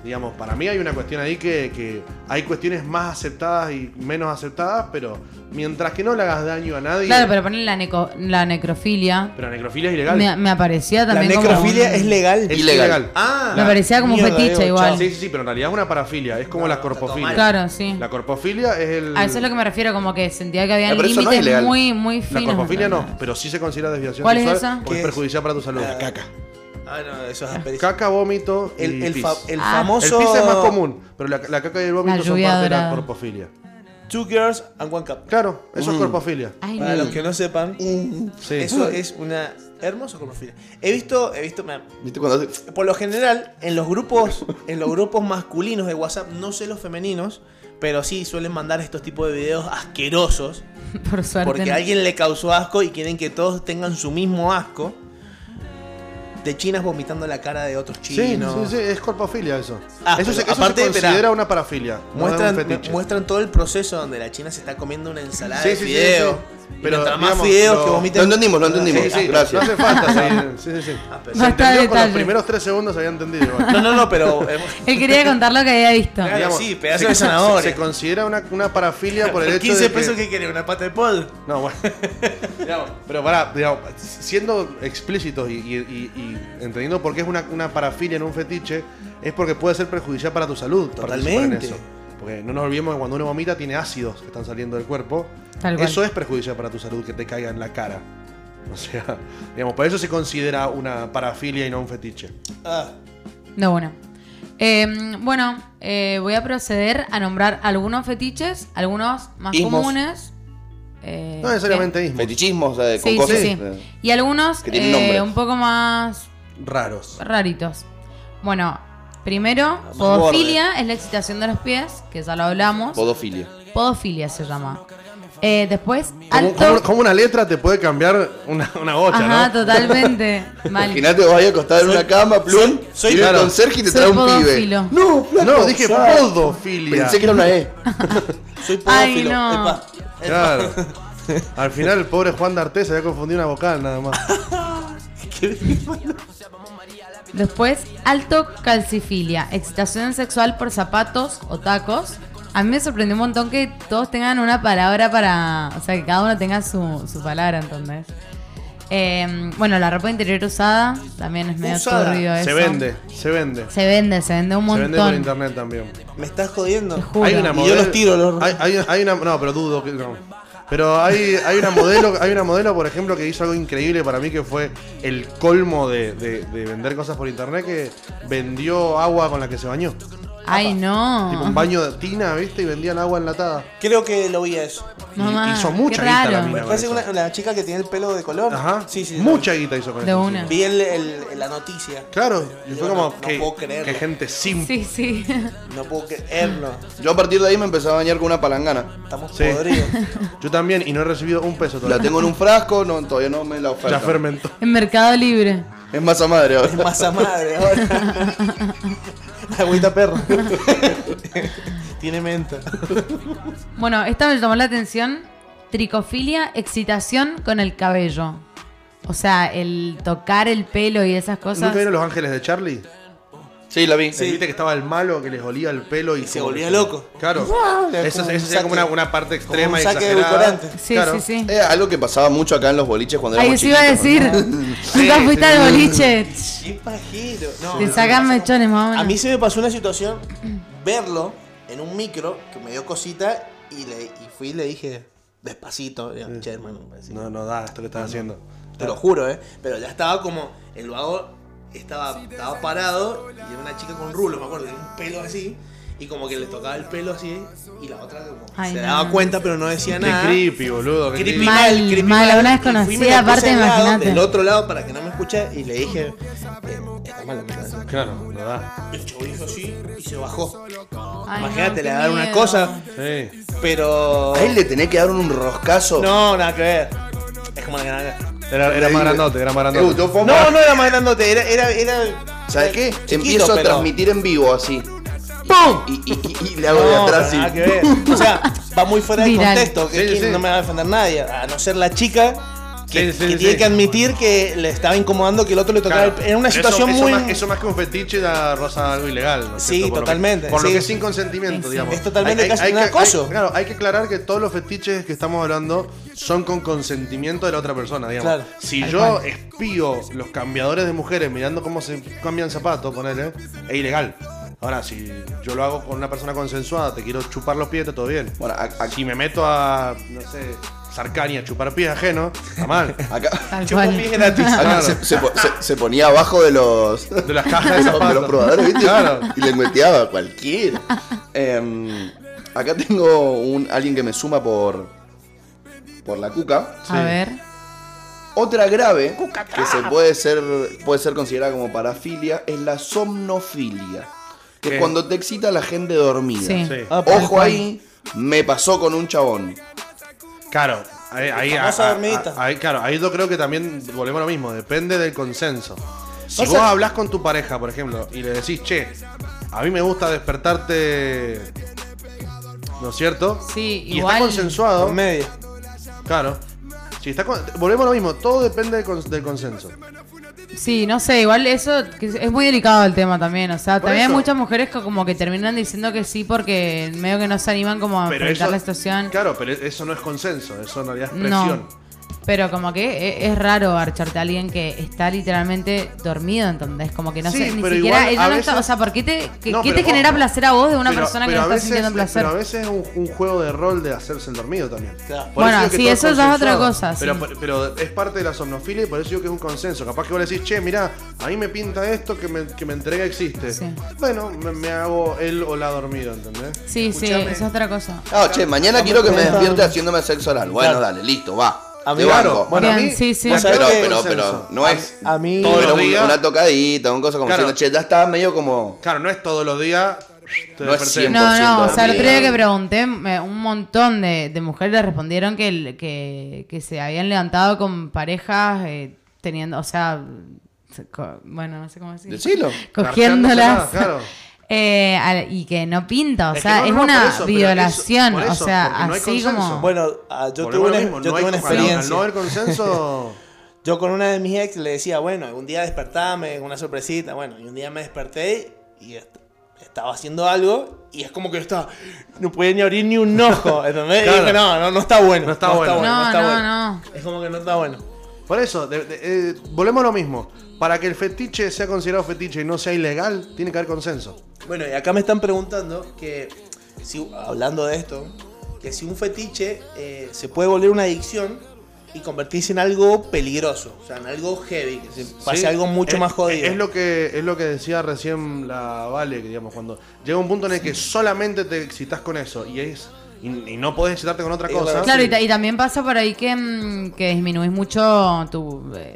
digamos, para mí hay una cuestión ahí que, que hay cuestiones más aceptadas y menos aceptadas, pero mientras que no le hagas daño a nadie... Claro, pero poner la, neco- la necrofilia, Pero necrofilia es ilegal. Me, me aparecía La también necrofilia como un- es legal. Es Ilegal. ilegal. Ah, Me parecía como un mierda, fetiche Evo, igual. chao. Sí, sí, sí, pero en realidad es una parafilia. Es como la corpofilia. Claro, sí. La corpofilia es el. A eso es lo que me refiero, como que sentía que había Ah, pero eso no es límites legal. muy, muy La finos. corpofilia no, ¿entendés? pero sí se considera desviación ¿Cuál es sexual esa? porque ¿Qué es es? perjudicial para tu salud. La caca. caca. Ah, no, eso es aperición. Caca, vómito y El, el, pis. fa- el Ah. famoso. El pis es más común, pero la, la caca y el vómito La son lluvia parte de la dorada. corpofilia. Two girls and one cup. Claro, eso es corpofilia. Ay, Para no. los que no sepan, Sí. Mm. eso es una hermosa corpofilia. He visto, he visto, mira, ¿Viste cuando hace- por lo general en los grupos, en los grupos masculinos de WhatsApp, no sé los femeninos, pero sí suelen mandar estos tipos de videos asquerosos Por suerte. porque no. a alguien le causó asco y quieren que todos tengan su mismo asco. De chinas vomitando la cara de otros Sí, chinos. sí, sí, es corpofilia eso. Ah, eso se, eso pero se aparte, considera espera. una parafilia. no es un Muestran, fetiche. muestran todo el proceso donde la china se está comiendo una ensalada Sí, de sí, sí, fideos. sí. Y Pero, mientras más digamos, fideos lo- que Lo vomitan. entendimos, lo entendimos. Ah, Sí, sí, Gracias. No hace falta, sí, sí, sí. Ah, pero- Se Basta de entendió con los detalles. primeros tres segundos había entendido. igual. No, no, no, pero. eh, Él quería contar lo que había visto. Claro. Ah, sí, pedazo se- de zanahoria. Se, se considera una, una parafilia [LAUGHS] por el hecho 15 de que... pesos que... quiere, una pata de pod. No, [LAUGHS] bueno. Digamos, pero pará, digamos, siendo explícitos y, y- y- y entendiendo por qué es una, una parafilia en un fetiche, es porque puede ser perjudicial para tu salud. participar en Totalmente. eso. Porque no nos olvidemos que cuando uno vomita tiene ácidos que están saliendo del cuerpo. Tal cual. Eso es perjudicial para tu salud, que te caiga en la cara. [LAUGHS] O sea, digamos, por eso se considera una parafilia y no un fetiche. Ah, No, bueno. Eh, bueno, eh, voy a proceder a nombrar algunos fetiches, algunos más Ismos. comunes. eh, No necesariamente que- ismos. Fetichismos eh, con Sí, cosas. sí, sí. eh, Y algunos Que tienen eh, nombres. un poco más Raros. raritos. Bueno, Primero, podofilia es la excitación de los pies, que ya lo hablamos. Podofilia. Podofilia se llama. Eh, después, Como, alto. como- como una letra te puede cambiar una, una bocha, Ajá, ¿no? totalmente. Mal. Imagínate, vos ahí acostado en una cama, plum. soy- viene claro. con Sergi y te Soy trae un pibe. podófilo. No, flaco, No, dije ya. podofilia. Pensé que era una [LAUGHS] E. Soy Ay, podófilo. no. Epa. Claro. [LAUGHS] Al final el pobre Juan de Artes había confundido una vocal nada más. Después, alto calcifilia, excitación sexual por zapatos o tacos. A mí me sorprendió un montón que todos tengan una palabra para. O sea, que cada uno tenga su, su palabra, ¿entendés? Eh, bueno, la ropa interior usada también es medio Usada. turbio eso. Se vende, se vende. Se vende, se vende un Se montón. vende por internet también. Me estás Te jodiendo. juro. Hay una Y yo modelo- los tiro, los- Hay, hay- hay una, no, pero dudo que no. Pero hay, hay una modelo, hay una modelo, por ejemplo, que hizo algo increíble para mí que fue el colmo de, de- de vender cosas por internet que vendió agua con la que se bañó. Ay, no. Tipo un baño de tina, ¿viste? Y vendían agua enlatada. Creo que lo vi a eso. Mamá, hizo qué mucha guita la raro. mina. Mira, Parece con una, la chica que tiene el pelo de color. Ajá. Sí, sí. Mucha guita hizo con De eso. sí. una. Vi el- el- la noticia. Claro, y Yo fue no- como no que, puedo creerlo. que gente Sí, simple. sí. No puedo creerlo. Yo a partir de ahí me empecé a bañar con una palangana. Estamos Sí. podridos. Yo también, y no he recibido un peso La [LAUGHS] todavía. tengo en un frasco, no, todavía no me la Ya oferta. fermentó. [LAUGHS] En Mercado Libre. Es masa madre Es ahora. masa [LAUGHS] madre ahora. Agüita perro. [LAUGHS] tiene menta. Bueno, esta me llamó la atención. Tricofilia, excitación con el cabello. O sea, el tocar el pelo y esas ¿Nunca cosas. vieron los ángeles de Charlie? Sí, la vi. Sí. Viste que estaba el malo que les olía el pelo y, se como que volvía loco. Claro. era eso como un eso sería como una, saque- una parte como un extrema y saque de exagerada. edulcorante. Sí, Claro. sí, sí. Es algo que pasaba mucho acá en los boliches cuando Ahí éramos sí iba a chiquitos, decir. Nunca Eh, [LAUGHS] Sí, fuiste sí. al boliche. Qué pajero. No, Te no, sacan no. mechones, más o menos. A mí se me pasó una situación, verlo en un micro, que me dio cosita, y, le, y fui y le dije, despacito, le digo, che, hermano, así, No, no da esto que estás haciendo. te lo juro, ¿eh? Pero ya estaba como, el vago estaba, estaba parado, y era una chica con rulo, me acuerdo, tenía un pelo así, y como que le tocaba el pelo así, y la otra como Ay, se no. daba cuenta, pero no decía Qué nada. creepy, boludo. qué Creepy creepy. Mal, mal, una y fui, me la desconocida, puse aparte, al lado, imagínate. Del otro lado, para que no me escuche, y le dije, eh, está mal, ¿no? Claro, no da. el chavo hizo así, y se bajó. Ay, no, Imagínate, qué le dar una miedo. cosa, Sí. pero. A él le tenés que dar un roscazo. No, nada que ver. Es como la granada. Era, Eh, era más grandote, era más ¿Te gustó, grandote. Fomba? No, no era más grandote, era. era, era ¿Sabes qué? chiquito, Empiezo a pero- transmitir en vivo así. ¡Pum! Y, y- y- y le hago de No, atrás pero así. nada que ver. O sea, va muy fuera de Viral. contexto. que Sí, aquí sí. No me va a defender nadie. A no ser la chica que, Sí, sí, que sí. tiene que admitir que le estaba incomodando que el otro le tocara. Claro. el- Era una Eso- situación eso muy. Más, eso más que un fetiche da rosa algo ilegal. ¿no es Sí, cierto? Por lo que- totalmente, Por lo sí. que es sin consentimiento, digamos. Es totalmente casi un que- acoso. hay- claro, hay que aclarar que todos los fetiches que estamos hablando son con consentimiento de la otra persona, digamos. Claro. Si Tal yo cual. espío los cambiadores de mujeres mirando cómo se cambian zapatos, ponele, es ilegal. Ahora, si yo lo hago con una persona consensuada, te quiero chupar los pies, está todo bien. Bueno, a- a- Aquí me meto a, no sé, Sarcani a chupar pies ajeno, está mal. acá, Tal Chupó cual. pies gratis. acá Claro. se, se po- se- se ponía abajo de los, de De las cajas de [LAUGHS] los, de zapatos. los probadores, ¿viste? Claro. Y le meteaba a cualquiera. Em, acá tengo un, alguien que me suma por, por la cuca. A ver. Otra grave que se puede ser, puede ser considerada como parafilia es la somnofilia. Que ¿Qué? es cuando te excita la gente dormida. Sí. Sí. Ah, Tal Ojo cual. ahí, me pasó con un chabón. Claro, ahí, ahí, La famosa ah, ah, dormidita. ah, ahí, claro, ahí yo creo que también volvemos a lo mismo, depende del consenso. Si O vos sea- hablas con tu pareja, por ejemplo, y le decís, che, a mí me gusta despertarte, ¿no es cierto? Sí, y igual- está consensuado, En medio. claro. Si está con- volvemos a lo mismo, todo depende del, cons- del consenso. Sí, no sé, igual eso que es es muy delicado el tema también. O sea, Por también eso. hay muchas mujeres que como que terminan diciendo que sí porque medio que no se animan como a Pero enfrentar eso, la situación. Claro, pero eso no es consenso, eso en realidad es presión. No. Pero como que e- es raro archarte a alguien que está literalmente dormido, ¿entendés? Como que no Sí, sé, ni pero siquiera igual ella a no está, veces- o sea, ¿por qué te, qué- No, qué te pero genera ojo. placer a vos de una Pero- persona que pero no está a veces- sintiendo placer? Pero a veces es un, un juego de rol de hacerse el dormido también. Claro. Por Bueno, digo que sí, todo eso ya es otra consensuado. cosa, Pero, sí. por- pero es parte de la somnofilia y por eso digo que es un consenso. Capaz que vos le decís, che, mirá, a mí me pinta esto que me, que me entrega existe. Sí. Bueno, me, me hago él o la dormido, ¿entendés? sí, sí, Escuchame. esa es otra cosa. Ah, che, mañana quiero que me despierte haciéndome sexo oral. Bueno, dale, listo, va. A mí, De banco. bueno, a Bien, mí, sí, sí. vos sabés Pero, que- pero, pero, no es. a mí, Todos pero los un- días. una tocadita, una cosa como Claro. diciendo, che, ya está medio como. Claro, no es todos los días. Te No es desperté. siempre. No, no, o sea, el otro día dormida. que pregunté, me- un montón de, de mujeres le respondieron que, el- que, que se habían levantado con parejas eh, teniendo, o sea, se- co- bueno, no sé cómo decirlo. Decilo. Cogiéndolas. Cargándoselas, claro. [LAUGHS] Eh, al- y que no pinta, o Es que sea, no, es no, una por eso, pero eso- violación, por eso, o sea, porque no hay así consenso. como... bueno, ah, [LAUGHS] yo tuve Volvemos una, a lo mismo, yo no tuve hay una con- al no- experiencia. Al no haber [LAUGHS] consenso. Yo con una de mis ex le decía, bueno, un día despertame, una sorpresita, bueno, y un día me desperté y est- estaba haciendo algo y es como que yo estaba, no podía ni abrir ni un [LAUGHS] ojo, ¿entendés? Y Claro. dije, no, no, no está bueno. No está bueno. no, está no, bueno". no. Es como que no está bueno. Por eso, de- de- eh, volvemos a lo mismo. Para que el fetiche sea considerado fetiche y no sea ilegal, tiene que haber consenso. Bueno, y acá me están preguntando que, si, hablando de esto, que si un fetiche eh, se puede volver una adicción y convertirse en algo peligroso, o sea, en algo heavy, que se pase Sí, algo mucho es- más jodido. Es, lo que, es lo que decía recién la Vale, que digamos, cuando llega un punto en el que solamente te excitas con eso y es y, y no podés excitarte con otra Es cosa. verdad. Claro, y, ta- y también pasa por ahí que, mm, que disminuís mucho tu, eh,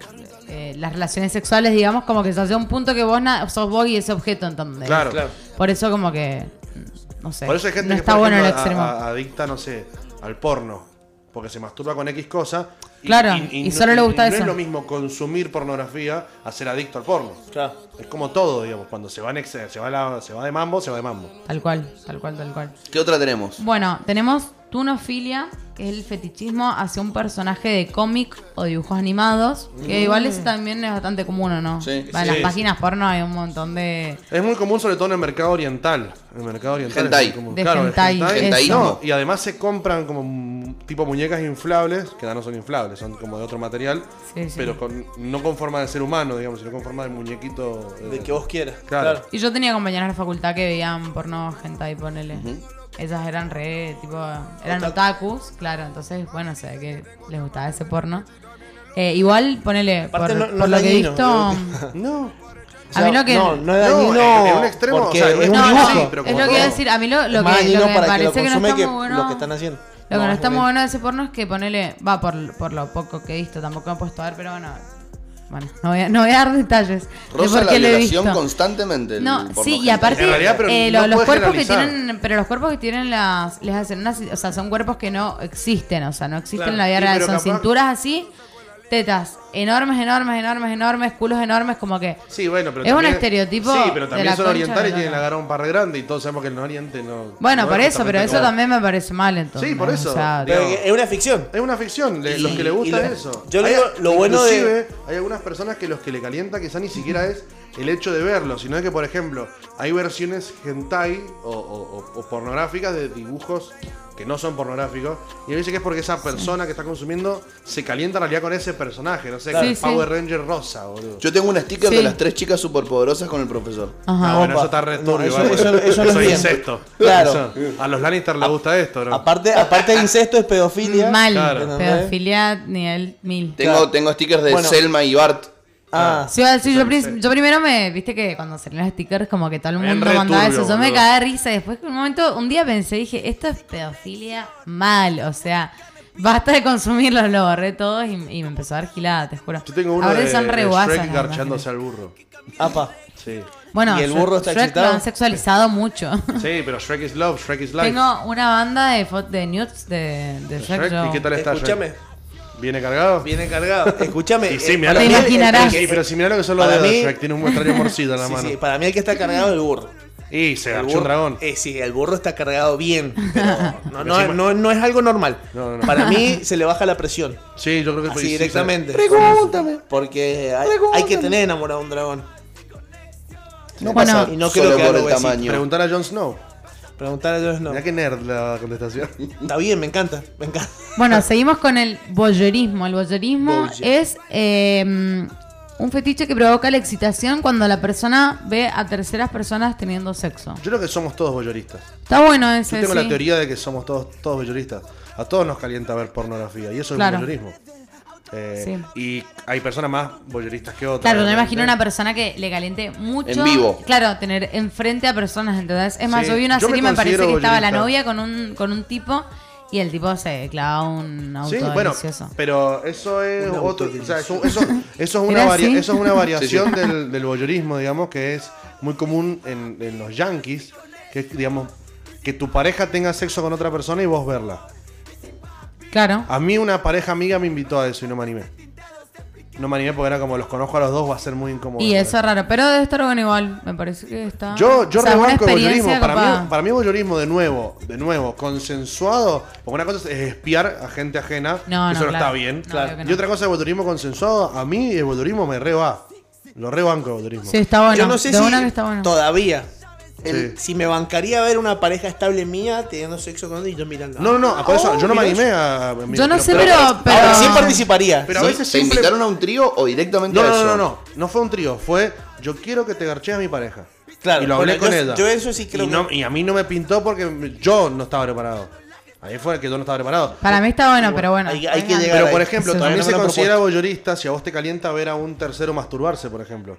eh, las relaciones sexuales, digamos, como que se hace un punto que vos na- sos vos y ese objeto, entonces. Claro. Claro. Por eso como que, mm, no sé, Por eso hay gente no que está por bueno el ejemplo, extremo. a- a- adicta, no sé, al porno. Porque se masturba con X cosa. Claro, y solo le gusta no eso. es lo mismo consumir pornografía a ser adicto al porno. Claro. Es como todo, digamos. Cuando se va, en ex- se va, la- se va de mambo, se va de mambo. Tal cual, tal cual, tal cual. ¿Qué otra tenemos? Bueno, tenemos tunofilia, que es el fetichismo hacia un personaje de cómic o dibujos animados, que igual eso también es bastante común, ¿o no? Mm. Sí. Va, en las páginas porno hay un montón de... Es muy común, sobre todo en el mercado oriental. En el mercado oriental. Hentai. es muy común. De el hentai, eso. No, y además se compran como mm, tipo muñecas inflables, que no son inflables, son como de otro material, Sí, sí. pero con, no con forma de ser humano, digamos, sino con forma de muñequito. eh, De que vos quieras. Claro. Y yo tenía compañeras en la facultad que veían porno hentai, ponele. Esas eran re, tipo, eran otakus, claro. Entonces, bueno, o sea, que les gustaba ese porno. Eh, igual, ponele, Aparte por, no- no por es lo que he dañino, visto... [LAUGHS] No. A mí lo que... No, no es No, dañino. en un extremo, porque o sea, en un es un No, extremo no, dibujo. sí, pero es como lo que iba a todo. decir. A mí lo, lo Es que, más lo dañino que me para que lo parece que no consume está que muy bueno... lo que están haciendo. Lo que no, está muy bueno. bueno de ese porno es que ponele, va por, por lo poco que he visto, tampoco me he puesto a ver, pero bueno, bueno, no voy a, no voy a dar detalles Rosa de por la qué lo he violación visto. constantemente. el No, porno sí, y hentai. aparte En realidad, pero eh, no lo- los puedes cuerpos que generalizar. tienen, pero los cuerpos que tienen las les hacen unas, o sea, son cuerpos que no existen, o sea, no existen Claro, en la vida sí, real, pero son capaz- cinturas así, tetas enormes, enormes, enormes, enormes, culos enormes, como que Sí, bueno, pero Es un también- estereotipo Sí, pero de también la son concha orientales de y la tienen la lora. gara un par de grande y todos sabemos que en el oriente no. bueno, no por es eso, pero exactamente eso como- también me parece mal entonces. Sí, por eso. o sea, Pero- Pero que Eh, es una ficción. Es una ficción, le- Y- los que le y gusta lo- eso. yo Hay- digo, lo bueno de- inclusive, Hay algunas personas que los que le calienta quizá ni siquiera es el hecho de verlo, sino que, por ejemplo, hay versiones hentai o, o- o- o pornográficas de dibujos que no son pornográficos. Y me dice que es porque esa persona que está consumiendo se calienta en realidad con ese personaje. No sé, con Sí, el sí. Power Ranger rosa, boludo. Yo tengo un sticker de Sí. las tres chicas superpoderosas con el profesor. ajá. Ah, bueno, eso Opa. está re No, turbio, eso- ¿vale? eso- eso no es bien. incesto. Claro. Eso- A los Lannister les gusta esto, ¿no? Aparte, [LAUGHS] aparte de incesto es pedofilia. mal, Claro. pedofilia nivel 1000. Tengo, Claro. tengo stickers de Bueno. Selma y Bart. Ah, Sí, iba a decir, yo, prin- yo primero me, viste que cuando salían los stickers como que todo el Bien mundo re mandaba turbio, eso, yo me boludo. cagaba de risa y después un momento, un día pensé, dije, esto es pedofilia mal, o sea, basta de consumirlo, lo borré todo y, y me empezó a dar gilada, te juro. Yo tengo uno Ahora de, son re de guasas Shrek las imágenes. garchándose al burro. apa. Sí. Bueno, ¿Y el burro está Shrek excitado? lo han sexualizado mucho. Sí, pero Shrek is love, Shrek is [LAUGHS] life. tengo una banda de, fo- de nudes de, de Shrek, Shrek, yo- ¿Y qué tal está Escúchame, Shrek? ¿Viene cargado? viene cargado. Escúchame. Y sí, eh, mirá para lo Te mí el- imaginarás. el- Ey, el- pero si mirá lo que son los Para dedos mí- de Shrek, tiene un muestrario morcido en la [LAUGHS] sí, mano. sí, para mí el que está cargado es el burro. Y se El agachó burro, un dragón. eh, sí, el burro está cargado bien. [LAUGHS] pero no, no, Encima- no- no es algo normal. No, no, no. Para [LAUGHS] mí se le baja la presión. Sí, yo creo que fue- Así sí, Ah, directamente. Pregúntame. Porque hay, hay que tener enamorado a un dragón. No Bueno. pasa Y no creo solo que por algo el así. sí. tamaño. Preguntar a Jon Snow. Preguntar a Dios no. Mirá que nerd la [LAUGHS] contestación. Está bien, me encanta. Me encanta. Bueno, seguimos con el voyeurismo. El voyeurismo Voyeur. es eh, un fetiche que provoca la excitación cuando la persona ve a terceras personas teniendo sexo. Yo creo que somos todos boyoristas. Está bueno Yo ese, tengo sí. la teoría de que somos todos, todos voyeuristas. A todos nos calienta ver pornografía y eso Claro. es voyeurismo. Eh, Sí. Y hay personas más voyeuristas que otras. Claro, yo me obviamente. imagino una persona que le caliente mucho. En vivo. Claro, tener enfrente a personas, ¿entendés? Es más, Sí, yo vi una yo me serie y me parece considero que estaba la voyerista. novia con un, con un tipo Y el tipo se clavaba un auto Sí, bueno, delicioso. pero eso es Un otro, autodelicioso. o sea, eso, eso- [LAUGHS] eso es una ¿Era varia- así? eso es una variación del, del voyeurismo, digamos, que es muy común en, en los yankees, que es, digamos, que tu pareja tenga sexo con otra persona y vos verla. Claro. A mí una pareja amiga me invitó a eso y no me animé. No me animé porque era como los conozco a los dos, va a ser muy incómodo. Y eso es raro, pero debe estar bueno igual. Me parece que está. Yo, yo O sea, una rebanco el experiencia voyeurismo. Para copada. mí, para mí voyeurismo de nuevo, de nuevo, consensuado. Porque una cosa es espiar a gente ajena. No, no, eso no claro. está bien. No, claro que no. Y otra cosa es voyeurismo consensuado. A mí el voyeurismo me re va. Lo rebanco el voyeurismo. Sí, está bueno. Yo no sé de si una que está bueno. todavía. el- Sí. Si me bancaría ver una pareja estable mía teniendo sexo con otro y yo mirando. No, no, no. Por eso Oh, yo no me mira, animé a. a- mi- Yo no sé, pero. pero, Ahora sí participaría. Pero a ¿Sí? veces ¿Te simple- invitaron a un trío o directamente No, a no, eso? no, no, no. No fue un trío. Fue yo quiero que te garches a mi pareja. Claro, Y lo hablé bueno, con yo- ella. yo eso sí creo y, no- que- y a mí no me pintó porque yo no estaba preparado. Ahí fue que yo no estaba preparado. Para mí está bueno, pero bueno. hay- hay que venga. llegar. Pero por ahí. ejemplo, Sí. también También se una considera voyeurista si a vos te calienta ver a un tercero masturbarse, por ejemplo.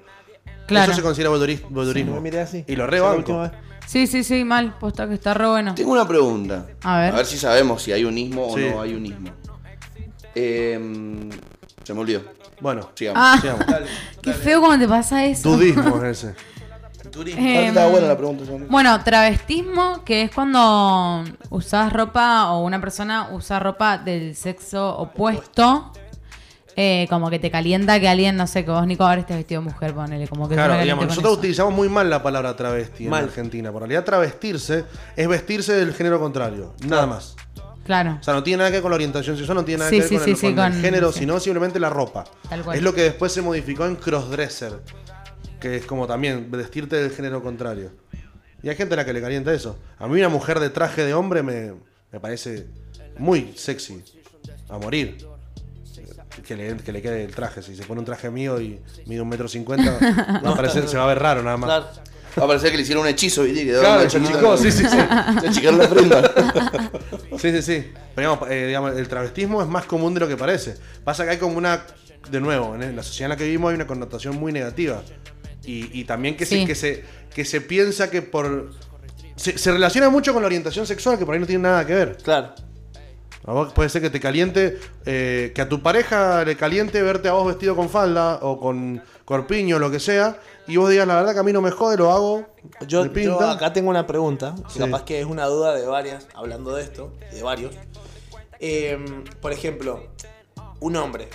Claro. Eso se considera voyeurist- voyeurismo. me miré así. Y lo Fue la rebanco. última vez. Sí, sí, sí, mal. Posta que está re bueno. Tengo una pregunta. A ver. si sabemos si hay un ismo Sí. o no hay un ismo. Em, se me olvidó. Bueno, Sigamos. Ah, sigamos. qué feo cuando te pasa eso. [LAUGHS] Tudismo es ese. Turismo. Em, Estaba buena la pregunta. Samuel. Bueno, travestismo, que es cuando usas ropa o una persona usa ropa del sexo opuesto. eh, como que te calienta que alguien, no sé, que vos, Nico, ahora estés vestido de mujer, ponele. Como que yo me Claro, caliento digamos, con nosotros eso. utilizamos muy mal la palabra travesti Mal. en Argentina. Por realidad, travestirse es vestirse del género contrario. Nada más. Claro. O sea, no tiene nada que ver con la orientación sexual, no tiene nada Sí, que ver sí, con, sí, el, sí, con el con- género, sí. sino simplemente la ropa. Tal cual. Es lo que después se modificó en crossdresser, que es como también vestirte del género contrario. Y hay gente a la que le calienta eso. A mí una mujer de traje de hombre me, me parece muy sexy, a morir. Eh, Que le, que le quede el traje. Si se pone un traje mío y mide un metro cincuenta, va a parecer- se va a ver raro nada más. Claro. Va a parecer que le hicieron un hechizo, ¿viste? Que Claro, se chico, [LAUGHS] sí, sí, sí. Se achicaron la prenda. Sí, sí, sí. Pero digamos, eh, digamos, el travestismo es más común de lo que parece. Pasa que hay como una. De nuevo, en la sociedad en la que vivimos hay una connotación muy negativa. Y, y también que, Sí. se, que, se, que se piensa que por. Se, se relaciona mucho con la orientación sexual, que por ahí no tiene nada que ver. Claro. A vos puede ser que te caliente, eh, que a tu pareja le caliente verte a vos vestido con falda o con corpiño, lo que sea, y vos digas, la verdad que a mí no me jode, lo hago. Yo, me yo pinta". acá tengo una pregunta, que Sí. capaz que es una duda de varias, hablando de esto, de varios. Em, por ejemplo, un hombre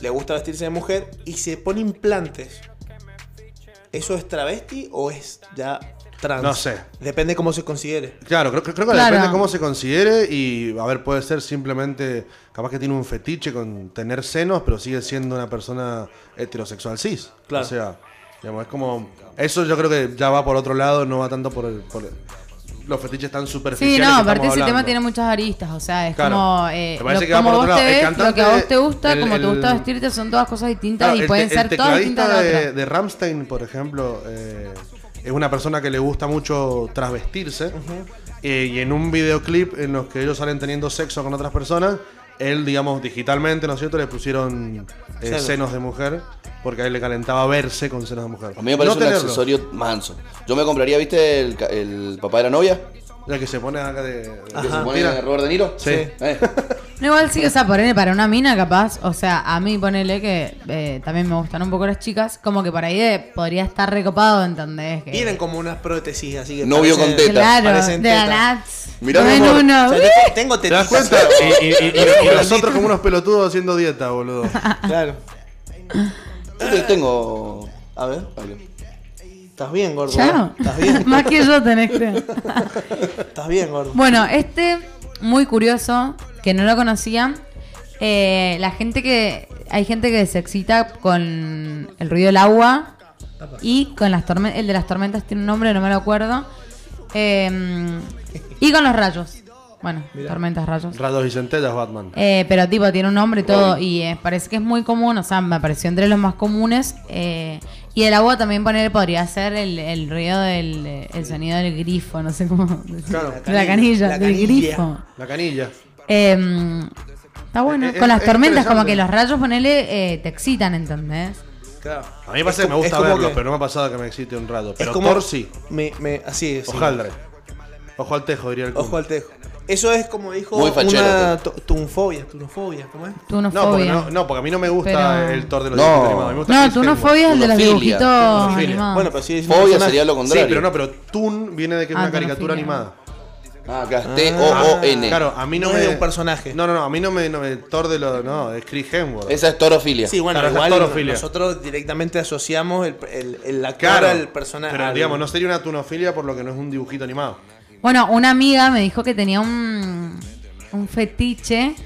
le gusta vestirse de mujer y se pone implantes. ¿Eso es travesti o es ya trans? No sé. Depende cómo se considere. Claro, creo, creo que Claro. depende de cómo se considere y, a ver, puede ser simplemente, capaz que tiene un fetiche con tener senos, pero sigue siendo una persona heterosexual cis. Claro. O sea, digamos, es como... Eso yo creo que ya va por otro lado, no va tanto por, el- por el- los fetiches tan superficiales. Sí, no, que aparte estamos ese tema hablando. tiene muchas aristas, o sea, es Claro. como, eh, Me parece lo- que va como por vos otro te lado. El ves, lo que a vos cantante- te gusta, el- como te el- gusta vestirte, son todas cosas distintas Claro, y el pueden te- el ser todas distintas de tecladista la de, otra. de Rammstein, por ejemplo, eh, es una persona que le gusta mucho trasvestirse. eh, y en un videoclip en los que ellos salen teniendo sexo con otras personas, él, digamos, digitalmente, ¿no es cierto?, le pusieron eh, Senos. senos de mujer, porque a él le calentaba verse con senos de mujer. A mí me parece No un tenerlos. accesorio manso. Yo me compraría, ¿viste? El, ca- el papá de la novia. La que se pone acá de. de- Que se pone Mira. Robert De Niro. Sí. [LAUGHS] Eh. No, igual sí, o sea, ponele para una mina capaz, o sea, a mí ponele que eh, también me gustan un poco las chicas, como que por ahí eh, podría estar recopado, ¿entendés? Que- Vienen como unas prótesis, así que. Novio con parecen- tetas. Claro, parecen de la tetas. Nats. Mirá, Ven mi amor. uno. O sea, yo te- tengo ¿Te das tetas. [LAUGHS] cuenta? Y, y- y- y- y nosotros como unos pelotudos haciendo dieta, boludo. Claro. Yo te- tengo. A ver, Vale. estás bien, gordo. Chao. Estás bien, [LAUGHS] Más que yo tenés que. estás bien, gordo. Bueno, este muy curioso, que no lo conocía. eh, la gente que. Hay gente que se excita con el ruido del agua y con las tormentas. El de las tormentas tiene un nombre, no me lo acuerdo. Eh, y con los rayos. Bueno, tormentas, rayos. Rados y centellas, Batman. Eh, pero tipo, tiene un nombre y todo y eh, parece que es muy común, o sea, me pareció entre los más comunes. eh, y el agua también poner podría ser el, el ruido del eh, el sonido del grifo, no sé cómo [LAUGHS] decir. Claro. De la canilla, La del canilla. grifo. La canilla. Eh, está bueno, Eh, eh, con las es tormentas como interesante. que los rayos ponele eh, te excitan, ¿entendés? Claro. A mí me pasa que Es me como- es gusta como verlo, que- pero no me ha pasado que me excite un rato. Es Pero como- Thor sí. Me, me, así es. sí. Ojaldre. Ojo al tejo, diría el Kun. Ojo al tejo. Eso es como dijo Muy fachero, una tu- tunfobia, tunofobia, ¿cómo es? Tu no, porque nofobia. no, no, porque a mí no me gusta Pero- el Thor de los No. dibujitos animados, a mí me gusta No, Chris tu Hemsworth. nofobia es el de los Tunofilia. dibujitos Tunofilia. animados. Bueno, pero sí es un Fobia personaje. sería lo Sí, contrario. pero no, pero Toon viene de que es Ah, una caricatura Tunofilia. animada. Ah, acá, T-O-O-N. Ah, Claro, a mí no, No me es de un personaje. No, no, no, a mí no me, no me- Thor de los no, es Chris Hemsworth. Esa es torofilia. Sí, bueno, Claro, esa es igual torofilia. nosotros directamente asociamos el, el, el- la Claro, cara al personaje. Pero al- digamos, no sería una tunofilia por lo que no es un dibujito animado. Bueno, una amiga me dijo que tenía un, un fetiche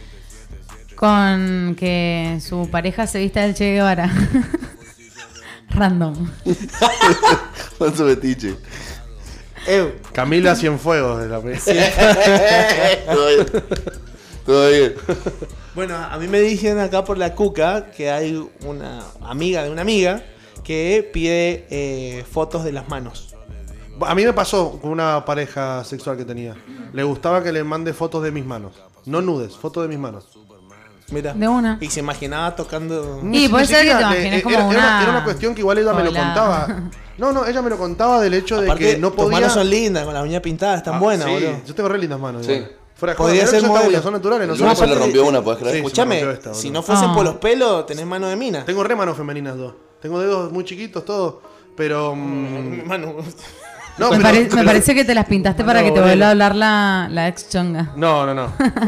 con que su pareja se vista del Che Guevara. Random. [LAUGHS] Con su [LAUGHS] fetiche. Ew. Camila Cienfuegos de la peli. Todo bien. Todo bien. Bueno, a mí me dicen acá por la cuca que hay una amiga de una amiga que pide eh, fotos de las manos. A mí me pasó con una pareja sexual que tenía. Le gustaba que le mande fotos de mis manos. No nudes, fotos de mis manos. Mira. De una. Y se imaginaba tocando. Y puede ser que te siquiera le- imagines como era, era- una... era una cuestión que igual ella me lo Hola. contaba. No, no, ella me lo contaba del hecho de Aparte, que no Tus podía. manos son lindas, con las uñas pintadas, están Ah, buenas, sí, boludo. Yo tengo re lindas manos. Sí. igual. Fuera de Podría joda, pero ser son modelo. tabula, Son naturales, no El son lunes se le aparte- rompió una, ¿podés creer? Sí, se me Escúchame, rompió esta, si boludo. no fuesen Ah. por los pelos, tenés mano de mina. Tengo re manos femeninas dos. Tengo dedos muy chiquitos, todos. Pero. mm, Mano. no, me, pero- pare- me pero- parece que te las pintaste para que te vuelva a hablar la, la ex chonga. No, no, no. No, Para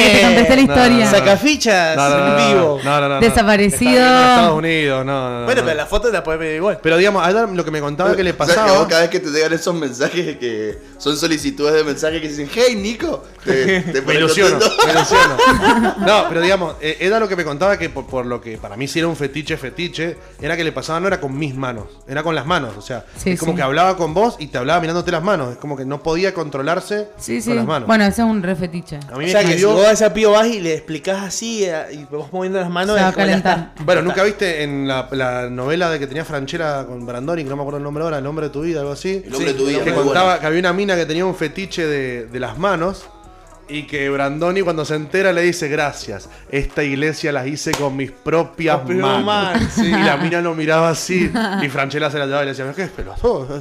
que te conteste la No, no, historia. no, no. Sacafichas no, no, no, en vivo. no, no, no, no. Desaparecido. Está viviendo en Estados Unidos, no, no, no, Bueno, no. pero la foto la puedes ver igual. Pero digamos, a ella lo que me contaba que le O sea, que vos pasaba. cada vez que te llegan esos mensajes que son solicitudes de mensajes que dicen, hey Nico, te, te [LAUGHS] Me ilusiono, me ilusiono. [LAUGHS] No, pero digamos, eh, era lo que me contaba que por, por lo que para mí sí era un fetiche, fetiche, era que le pasaba no era con mis manos, era con las manos. O sea, Sí, es como sí. que hablaba con vos y te hablaba mirándote las manos. Es como que no podía controlarse Sí, sí. con las manos. Ah, Bueno, ese es un re fetiche. a mí O me sea, que si escribió- vos a esa pío vas y le explicás así eh, y vos moviendo las manos, Se va es a como ya calentar. [LAUGHS] está. Bueno, nunca viste en la, la novela de que tenía Franchera con Brandoni, que no me acuerdo el nombre ahora, el hombre de tu vida, algo así. El hombre de tu vida, Que muy contaba bueno. que había una mina que tenía un fetiche de, de las manos y que Brandoni cuando se entera le dice gracias. Esta iglesia las hice con mis propias Con mis manos. manos, sí. Y la mina lo miraba así y Franchella se la llevaba y le decía, ¿qué es pelotudo?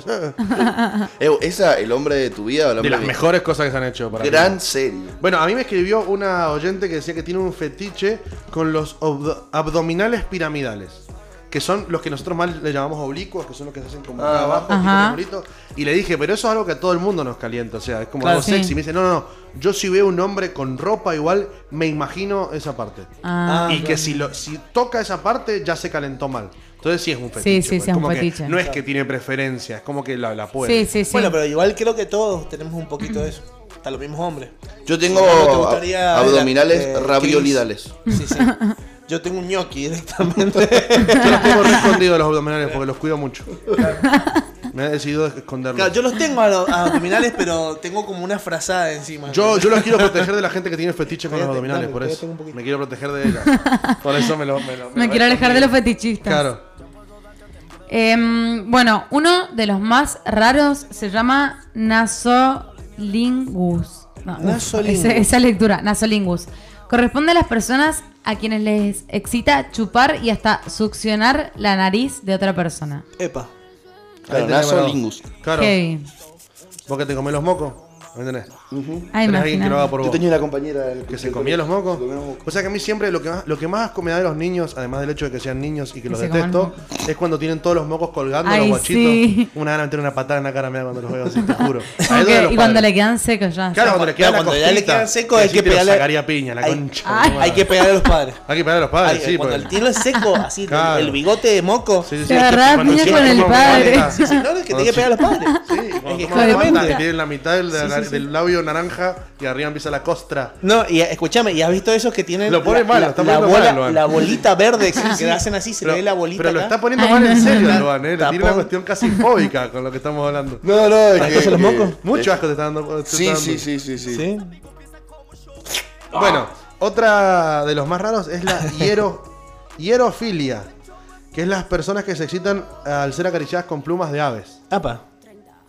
Eh, esa, el hombre de tu vida, el De hombre las mi- mejores cosas que se han hecho para mí. Gran serie. Bueno, a mí me escribió una oyente que decía que tiene un fetiche con los obdo- abdominales piramidales. Que son los que nosotros mal le llamamos oblicuos, que son los que se hacen como acá abajo, tipo Ajá. triangulito. Y le dije, pero eso es algo que a todo el mundo nos calienta, o sea, es como Claro, algo sí. sexy. Me dice, no, no, no, yo si veo un hombre con ropa igual, me imagino esa parte. Ah, y que si, lo, si toca esa parte, ya se calentó mal. Entonces sí es un fetiche. sí, pues, sí, es un como que fetiche. No es que tiene preferencia, es como que la, la puede. sí, sí, sí. Bueno, pero igual creo que todos tenemos un poquito de eso. Hasta los mismos hombres. Yo tengo ¿No te gustaría ab- ver la- abdominales eh, raviolidales. Sí, sí. Yo tengo un ñoqui [LAUGHS] directamente. Yo los tengo re escondidos los abdominales porque los cuido mucho. Me he decidido esconderlos. Claro, yo los tengo a los a abdominales, pero tengo como una frazada encima. Yo, yo los quiero proteger de la gente que tiene fetiche con los Cállate, abdominales, claro, por cállate eso. un poquito. Me quiero proteger de ella. Por eso me lo. Me, lo- me me lo quiero alejar de los fetichistas. Claro. Em, bueno, uno de los más raros se llama Nasolingus. No, Nasolingus. ese- esa lectura, Nasolingus. Corresponde a las personas a quienes les excita chupar y hasta succionar la nariz de otra persona. Epa. Claro, Ahí tenés naso parado. lingus. Claro. Heavy. Vos que te comés los mocos. ¿Me entendés? Ah, Tenés alguien que lo haga imagínate. por Yo vos. tenía una compañera Que se comía los mocos. se comía los mocos. O sea que a mí siempre lo que más, lo que más asco me da de los niños, además del hecho de que sean niños y que los se coman detesto, es cuando tienen todos los mocos colgando Ay, los guachitos. sí. Una gana de meter una patada en la cara me da cuando los veo así, te juro. A Como eso que- de los y cuando padres. le quedan secos ya. Claro, cuando le queda Claro, la cuando ya le costita, quedan secos, hay sí que te lo pegarle- sacaría piña, la Hay- concha. Ay. Bueno, Hay que pegar a los padres. hay que pegar a los padres, Ay, Ah, sí. cuando porque- el tiro es seco, así, el- Claro. el bigote de moco. Sí, sí, sí. Te agarrás Cuando piña encima con el toman padre. [LAUGHS] palta. Sí, sí, no, es que tiene que pegar a los [LAUGHS] padres. Sí, cuando Es que toman de palta, puta. que tienen la mitad del, del labio naranja y arriba empieza la costra. No, y eh, escúchame, ¿y has visto esos que tienen Lo pone la, mal, lo la- está la poniendo bola- mal, Luan. la bolita verde que, que hacen así, se Pero, le ve la bolita pero lo acá. está poniendo Ay, mal no, en no, serio, no. Luan, eh. Le tiene Tapón. una cuestión casi fóbica con lo que estamos hablando. No, no, es ¿Las cosas, los mocos? Mucho asco te está dando. te Sí, está sí, dando. sí, sí, sí. eh, ¿Sí? Bueno, otra de los más raros es [LAUGHS] la hiero, hierofilia, que es las personas que se excitan al ser acariciadas con plumas de aves. Apa.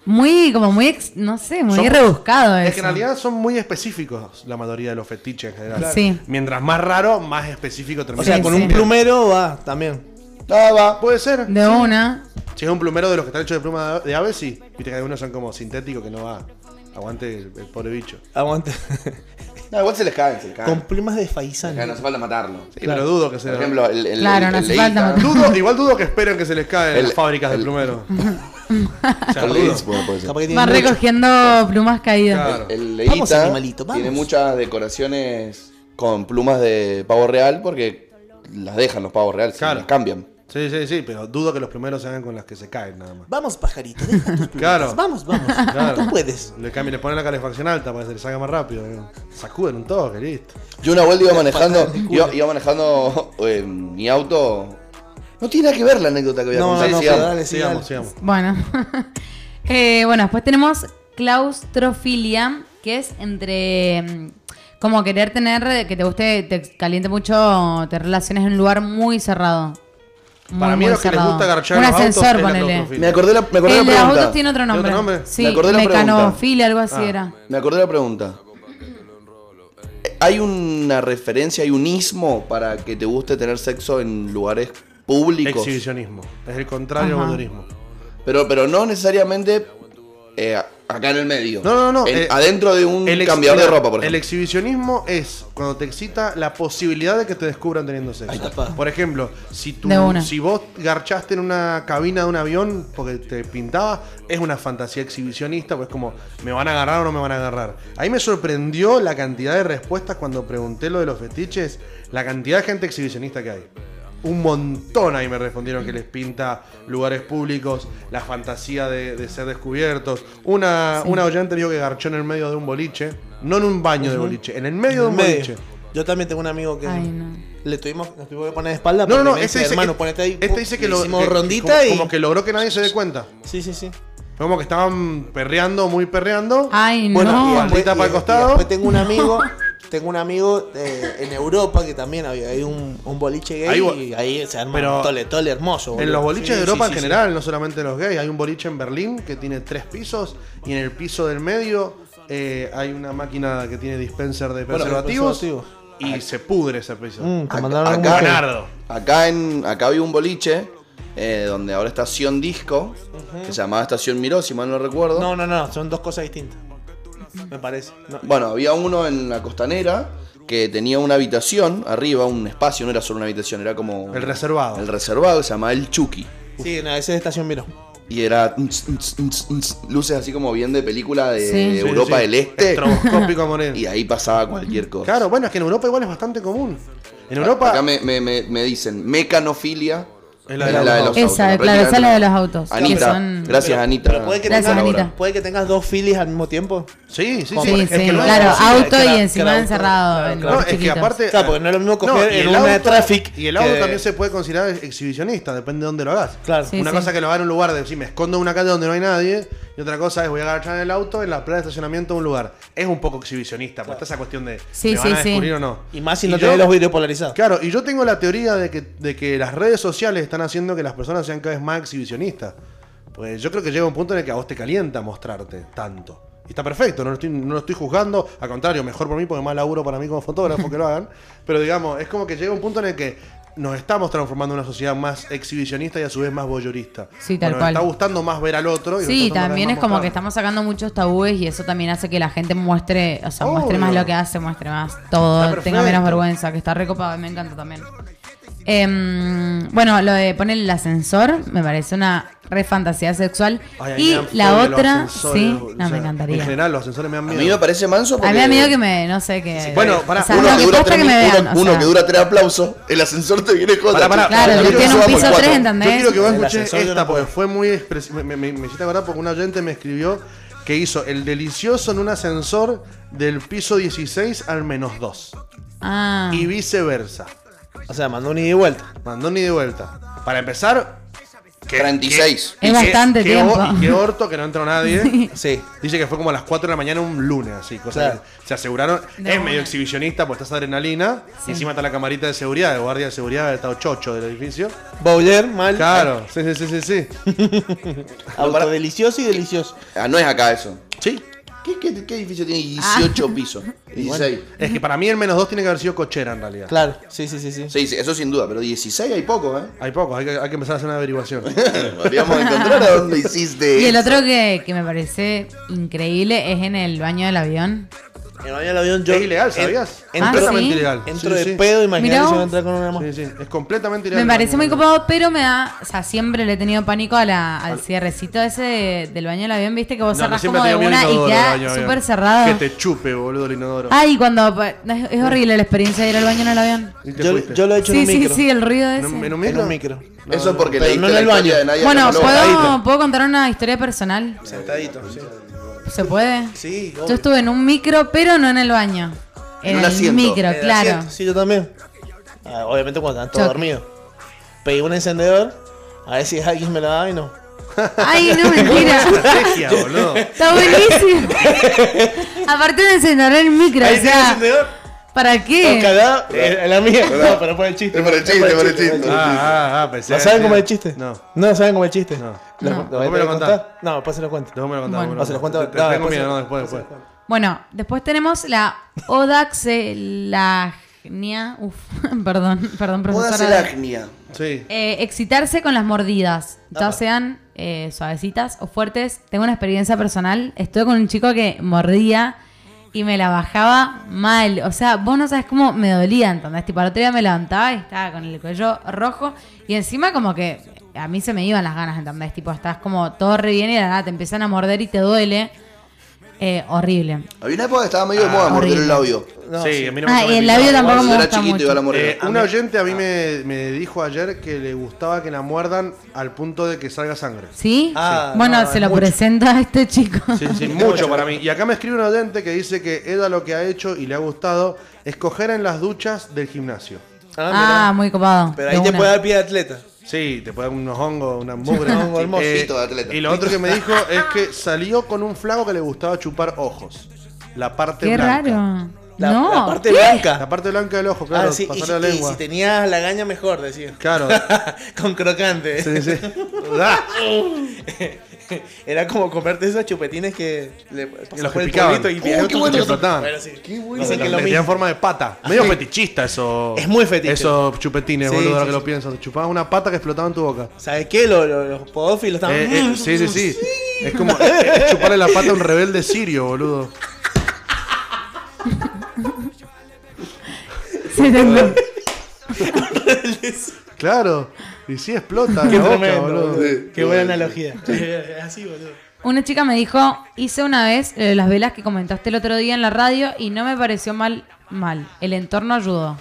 Muy, como muy, ex- no sé, muy Son- rebuscado eso. Es que en realidad son muy específicos la mayoría de los fetiches en general. Sí. Mientras más raro, más específico termina. O sea, Sí, con sí. un plumero va también. Ah, va. Puede ser. De sí. una. Si es un plumero de los que están hechos de pluma de aves, sí. Viste que algunos son como sintéticos que no va. Aguante el, el pobre bicho. Aguante. [LAUGHS] No, igual se les caen, se les caen. Con plumas de Se les caen, no faisán. hace falta matarlo. Sí, pero dudo que se Por lo- ejemplo, el. el Claro, el- no el hace falta Leita, matarlo. Dudo- igual dudo que esperen que se les caen El- las fábricas el- [LAUGHS] de plumero. O sea, el dudo. Leitz, bueno, puede ser. Capaz que tiene Va mucho. recogiendo plumas caídas. Claro. El Vamos, Leita animalito, vamos. tiene muchas decoraciones con plumas de pavo real porque las dejan los pavos reales, Claro. las cambian. Sí, sí, sí, pero dudo que los primeros se hagan con las que se caen nada más. Vamos, pajarito, [LAUGHS] deja tus plumas. Claro. Vamos, vamos. Claro. Tú puedes. Le, cambian, le ponen la calefacción alta para que se les haga más rápido. ¿no? Sacuden un toque, listo. Yo una vuelta iba manejando, iba, iba manejando eh, mi auto. No tiene nada que ver la anécdota que voy a No, contar. no, sigamos. pero dale, Sigamos, sigamos. sigamos. Bueno. [LAUGHS] Eh, bueno, después tenemos claustrofilia, que es entre mm, como querer tener, eh, que te guste, te caliente mucho, te relaciones en un lugar muy cerrado. Muy, Para mí muy lo que les cerrado. gusta agarrar Un los autos ascensor, es la ponele. claustrofilia. me acordé la, me acordé la El de pregunta. autos tiene otro nombre. nombre? Ah. Sí, Me acordé la pregunta. mecanofilia, algo así era. Me acordé la pregunta. Eh, ¿Hay una referencia, hay un ismo para que te guste tener sexo en lugares públicos? Exhibicionismo. Es el contrario Ajá. al voyeurismo. Pero, pero no necesariamente eh, acá en el medio. No, no, no, En- eh, adentro de un El ex- cambiador de mira, ropa, por El ejemplo. exhibicionismo es cuando te excita la posibilidad de que te descubran teniendo sexo. Por ejemplo, si tú, De una. si vos garchaste en una cabina de un avión porque te pintabas, es una fantasía exhibicionista, pues como, ¿me van a agarrar o no me van a agarrar? Ahí me sorprendió la cantidad de respuestas cuando pregunté lo de los fetiches, la cantidad de gente exhibicionista que hay. Un montón ahí me respondieron que les pinta lugares públicos, la fantasía de, de ser descubiertos. Una, una oyente dijo que garchó en el medio de un boliche, no en un baño de boliche, en el medio de un Medio. boliche. Yo también tengo un amigo que Ay, no. le tuvimos, nos tuvimos que poner de espalda. No, no, Ah, porque no, me este dice, dice, hermano, que, ponete ahí. este dice que Le lo hicimos que- que rondita como, y. como que logró que nadie se dé cuenta. Sí, sí, sí. Como que estaban perreando, muy perreando. Ay, y no. Maldita para el y- y costado. después tengo un amigo, tengo un amigo eh, en Europa que también había ahí un, un boliche gay Ahí vo- y ahí se arma Pero- un tole tole hermoso. En boludo. los boliches Sí, de sí, Europa sí, en sí. general, no solamente los gays. Hay un boliche en Berlín que tiene tres pisos y en el piso del medio eh, hay una máquina que tiene dispenser de Bueno, preservativos preservativos. y se pudre ese piso. Mm, te Acá- mandaron un acá- boliche. Ganardo. Acá en acá había un boliche eh, donde ahora está Sion Disco, que se llamaba Estación Miró, si mal no recuerdo. No, no, no, son dos cosas distintas. Me parece. No. Bueno, había uno en la costanera que tenía una habitación arriba, un espacio, no era solo una habitación, era como El reservado. el reservado, que se llamaba El Chucky. Sí, no, ese es Estación Miró. Y era ns, ns, ns, ns, luces así como bien de película de Sí. Sí, Europa Sí, sí. del Este. Estroboscópico a morir. [LAUGHS] Y ahí pasaba cualquier cosa. Claro, bueno, es que en Europa igual es bastante común. En Europa. Acá me, me- me- me dicen mecanofilia. Es la de los autos. Esa, claro, esa es la de los autos. que Anita, son- gracias Anita. Pero puede que, Gracias, tengas, Anita. puede que tengas dos filis al mismo tiempo. Sí, sí, sí. Sí, Es que sí, no- claro, sí, auto claro, y encima claro, encerrado. en No, lugares es que chiquitos. aparte. Claro, porque no es lo mismo coger y en el una auto- traffic Y el auto que- también se puede considerar exhibicionista, depende de dónde lo hagas. Claro. Sí, una sí. cosa que lo haga en un lugar de si me escondo en una calle donde no hay nadie, y otra cosa es voy a agarrar en el auto en la plaza de estacionamiento de un lugar. Es un poco exhibicionista, pues está esa cuestión de Sí, ¿me van sí, a sí. descubrir o no. Y más si no yo- tenés los vidrios polarizados. Claro, y yo tengo la teoría de que, de que las redes sociales están haciendo que las personas sean cada vez más exhibicionistas. Pues yo creo que llega un punto en el que a vos te calienta mostrarte tanto. Y está perfecto, no lo, estoy, no lo estoy juzgando, al contrario, mejor por mí porque más laburo para mí como fotógrafo que lo [LAUGHS] hagan. Pero digamos, es como que llega un punto en el que nos estamos transformando en una sociedad más exhibicionista y a su vez más voyeurista. Sí, tal Bueno, nos cual. está gustando más ver al otro. Y nos Sí, está gustando también más es como que mostrarnos. estamos sacando muchos tabúes y eso también hace que la gente muestre, o sea, Obvio. muestre más lo que hace, muestre más Está todo, perfecto. tenga menos vergüenza, que está recopado y me encanta también. Em, bueno, lo de poner el ascensor me parece una re fantasía sexual. Ay, a mí me dan y la fobia los otra, ascensores, sí, o no, sea, me En encantaría. general, los ascensores me dan A miedo. mí me parece manso porque... A mí me da miedo que me, no sé, que... Bueno, pará, o sea, uno, no, que que dura posta tres, que me min- uno- vean. o uno sea. que dura tres aplausos, el ascensor te viene jota. Pará, pará, chico. Claro, Yo que quiero tiene un que subamos piso el 3, cuatro. Yo ¿entendés? quiero que vos En el escuches ascensor yo esta no porque puedo. fue muy. expres- Me, me, me- me hiciste acordar porque un oyente me escribió que hizo el delicioso en un ascensor del piso 16 al menos 2 Ah, y viceversa. O sea, mandó un ida y vuelta. Mandó ni de vuelta. Para empezar, que- 36. que- Es bastante que- que o- tiempo. y que orto que no entró nadie. Sí. Dice que fue como a las 4 de la mañana un lunes, así, cosa Claro. que se aseguraron. De es una. medio exhibicionista, pues estás adrenalina. Sí. Y encima está la camarita de seguridad, el guardia de seguridad, el estado chocho del edificio. Bowler, mal. Claro, [LAUGHS] sí, sí, sí, sí. sí. Auto delicioso y delicioso. Ah, no es acá eso. Sí. ¿Qué, qué, ¿Qué edificio tiene Ah. 18 [LAUGHS] pisos? 16. Es que para mí el menos 2 tiene que haber sido cochera en realidad. Claro, sí, sí, sí, sí. Sí, sí, eso sin duda, pero 16 hay pocos, [LAUGHS] ¿eh? Hay pocos, hay que, hay que empezar a hacer una [LAUGHS] averiguación. Podríamos encontrar a dónde hiciste. Y el eso. otro que, que me parece increíble es en el baño del avión. En el avión yo. es ilegal, en- ¿sabías? en- Ah, completamente ¿sí? ilegal. Entro Sí, de sí. pedo, imagínate Mirá si vos. voy a entrar con una mujer. Sí, sí, es completamente ilegal. Me parece muy complicado copado, pero me da, o sea, siempre le he tenido pánico a la, al cierrecito ese de- del baño del avión, viste que vos cerrás como de una y queda súper Que cerrado. te chupe, boludo, el inodoro. Ay, cuando pa- no, es, es horrible la experiencia de ir al baño en el avión. Y te Yo, fuiste. yo lo he hecho Sí, en un sí, micro. sí, el ruido ese. ¿En un- en un En micro? un micro. Eso es porque pero leíste no en la el historia baño. de Nadia Bueno, Comaloba. ¿puedo, puedo contar una historia personal? Sentadito, sí. ¿Se puede? Sí, Yo obvio. estuve en un micro, pero no en el baño. En En, un el asiento. micro, En el claro. asiento, Sí, yo también. Ah, obviamente cuando están todos Choc. dormidos. Pedí un encendedor, a ver si alguien me la da y no. Ay, no, [LAUGHS] mentira. Estrategia, boludo. Está buenísimo. Aparte de encender el micro, o Ahí tiene el sea, encendedor. ¿para No, qué? cagada, eh, la mía. ¿Verdad? No, pero por el chiste. Es por el chiste, por el chiste. Ah, ah, ah, pensé. ¿No saben cómo es el chiste? No. No saben cómo es el chiste. No. ¿Lo, No. lo voy ¿Vos me lo a tener que contás? contar? No, después se lo cuento. Después me lo contás, Bueno. boludo. No, Ah, se los cuento. Te- te- no, Tengo después se- miedo, no, después, después. Bueno, después tenemos la odaxelagnia. Uf, [LAUGHS] perdón, perdón, Moda profesora. celagnia. Sí. Eh, excitarse con las mordidas, ya sean eh, suavecitas o fuertes. Tengo una experiencia personal. Estuve con un chico que mordía y me la bajaba mal. O sea, vos no sabes cómo me dolía, ¿entendés? Tipo, al otro día me levantaba y estaba con el cuello rojo. Y encima como que a mí se me iban las ganas, ¿entendés? Tipo, estás como todo re bien y de la nada te empiezan a morder y te duele. Eh, horrible. Había una época que estaba Ah, medio de moda morder el labio. No, sí, sí. a mí no me Ah, y come el picado. labio tampoco Cuando me era gusta chiquito iba a la mucho. morder. Eh, una oyente a Ah. mí me, me dijo ayer que le gustaba que la muerdan al punto de que salga sangre. ¿Sí? Ah, bueno, no, se es lo mucho. presento a este chico. Sí, sí, [LAUGHS] mucho para mí. Y acá me escribe un oyente que dice que Eda lo que ha hecho y le ha gustado es coger en las duchas del gimnasio. Ah, mirá. Ah, muy copado. pero de ahí te una. puede dar pie de atleta. Sí, te pueden unos hongos, unas mugres. Un hongo hermoso. Eh, Pito de atleta. y lo otro que me [LAUGHS] dijo es que salió con un flaco que le gustaba chupar ojos. La parte Qué blanca. raro. La, no. la parte [LAUGHS] La blanca. parte blanca del ojo, claro, Ah, sí. Y, pasar si- la y lengua. si tenías la gaña, mejor, decía. [LAUGHS] Claro. Con crocante. Sí, [LAUGHS] sí. Ah, Era como comerte esos chupetines que le pasas los que por el picaban. polvito y Uh, te- qué bueno que flotaban. Bueno, sí. no, Dicen que los que lo mismo. tenían forma de pata. Medio fetichista eso. Es muy fetiche. Esos chupetines, Sí, boludo, sí, ahora que sí. lo pienso. Te chupabas una pata que explotaba en tu boca. ¿Sabes qué? Los, los, los podófilos estaban. Eh, eh, sí, sí, sí, Es como es chuparle la pata a un rebelde sirio, boludo. Sí, tengo- [LAUGHS] Claro. Y sí explota Qué la boca, tremendo, boludo. boludo. Qué Eh, buena analogía. Es Así, boludo. Una chica me dijo, hice una vez eh, las velas que comentaste el otro día en la radio y no me pareció mal, mal. El entorno ayudó.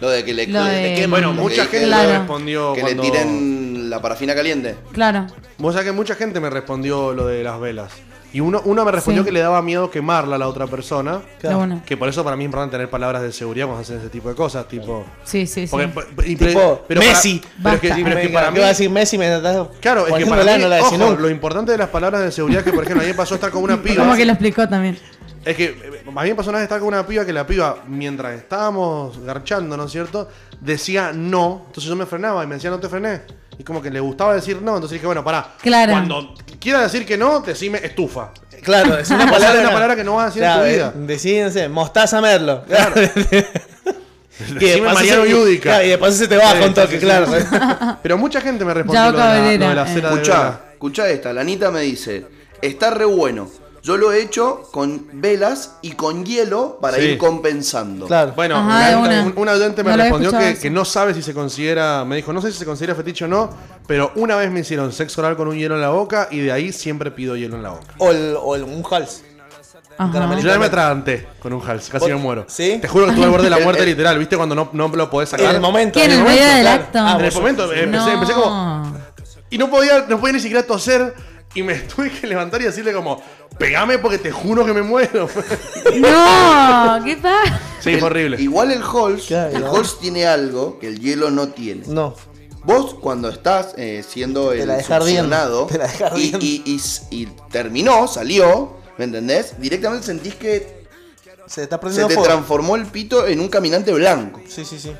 Lo de que le, Lo le- le de- quemen, Bueno, lo que mucha gente dicen, Claro. me respondió Que cuando... le tiren la parafina caliente. Claro. Vos sabés que mucha gente me respondió lo de las velas. Y uno, una me respondió Sí. que le daba miedo quemarla a la otra persona. Claro. De una. Que por eso para mí es importante tener palabras de seguridad cuando hacen ese tipo de cosas, tipo... Sí, sí, sí. Porque- y- Tipo, para- Messi. pero es que, Basta. pero es que Venga, para ¿qué mí... va a decir Messi me estás Claro, es que poniendo para la- mí, no la ojo, decís nunca. lo importante de las palabras de seguridad es que, por ejemplo, a mí me pasó a estar con una piba. Como que lo explicó también. Es que eh, a mí me pasó una vez estar con una piba que la piba, mientras estábamos garchando, ¿no es cierto? Decía no, entonces yo me frenaba y me decía no te frené. Y como que le gustaba decir no, entonces dije, bueno, pará. Claro. Cuando quiera decir que no, decime estufa. [LAUGHS] Claro, es una O sea, palabra, una palabra que no vas a decir en tu eh, vida. Decí, no sé, mostaza merlo. Claro. [LAUGHS] Decime Mariano Yudica. y de paso se te baja Sí, un toque, sí, sí, claro. sí. [LAUGHS] Pero mucha gente me respondió Yao lo de la, Cabrera, lo de la eh. cera de vela. Escuchá, escuchá esta. La Anita me dice, está re bueno. Yo lo he hecho con velas y con hielo para Sí. ir compensando. Claro. Bueno, Ajá, de una, una. un- un oyente me No lo había respondió escuchado que, eso. que no sabe si se considera, me dijo, no sé si se considera fetiche o no, pero una vez me hicieron sexo oral con un hielo en la boca y de ahí siempre pido hielo en la boca. O, el, o el, un hals. Ajá. Yo ya me atraganté con un hals, casi me muero. ¿Sí? Te juro que estuve al borde de la muerte literal, ¿viste? Cuando no, no lo podés En sacar. el momento. ¿Qué, Eh, en el medio momento, del claro. acto? Ah, En el vos- momento eh, empecé, empecé como... Y no podía, no podía ni siquiera toser y me [LAUGHS] tuve que levantar y decirle como, pegame porque te juro que me muero. [LAUGHS] No, [LAUGHS] ¿qué pasa? sí, fue horrible. Igual el Halls, Claro. el Halls tiene algo que el hielo no tiene. No. Vos cuando estás eh, siendo el la deja ardiendo, succionado te la deja y, ardiendo. y- y s- y terminó, salió, ¿me entendés? Directamente sentís que Se está se prendiendo te fuego. transformó el pito en un caminante blanco. Sí, sí, sí.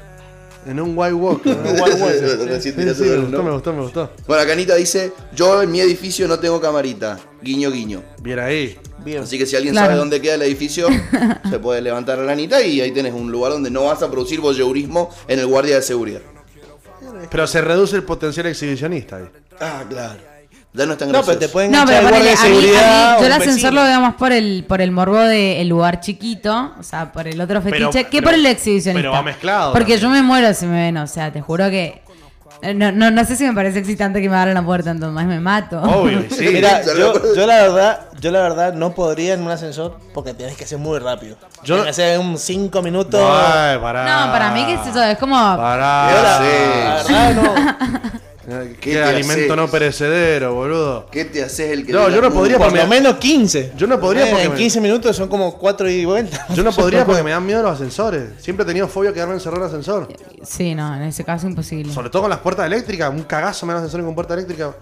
En un white walk. ¿no? Así Sí, tirás sí, sobre me el gustó, me nombre. gustó, me gustó. Bueno, Canita dice, yo en mi edificio no tengo camarita. Guiño, guiño. Bien ahí. Bien. Así que si alguien Claro. sabe dónde queda el [LAUGHS] edificio, se puede levantar la lanita y ahí tenés un lugar donde no vas a producir voyeurismo en el guardia de seguridad. Pero se reduce el potencial [LAUGHS] exhibicionista ahí. Ah, claro. Ya no es tan No, gracioso. pero te pueden No, pero echar el ponele, guardia de a mí- a seguridad. mí, o yo el el ascensor vecino. lo veo más por el, por el morbo del lugar chiquito, o sea, por el otro fetiche, Pero- que pero- por el exhibicionista. pero va mezclado Porque también. yo me muero si me ven, o sea, te juro que. eh, No, no, no sé si me parece excitante que me abran la puerta, entonces más me mato. [LAUGHS] Obvio, y sí. [LAUGHS] Mira, Sí, yo, yo la verdad, yo la verdad no podría en un ascensor porque tienes que ser muy rápido. Yo- Yo que hacer un 5 minutos. Ay, pará. No, para mí que es eso, es como. Yo Pará. la- Ah, sí. la verdad, no. Qué, ¿Qué te alimento haces? no perecedero, boludo. ¿Qué te haces el que "Uh, No, viene yo no a tu- podría Por porque lo me- menos 15. Yo no podría Eh, porque En me- 15 minutos son como 4 y vuelta. [LAUGHS] Yo no podría porque me dan miedo los ascensores. Siempre he tenido fobia a quedarme encerrado en el ascensor. Eh. Sí, no, en ese caso imposible. Sobre todo con las puertas eléctricas. Un cagazo me dan ascensor con puerta eléctrica.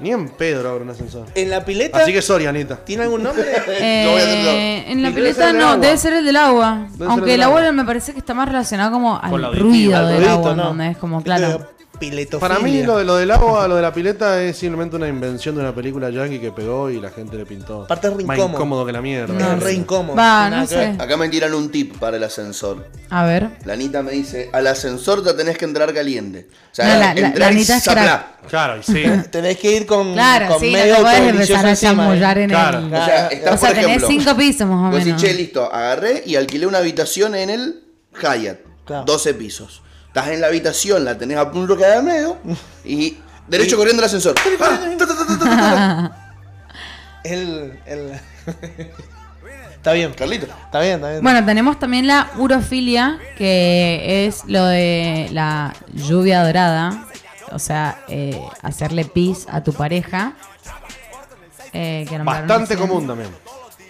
Ni en pedo abro un ascensor. En la pileta. Así que sorry, Anita. ¿Tiene algún nombre? Eh, Yo voy a hacer en la Y debe ser pileta el del no, agua. debe ser el del agua. ser el Aunque el del agua agua. me parece que está más relacionado como al Con la auditiva, ruido al del Rodito, agua, ¿no? ¿entendés? Como, claro. Piletofilia. Para mí lo, de- lo del agua, lo de la pileta es simplemente una invención de una película yankee que pegó y la gente le pintó. Aparte es re Más incómodo. incómodo que la mierda. No, re incómodo. Va, Nada no que ver. sé. Acá me tiran un tip para el ascensor. A ver. La Anita me dice, al ascensor te tenés que entrar caliente. O sea, No, la- la- entrar la y Anita es zaplá. crack. Claro, y sí. Tenés que ir con, Claro, con sí, no medio te puedes cobrilloso empezar a encima, chamullar en Claro. el. O sea, está, o por sea, tenés ejemplo, cinco pisos más o Vos menos. decís, che, listo, agarré y alquilé una habitación en el Hyatt. Claro. 12 pisos. Estás en la habitación, la tenés a punto de quedar medio y derecho corriendo el ascensor. Ah, ta, ta, ta, ta, ta, ta. eh. El, el... [LAUGHS] está bien. Carlito. Está bien, está bien. Bueno, tenemos también la urofilia, que es lo de la lluvia dorada, o sea, eh, hacerle pis a tu pareja. eh, que nombraron Bastante recién. común también.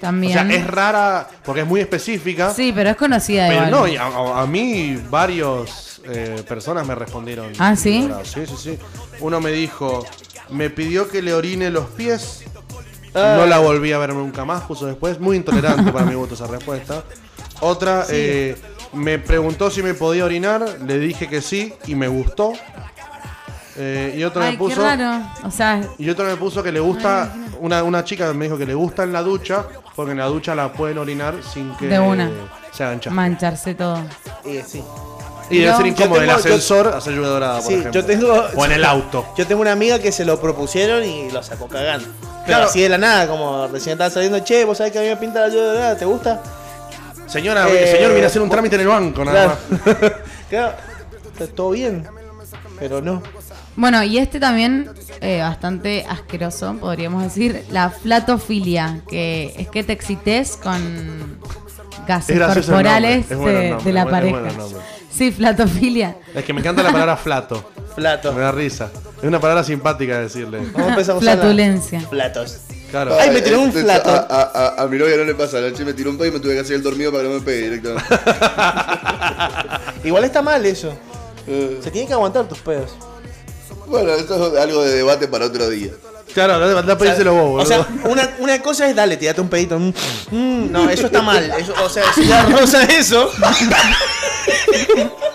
También. O sea, es rara porque es muy específica. Sí, pero es conocida Pero igual. no, y a, a- a mí varios eh, personas me respondieron. Ah, ¿sí? Sí, sí, sí. Uno me dijo, me pidió que le orine los pies. No la volví a ver nunca más, puso después. Muy intolerante para mi gusto esa respuesta. Otra, eh, me preguntó si me podía orinar, le dije que sí y me gustó. Eh, y otra Ay, me qué puso... raro. O sea, Y otra me puso que le gusta, una, una chica me dijo que le gusta en la ducha, porque en la ducha la pueden orinar sin que De una. se hagan chascos. mancharse todo. Eh, sí. Y debe Yo- ser incómodo yo el tengo- ascensor hacer lluvia dorada, por Sí, ejemplo. yo tengo- O en el auto. Yo tengo una amiga que se lo propusieron y lo sacó cagando. Pero Claro. así de la nada, como recién estaba saliendo, che, vos sabés que a mí me pinta la ayuda de verdad, ¿te gusta? Señora, Eh, señor, viene a hacer un trámite en el banco, nada más. claro, está todo bien, pero no. Bueno, y este también eh, bastante asqueroso, podríamos decir, la flatofilia, que es que te excites con gases Es gracioso el corporales nombre, es bueno el de, nombre, de la es bueno- es pareja. bueno el nombre. sí, flatofilia. Es que me encanta la palabra flato. Plato. Me da risa. Es una palabra simpática decirle. Vamos a empezar a usar la- Flatulencia. Platos. Claro. Ay, me tiró un Este, flato. A, a- a- a mi novia no le pasa, anoche me tiró un pay y me tuve que hacer el dormido para que no me pegue directamente. Igual está mal eso. Eh, Se tiene que aguantar tus pedos. bueno, eso es algo de debate para otro día. Claro, anda anda a pedírselo vos, boludo. O sea, una, una cosa es dale, tirate un pedito. mm, mm, no, eso está mal. Eso, o sea, si [LAUGHS] ya rosa eso.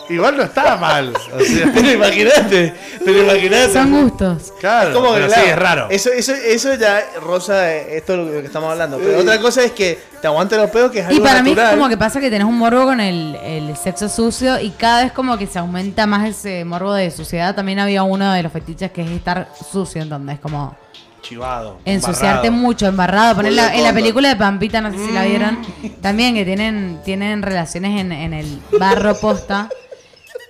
Igual no está mal. O sea, Pero imagínate. Pero imagínate. Son gustos. claro. ¿Cómo pero claro, sí, es raro. Eso, eso, eso ya rosa eh, esto es lo que- lo que estamos hablando. Eh. Pero otra cosa es que te aguanten los pedos, que es algo Y para mí es natural. como que pasa que tenés un morbo con el, el sexo sucio y cada vez como que se aumenta más ese morbo de suciedad. También había uno de los fetiches que es estar sucio, entonces como Chivado. ensuciarte embarrado. mucho, embarrado. Poner la- en la Condón. película de Pampita, no sé si la vieron, Mm. también que tienen, tienen relaciones en, en el barro posta.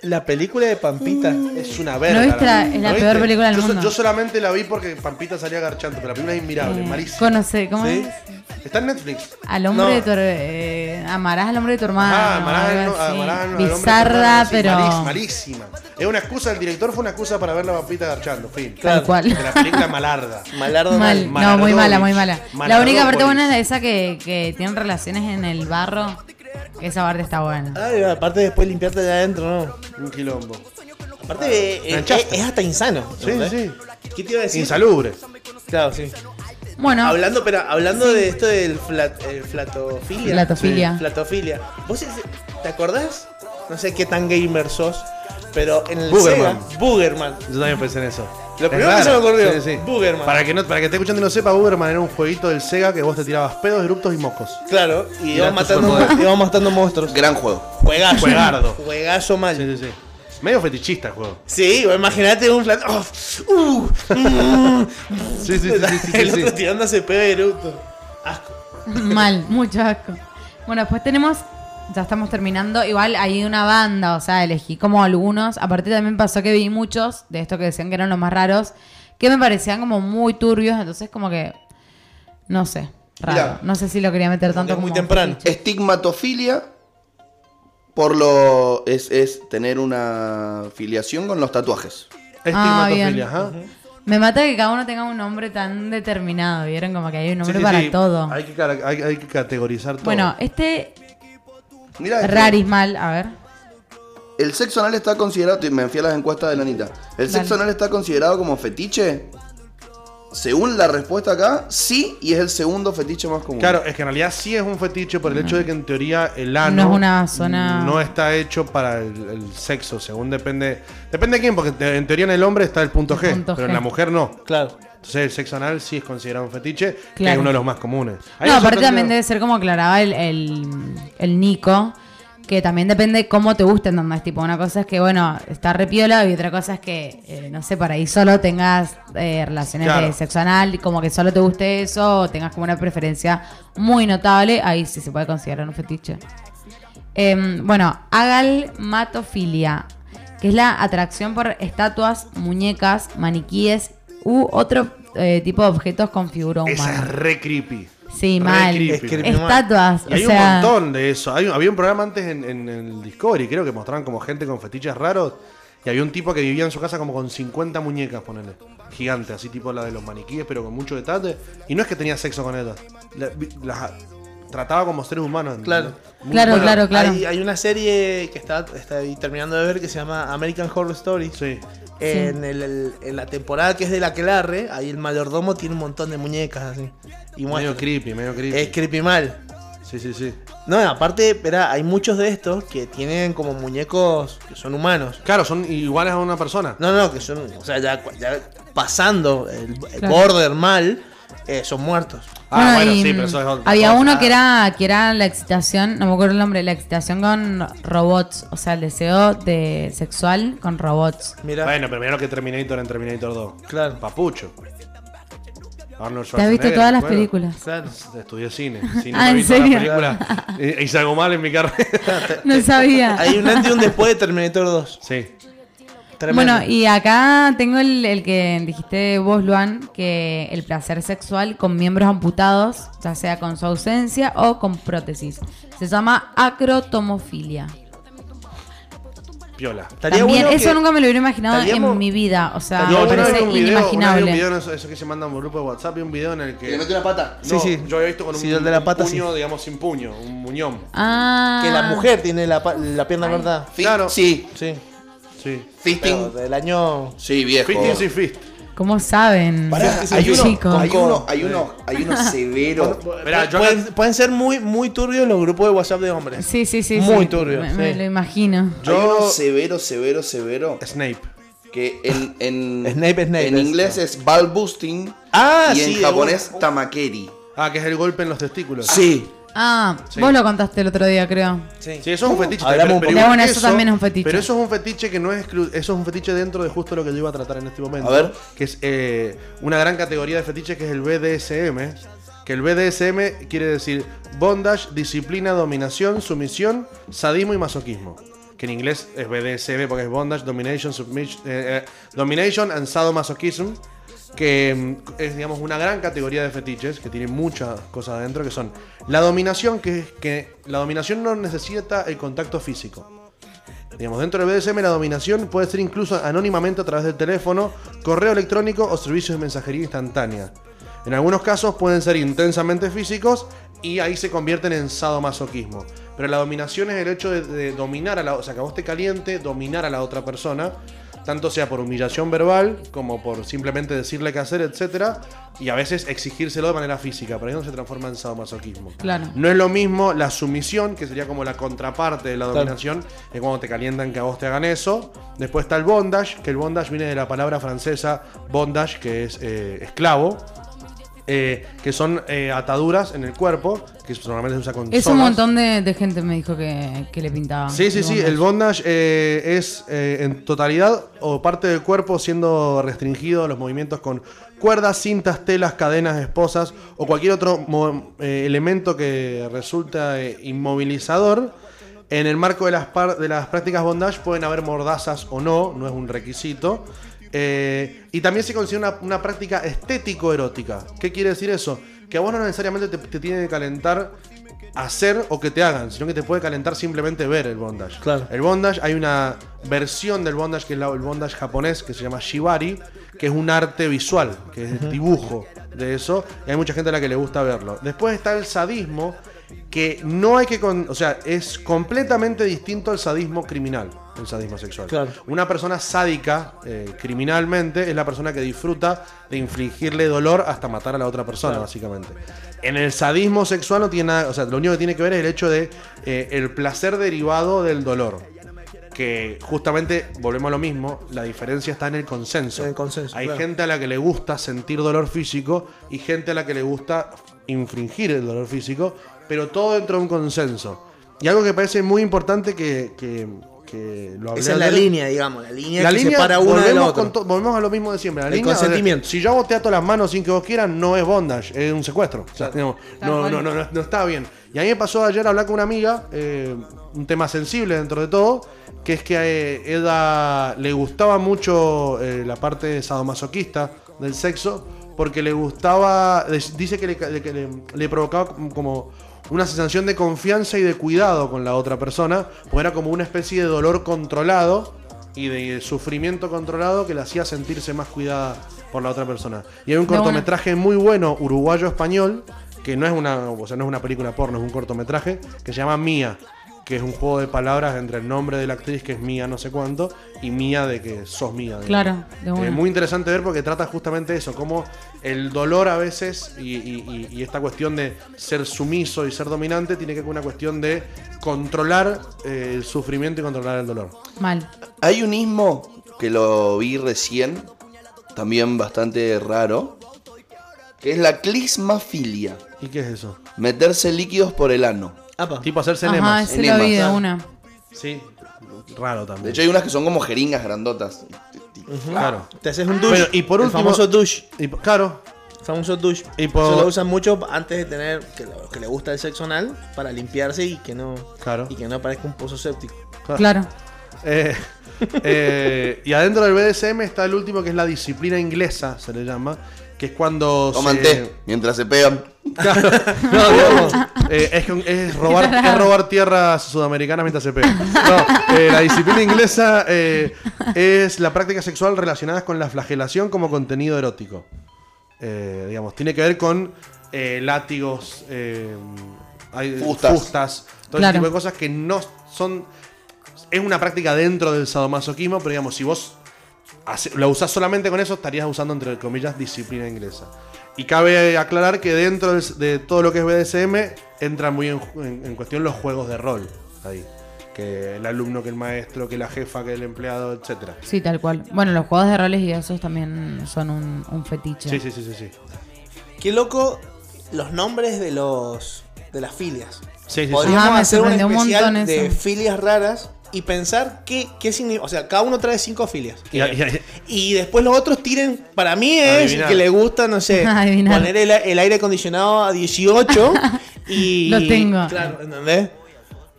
La película de Pampita es una verga. ¿No viste la- la, Mm. es la peor película del yo, so- mundo? yo solamente la vi porque Pampita salía garchante, pero la película es inmirable, Eh, malísima. conoce, ¿cómo ¿Sí? es? Está en Netflix. Al hombre No. de tu her- eh, amarás al hombre de tu hermano. Ah, Marano, algo ah, así. Marano, el hombre Bizarra, que pero está mal- sí, malís- malísima. Es una excusa del director, fue una excusa para ver la Pampita garchando, fin. tal cual. De la película malarda. [LAUGHS] Malardo Mal, mal. no, muy mala, muy mala. La única parte Malardópolis. buena es esa que, que tienen relaciones en el barro. Esa parte está buena. Ay, aparte Ah, después limpiarte de adentro, ¿no? Un quilombo. Aparte eh, eh, es, Manchaste. es hasta insano. Sí, ¿no? sí. ¿Qué te iba a decir? Insalubre. Claro, sí. Bueno, Hablando, pero hablando de esto del flat, el flatofilia. Flatofilia. Sí, flatofilia. ¿Vos es- te acordás? No sé qué tan gamer sos, pero en el Boogerman. Sega, Boogerman. Yo también pensé en eso. Lo primero que se me raro. ocurrió, Sí, sí. Boogerman. Para que no, para que esté escuchando y no sepa, Uberman era un jueguito del Sega que vos te tirabas pedos, eruptos y moscos. Claro, y íbamos tu matando, superpoder. íbamos matando monstruos. Gran juego. Juegazo. [LAUGHS] Juegardo. Juegazo mal. Sí, sí, sí. Medio fetichista el juego. Sí, o imagínate un flat. ¡Oh! ¡Uh! mm, Sí, sí, sí, sí, [LAUGHS] sí, el sí, otro sí. tirándose pedo de eructo. Asco. [LAUGHS] Mal, mucho asco. Bueno, después tenemos, ya estamos terminando, igual hay una banda, o sea, elegí como algunos. Aparte también pasó que vi muchos de estos que decían que eran los más raros, que me parecían como muy turbios, entonces como que, no sé, raro. Mirá. no sé si lo quería meter tanto Es muy como temprano. [LAUGHS] fetiche. Estigmatofilia por lo es, es tener una filiación con los tatuajes. Estigmatofilia, Ah, ajá. Me mata que cada uno tenga un nombre tan determinado, vieron como que hay un Sí, nombre sí, para sí. todo. Hay que, cara- hay, hay que categorizar todo. Bueno, este Mirá, este, rarismal, a ver. El sexo anal está considerado, me fui a las encuestas de la Anita. El sexo Dale. anal está considerado como fetiche. Según la respuesta acá, sí, y es el segundo fetiche más común. Claro, es que en realidad sí es un fetiche por el hecho de que en teoría el ano No es una zona- no está hecho para el, el sexo, según depende depende de quién, porque te- en teoría en el hombre está el punto El G, punto pero G. en la mujer no. Claro. Entonces el sexo anal sí es considerado un fetiche, que Claro. es uno de los más comunes. Hay No, otro aparte también término- debe ser como aclaraba el, el, el Nico, que también depende cómo te guste, ¿entendés? Tipo, una cosa es que, bueno, está repiola y otra cosa es que, eh, no sé, para ahí solo tengas eh, relaciones Claro. de sexo anal, y como que solo te guste eso, o tengas como una preferencia muy notable, ahí sí se puede considerar un fetiche. Em, bueno, agalmatofilia, que es la atracción por estatuas, muñecas, maniquíes u otro eh, tipo de objetos con figura Esa humana. es re creepy. Sí, Re mal. creepy. Es que- Estatuas. Y hay o sea, un montón de eso. Hay- había un programa antes en, en el Discovery, creo que mostraban como gente con fetiches raros. Y había un tipo que vivía en su casa como con 50 muñecas, ponele. Gigante, así tipo la de los maniquíes, pero con mucho detalle. Y no es que tenía sexo con ellas. La- vi- Las trataba como seres humanos. Claro. Muy Claro, bueno. claro, claro. Hay, hay una serie que está, está ahí terminando de ver que se llama American Horror Story. Sí. En, el- el- en la temporada que es de la Aquelarre, ahí el mayordomo tiene un montón de muñecas así. Y muestra. Medio creepy, medio creepy. Es creepy mal. Sí, sí, sí. No, aparte, espera, hay muchos de estos que tienen como muñecos que son humanos. Claro, son iguales a una persona. No, no, que son, o sea, ya, ya pasando el, el Claro. border mal, eh, son muertos. bueno, Ah, bueno, y, sí, pero eso es otra Había cosa. Ah, uno que era, que era la excitación, no me acuerdo el nombre, la excitación con robots. O sea, el deseo de sexual con robots. Mira, Bueno, pero primero que Terminator en Terminator 2. Claro. Papucho. Arnold ¿Te has visto Schwarzenegger, todas las bueno. películas? claro. [LAUGHS] Estudié cine. cine Ah, no ¿en vi todas las serio? películas. Eh, Hice algo mal en mi [LAUGHS] carrera. No sabía. Hay un antes y un después de Terminator 2. sí. Tremendo. Bueno, y acá tengo el, el que dijiste vos, Luan, que el placer sexual con miembros amputados, ya sea con su ausencia o con prótesis. Se llama acrotomofilia. Piola. Estaría También, bueno eso que- nunca me lo hubiera imaginado estaríamos- en mi vida. O sea, Yo me una vez vi parece un video- una vez vi inimaginable. un video en eso, eso que se manda a un grupo de WhatsApp, vi un video en el que. Que le mete una pata. Sí, No, sí. Yo había visto con un, Sí, el de la un pata, puño, digamos, sin puño, un muñón. Ah. que la mujer tiene la, pa- la pierna cortada. Fi- Claro. Sí, Sí. Sí. Pero fisting. del año. Sí, viejo. Fisting sin fist. ¿Cómo saben? Pará, Sí, hay, uno, chicos. hay uno, hay uno, hay uno [LAUGHS] severo. Verá, yo acá- pueden, pueden ser muy, muy turbios los grupos de WhatsApp de hombres. Sí, sí, sí. Muy sí. turbio, Me, me sí. lo imagino. Hay Yo- uno severo, severo, severo. Snape. Que en, en, Snape, Snape, en es- inglés es ball boosting Ah, y sí. en de japonés una- tamakeri. Ah, que es el golpe en los testículos. Sí. Ah, vos lo contaste el otro día, creo. Sí. Sí, eso es un fetiche. Hablamos un poco. Ya, bueno, eso también es un fetiche. Pero eso es un fetiche que no es exclu- Eso es un fetiche dentro de justo lo que yo iba a tratar en este momento. A ver. Que es eh, una gran categoría de fetiches que es el BDSM. Que el BDSM quiere decir bondage, disciplina, dominación, sumisión, sadismo y masoquismo. Que en inglés es BDSM porque es bondage, domination, submission, eh, eh, domination and sadomasochism. Que mm, es, digamos, una gran categoría de fetiches que tiene muchas cosas adentro que son la dominación, que es que la dominación no necesita el contacto físico. Digamos, dentro del BDSM la dominación puede ser incluso anónimamente a través del teléfono, correo electrónico o servicios de mensajería instantánea. En algunos casos pueden ser intensamente físicos y ahí se convierten en sadomasoquismo. Pero la dominación es el hecho de, de dominar a la... O sea, que a vos te caliente, dominar a la otra persona. tanto sea por humillación verbal como por simplemente decirle qué hacer, etc. Y a veces exigírselo de manera física, pero ahí no se transforma en sadomasoquismo. Claro. No es lo mismo la sumisión, que sería como la contraparte de la dominación, que cuando te calientan que a vos te hagan eso. Después está el bondage, que el bondage viene de la palabra francesa bondage, que es eh, esclavo. eh, que son eh, ataduras en el cuerpo, que normalmente se usa con Es un sogas. montón de, de gente me dijo que, que le pintaba. Sí, sí, sí. El bondage eh, es eh, en totalidad o parte del cuerpo siendo restringido a los movimientos con cuerdas, cintas, telas, cadenas, esposas o cualquier otro mo- eh, elemento que resulta eh, inmovilizador. En el marco de las, par- de las prácticas bondage pueden haber mordazas o no, no es un requisito. Eh, y también se considera una, una práctica estético-erótica. ¿Qué quiere decir eso? Que a vos no necesariamente te, te tiene que calentar hacer o que te hagan, sino que te puede calentar simplemente ver el bondage. Claro. El bondage, hay una versión del bondage que es la- el bondage japonés que se llama shibari, que es un arte visual, que es el dibujo de eso, y hay mucha gente a la que le gusta verlo. Después está el sadismo, que no hay que, con- o sea, es completamente distinto al sadismo criminal, el sadismo sexual. Claro. Una persona sádica eh, criminalmente es la persona que disfruta de infligirle dolor hasta matar a la otra persona, básicamente. En el sadismo sexual no tiene nada, o sea, lo único que tiene que ver es el hecho de eh, el placer derivado del dolor. Que justamente, volvemos a lo mismo, la diferencia está en el consenso. En el consenso, Hay claro. gente a la que le gusta sentir dolor físico y gente a la que le gusta infringir el dolor físico, pero todo dentro de un consenso. Y algo que parece muy importante que, que, que lo hablé Esa es la ayer- línea, digamos, la línea la que línea, separa una de la volvemos, otra. con to- volvemos a lo mismo de siempre. La El línea, consentimiento. o sea, si yo a vos te ato las manos sin que vos quieras, no es bondage, es un secuestro. O sea, no, Tal no, cual. no, no, no- no está bien. Y a mí me pasó ayer hablar con una amiga, eh, un tema sensible dentro de todo, que es que a Eda le gustaba mucho eh, la parte sadomasoquista del sexo, porque le gustaba, des- dice que le, ca- le- que le- le provocaba como una sensación de confianza y de cuidado con la otra persona, porque era como una especie de dolor controlado y de sufrimiento controlado que la hacía sentirse más cuidada por la otra persona. Y hay un De una. cortometraje muy bueno, uruguayo-español, que no es una, o sea, no es una película porno, es un cortometraje, que se llama Mía, que es un juego de palabras entre el nombre de la actriz, que es Mía no sé cuánto, y Mía de que sos mía. digamos. Claro, de Eh, una. muy interesante ver porque trata justamente eso, cómo el dolor a veces y, y- y- y esta cuestión de ser sumiso y ser dominante tiene que ver con una cuestión de controlar eh, el sufrimiento y controlar el dolor. Mal. Hay un ismo que lo vi recién, también bastante raro, que es la clismafilia. ¿Y qué es eso? Meterse líquidos por el ano. Apa. Tipo hacerse Ajá, enemas. ese lo vi de Enemas. una. Sí. Raro De también. hecho, hay unas que son como jeringas grandotas. claro. Te haces un douche. Bueno, y por último- El famoso douche. Y, po- claro. Famoso douche. Y por- Eso lo usan mucho antes de tener. Que lo- que le gusta el sexo anal. Para limpiarse y que no. Claro. Y que no aparezca un pozo séptico. Ah. Claro. Eh, eh, y adentro del BDSM está el último que es la disciplina inglesa, se le llama, que es cuando Toman se- té mientras se pegan. Claro. No, digamos, eh, es, que- es robar, es robar tierras sudamericanas mientras se pega. No, eh, la disciplina inglesa eh, es la práctica sexual relacionada con la flagelación como contenido erótico. Eh, digamos, tiene que ver con eh, látigos, eh, hay- Fustas. fustas, todo ese Claro. tipo de cosas que no son... Es una práctica dentro del sadomasoquismo, pero digamos, si vos Hace- lo usás solamente con eso, estarías usando, entre comillas, disciplina inglesa. Y cabe aclarar que dentro del- de todo lo que es BDSM, entran muy en, ju- en- en cuestión los juegos de rol. Ahí. Que el alumno, que el maestro, que la jefa, que el empleado, etc. Sí, tal cual. Bueno, los juegos de roles y esos también son un, un fetiche. Sí, sí, sí, sí. sí. Qué loco los nombres de los de las filias. Sí, sí, Podríamos Ah, me hacer un sorprendió un especial montón de eso. filias raras y pensar qué, qué significa. O sea, cada uno trae cinco filias. Y- y- Y después los otros tiren. Para mí es Adivinar. que le gusta, no sé, [LAUGHS] Adivinar. poner el, el aire acondicionado [LAUGHS] a 18 y. Lo tengo. Claro, ¿entendés?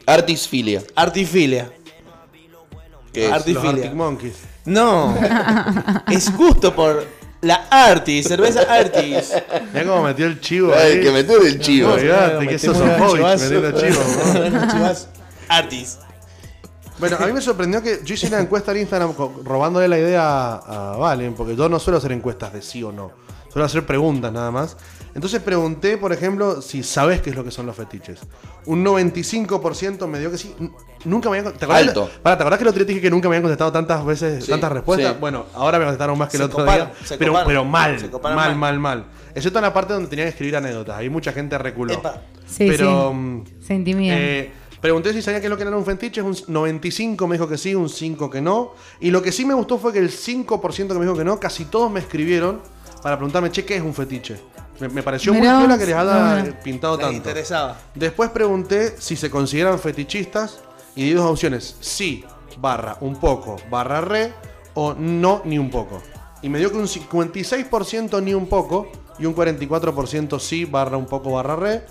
Artisfilia. Artifilia. Que es? los Arctic Artifilia. Monkeys. [LAUGHS] No. es justo por la Artis, cerveza Artis. Mirá cómo metió el chivo. Ay, ahí. que meter el chivo. Olvidate que sos un hobbit metiendo chivo. ¿no? Artis. Bueno, a mí me sorprendió que yo hice una encuesta en Instagram co- robándole la idea a, a Valen, porque yo no suelo hacer encuestas de sí o no. suelo hacer preguntas nada más. Entonces pregunté, por ejemplo, si sabes qué es lo que son los fetiches. Un 95% me dio que sí. N- Nunca me habían contestado. ¿Te acordás, Alto. Pará, ¿te acordás que el otro día te dije que nunca me habían contestado tantas veces, Sí, tantas respuestas? sí. Bueno, ahora me contestaron más que el Se otro coparon, día. se pero, coparon. pero mal, Se mal, coparon mal, mal, mal. Excepto en la parte donde tenía que escribir anécdotas. Ahí mucha gente reculó. Epa. Sí, pero. sí. mm, Se intimidan. eh, pregunté si sabía que lo que era un fetiche, un 95 me dijo que sí, un 5 que no. Y lo que sí me gustó fue que el 5% que me dijo que no, casi todos me escribieron para preguntarme, che, ¿qué es un fetiche? Me, me pareció Mirá muy piola vos, que les haya no, eh, pintado Les tanto. interesaba. Después pregunté si se consideran fetichistas y di dos opciones, sí, barra, un poco, barra re, o no, ni un poco. Y me dio que un 56% ni un poco y un 44% sí, barra, un poco, barra, re.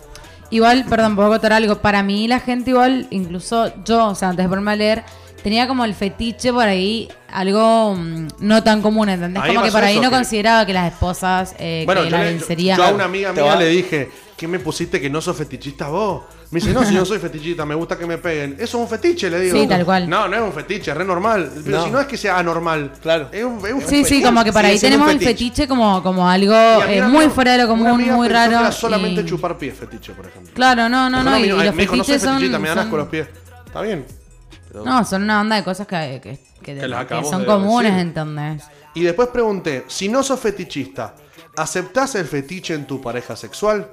Igual, perdón, puedo contar algo. Para mí, la gente, igual, incluso yo, o sea, antes de ponerme a leer, tenía como el fetiche por ahí, algo mm, no tan común, ¿entendés? Ahí como que pasó por ahí eso, no que- consideraba que las esposas, eh, Bueno, que yo, la le- lencería. yo a una amiga Te mía va- le dije, ¿qué me pusiste que no sos fetichista vos? Me dice, no, si yo soy fetichista, me gusta que me peguen. Eso es un fetiche, le digo. Sí, tal cual. No, no es un fetiche, es re normal. Pero No. si no es que sea anormal. Claro. Es un, es un Sí, sí, fetiche. como que por sigue ahí siendo un tenemos el fetiche. fetiche como, como algo Y a mí eh, una muy amiga- fuera de lo una común, amiga muy pensó que raro. era solamente y- chupar pies fetiche, por ejemplo. Claro, no, no, Pero no. una Y, amiga- los me dijo, no soy fetiches son. fetichista, me dan asco son- los pies. Está bien. No, son una banda de cosas que, que- que- Que las que acabamos son de comunes, decir. ¿entendés? Y después pregunté, si no sos fetichista, ¿aceptás el fetiche en tu pareja sexual?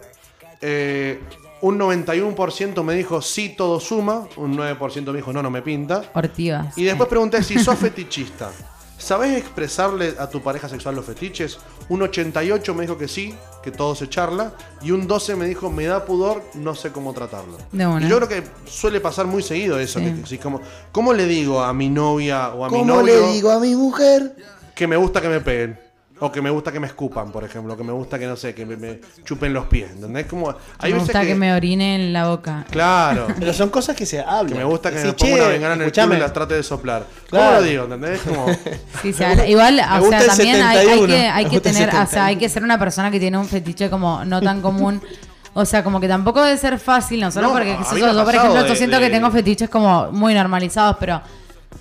Eh, un 91% me dijo, sí, todo suma. Un 9% me dijo, no, no me pinta. Ortivas. Y después pregunté si sos fetichista. ¿Sabés expresarle a tu pareja sexual los fetiches? Un 88 me dijo que sí, que todo se charla. Y un 12 me dijo, me da pudor, no sé cómo tratarlo. De una. Y yo creo que suele pasar muy seguido eso. Sí. que- que sí, como, ¿Cómo le digo a mi novia o a mi ¿Cómo novio le digo a mi mujer? que me gusta que me peguen? O que me gusta que me escupan, por ejemplo. Que me gusta que, no sé, que me, me chupen los pies. ¿Entendés? Como, hay me veces gusta que... me orine en la boca. Claro. Pero son cosas que se hablan. Que me gusta que Decís, me ponga una "Che, bengala en el culo escuchame, y la trate de soplar. ¿Cómo Claro. lo digo? ¿Entendés? Como... Sí, o sea, igual, Me o gusta sea, el también hay, hay 71, que, hay me que gusta el tener, o sea, hay 71. que ser una persona que tiene un fetiche como no tan común. O sea, como que tampoco debe ser fácil, no solo No, porque a qué sé mí yo, me ha yo, por pasado ejemplo, yo de- siento de- que tengo fetiches como muy normalizados, pero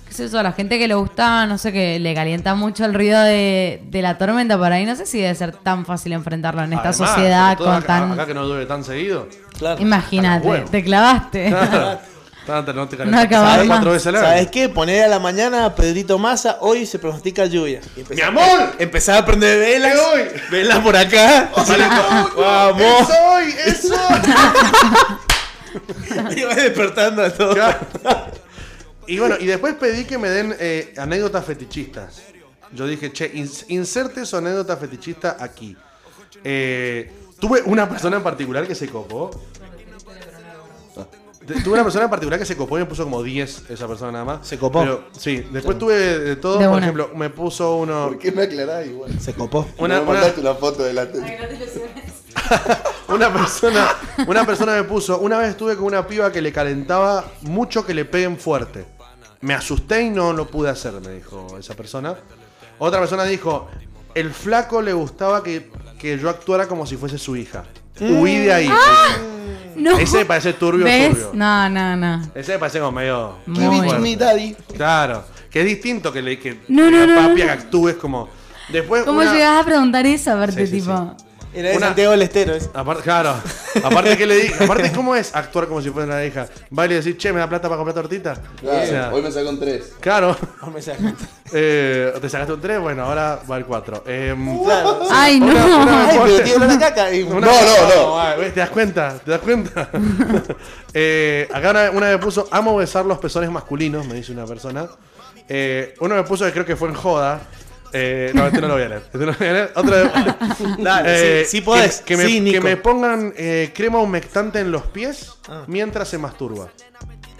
qué sé yo, la gente que le gusta, no sé, que le calienta mucho el ruido de, de la tormenta por ahí, no sé si debe ser tan fácil enfrentarlo en esta Además, sociedad sobre todo con acá, tan... acá que no duele tan seguido. claro. Imagínate, huevos. te clavaste. Tanto, no te No acabás ¿Sabes? más. cuatro veces al año. Ah, ¿Sabes qué? Poner a la mañana a Pedrito Massa, hoy se pronostica lluvia. Y empezar- ¡Mi amor! Empezar a prender velas. hoy? ¡Oh, Velas por acá. [LAUGHS] ¡Vamos! ¡Es hoy! ¡Es hoy! [LAUGHS] Y vas despertando a todos. Claro. y bueno, y después pedí que me den eh, anécdotas fetichistas. Yo dije, che, ins- inserte su anécdota fetichista aquí. Eh, tuve una persona en particular que se copó. Te- Tuve una persona en particular que se copó y me puso como 10 esa persona nada más. Se copó. Pero, sí, después tuve de todo. De por una. ejemplo, me puso uno. ¿Por qué me aclarás igual? Se copó. Una- no una- mandaste una foto de la tele. Una persona, una persona me puso, una vez estuve con una piba que le calentaba mucho que le peguen fuerte. Me asusté y no lo pude hacer, me dijo esa persona. Otra persona dijo, el flaco le gustaba que, que yo actuara como si fuese su hija. Huí de ahí. [LAUGHS] No. Ese me parece turbio, Mm. Ah. ¿Ves? turbio. No, no, no. Ese me parece como medio... Muy. fuerte. Give it to daddy. Claro. Que es distinto que le que No, no, la no, papia no. que actúes como... Después ¿Cómo una- llegabas a preguntar eso, aparte, Sí, sí, tipo? Era de Una- Santiago del Estero. ese. Aparte, claro. Aparte, ¿qué le di- Aparte, ¿cómo es actuar como si fuera una hija? Va y le decís, che, ¿me da plata para comprar tortita? Claro, O sea, hoy me sacó un 3. claro. [LAUGHS] No me sacan. Eh, te sacaste un 3, bueno, ahora va el Em, 4. Claro. Ay, no. una- una- Ay, pero tiene olor a caca. Y- No, No, no, no. ¿Te das cuenta? ¿Te das cuenta? [LAUGHS] Eh, acá una, una me puso, amo besar los pezones masculinos, me dice una persona. Eh, uno me puso que creo que fue en joda. Eh, no, este no lo voy a leer. Este no lo voy a leer. Otro de- [LAUGHS] Dale, Eh, sí, sí podés. Que, que me, Sí, que Nico. me pongan eh, crema humectante en los pies Ah. mientras se masturba.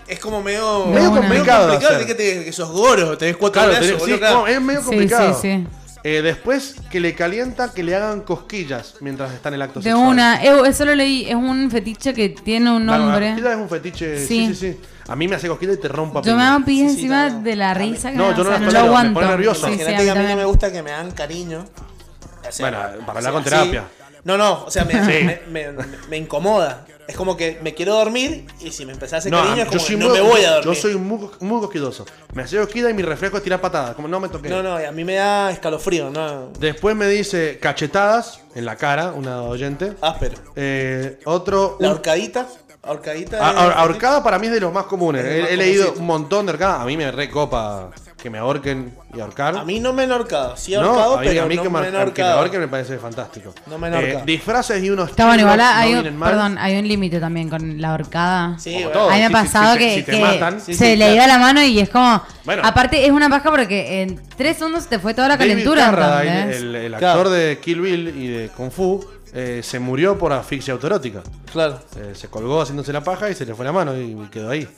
Es como medio. Medio una. complicado. de hacer. tenés que, te- que sos goro, tenés cuatro Claro, brazos, tenés- sí, boludo, claro. no, es medio Sí, complicado. sí, Eh, después que le calienta que le hagan cosquillas mientras está en el acto De sexual. una. Eh, eso lo leí. Es un fetiche que tiene un La nombre. cosquilla es un fetiche. Sí. sí, Sí. sí, A mí me hace cosquillas y te rompa Yo me hago pis Sí, sí, encima no. de la risa que No, me yo no da, o sea, las lo tolero, me aguanto. pone nervioso. Sí, sí, Imagínate a mí que a mí no también. me gusta que me hagan cariño. O sea, Bueno, para hablar o sea, con sí. terapia. No, no, o sea, me, Sí. me- me- me- me incomoda. Es como que me quiero dormir y si me empezás a hacer No, ah, cariño es yo como soy que no muy- me voy a dormir. Yo soy muy, cos- muy cosquilloso. Me hacía cosquilla y mi reflejo es tirar patadas. Como no me toqué. No, no, y a mí me da escalofrío, no. Después me dice cachetadas en la cara, una oyente. Áspero. Eh, otro. Ah, La un- Ah, horcadita. Ahorcadita. a- es- ahor- ahorcada para mí es de los más comunes. Es el He, más he leído comuncito. un montón de ahorcadas. A mí me recopa que me ahorquen y ahorcar. A mí no me han ahorcado. Sí, no, ahorcado, a mí, pero a mí no que, me mar- han que me ahorcado. ahorquen me parece fantástico. Eh, No me han ahorcado. ah, disfraces y unos. Está bueno, chivos igual hay no un, vienen mal. perdón, hay un límite también con la horcada. Sí, Como bueno. todo. A mí me ha Si- si- pasado si te- que, si te que matan. se Sí, sí, le claro. iba la mano y es como. Bueno. aparte, es una paja porque en tres segundos te fue toda la David calentura. ¿eh? Carradine, ¿entendés? el, el Claro. actor de Kill Bill y de Kung Fu, eh, se murió por asfixia autorótica. Claro. Eh, se colgó haciéndose la paja y se le fue la mano y quedó ahí.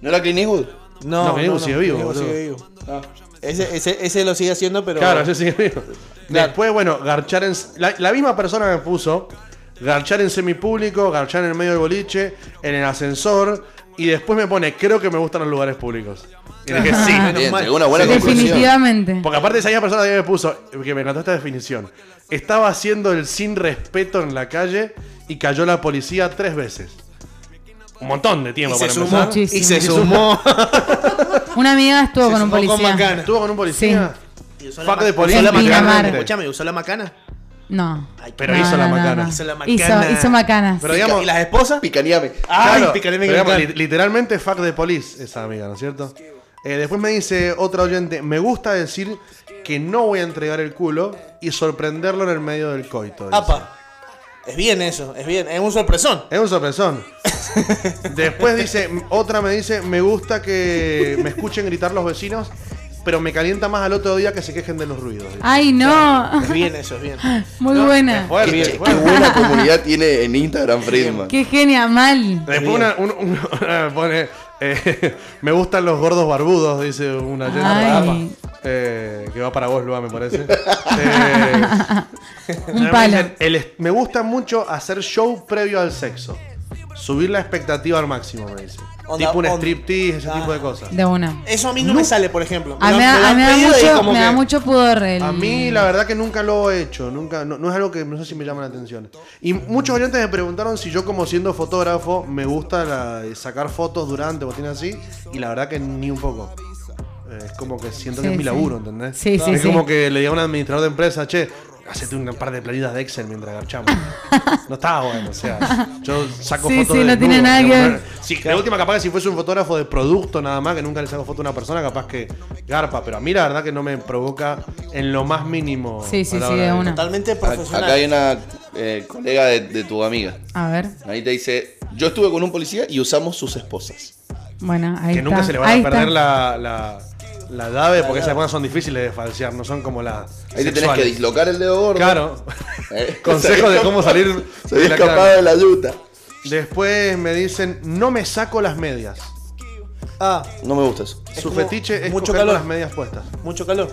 ¿No era Clint Eastwood? No, No, no, Grego no, sigue vivo, Grego boludo. sigue vivo. Ah, Ese, ese, ese lo sigue haciendo, pero. Claro, yo sí que digo. Después, bueno, garchar en. La, la misma persona me puso. Garchar en semipúblico, garchar en el medio del boliche, en el ascensor. Y después me pone, creo que me gustan los lugares públicos. Y dije, sí. Bien, mal. llegó una buena conclusión. Definitivamente. Porque aparte esa misma persona también me puso, que me encantó esta definición. Estaba haciendo el sin respeto en la calle y cayó la policía tres veces. Un montón de tiempo Y se para sumó. empezar. Y Muchísimo. se [LAUGHS] sumó. Una amiga estuvo se con un sumó con policía. Macana. Estuvo con un policía. Y usó Fuck ma- de policía. usó la En Pinamar. macana. Escuchame, usó la macana. no. Ay, Pero No, hizo no, la no, macana. no. Hizo la Hizo, macana. hizo macanas. Pero digamos, ¿Y las esposas? Picaneame. Ay, Claro, picaré me pero digamos, encanta. li- literalmente fuck de police esa amiga, ¿no es cierto? Eh, después me dice otra oyente, me gusta decir que no voy a entregar el culo y sorprenderlo en el medio del coito. dice. Apa. Es bien eso, es bien. Es un sorpresón. Es un [LAUGHS] sorpresón. después dice, otra me dice, me gusta que me escuchen gritar los vecinos, pero me calienta más al otro día que se quejen de los ruidos. dice. Ay, no. Es bien eso, es bien. Muy buena. Fuerte, Qué, qué fuerte. buena comunidad tiene en Instagram Friedman. Qué genia, mal. Después una, un- un- una me pone, eh, [LAUGHS] me gustan los gordos barbudos, dice una oyente. Ay. Eh, que va para vos, Lua, me [LAUGHS] parece. Eh, Un me palo. dicen, "El est- me gusta mucho hacer show previo al sexo. Subir la expectativa al máximo, me dice. Onda, tipo un onda. striptease, ese Ah. tipo de cosas. De una. Eso a mí no, me sale, por ejemplo. A mí me, lo han- lo da- a han mí me da pedido y es mucho, como me da que- mucho pudor el. A mí la verdad que nunca lo he hecho, nunca, no, no es algo que no sé si me llama la atención. Y muchos oyentes me preguntaron si yo como siendo fotógrafo me gusta la de sacar fotos durante o tiene así, y la verdad que ni un poco. Eh, Es como que siento que Sí, es mi sí. laburo, ¿entendés? Sí, sí, es sí. como que le diga a un administrador de empresa, che, hacete un par de planillas de Excel mientras [LAUGHS] garchamos. no está bueno, o sea, yo saco Sí, fotos sí, no desnudo, tiene nada que digamos, ver. no- Sí, la última capaz que si fuese un fotógrafo de producto nada más, que nunca le saco foto a una persona, capaz que garpa, pero a mí la verdad que no me provoca en lo más mínimo. Sí, sí, a la sí, hora de una. Totalmente profesional. Acá hay una eh, colega de, de tu amiga. A ver. Ahí te dice, yo estuve con un policía y usamos sus esposas. Bueno, ahí Que está. nunca se le van ahí a perder está. la, la, la dave, porque esas cosas son difíciles de falsear, no son como las. Ahí te tenés que sexuales. dislocar el dedo gordo. Claro. Eh, [LAUGHS] Consejo de cómo salir Se había de la escapado cama. de la yuta. Después me dicen, no me saco las medias. Ah, No me gusta eso. Es Su como fetiche es mucho coger con calor. las medias puestas. mucho calor.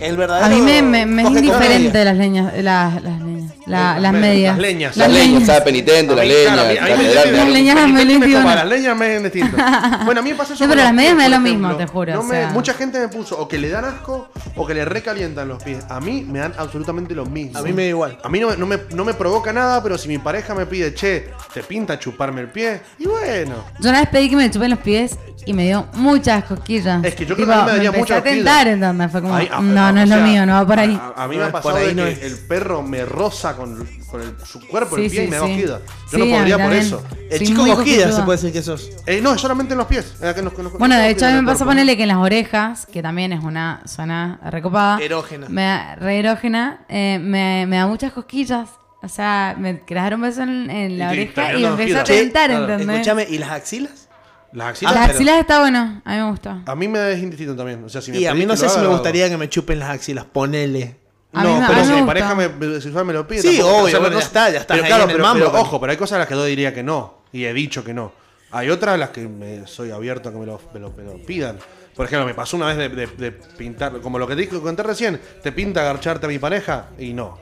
El verdadero. A mí me, me, me es coge con indiferente media. las leñas. Las, las leñas. La- Las las medias. medias, las leñas. Las leñas, estaba penitente, la A mí, leña, claro, a mí- a mí me catedral de entiende. Las leñas Penitente me me entiende copa, una. Las leñas me [LAUGHS] es distinto. Bueno, a mí me pasa eso. No, con pero los las medias pies, me da por lo mismo, ejemplo. te juro, No o me- sea. Mucha gente me puso o que le dan asco o que le recalientan los pies. A mí me dan absolutamente lo mismo. A mí me da igual. A mí no, no me, no me provoca nada, pero si mi pareja me pide, che, te pinta chuparme el pie, y bueno. Yo una vez pedí que me chupen los pies y me dio muchas cosquillas. Es que yo creo que a mí me daría empecé muchas a tentar, cosquillas. ¿entendés? Fue como, Ay, ah, no, no o es lo sea, mío, no va por ahí. A, a mí No me es ha pasado por ahí, de no que es. el perro me roza con, con el- su cuerpo, Sí, el pie, sí, y me da sí. cosquillas. Sí, Yo no a mí podría por también. eso. El Soy chico muy cosquilla coquilluda. se puede decir que sos. Eh, no, solamente en los pies. Acá en los- en los- Bueno, de hecho a mí me en el pasa cuerpo. ponerle que en las orejas, que también es una zona recopada. Erógena. Me da, re erógena, eh, me, me da muchas cosquillas. O sea, me crearon un beso en, en la Y te- oreja te y dieron empecé a cosquillas. tentar, Claro. ¿entendés? Escúchame, ¿y las axilas? Las axilas. las pero- axilas está bueno, a mí me gusta. A mí me es indistinto también. O sea, si me Y a pedís mí no que sé lo si haga, me lo hago. gustaría que me chupen las axilas, ponele. A mí no, me- a pero mí si me mi gusta. pareja me, me- sexual me lo pide. Sí, tampoco- obvio, bueno, ya está, ya estás Pero ahí claro, en el pero, mambo, pero pero- ojo, pero hay cosas a las que yo diría que no. Y he dicho que no. Hay otras a las que me, soy abierto a que me lo, me lo- me lo pidan. Por ejemplo, me pasó una vez de, de- de pintar, como lo que te dije, conté recién, te pinta agarcharte a mi pareja y no.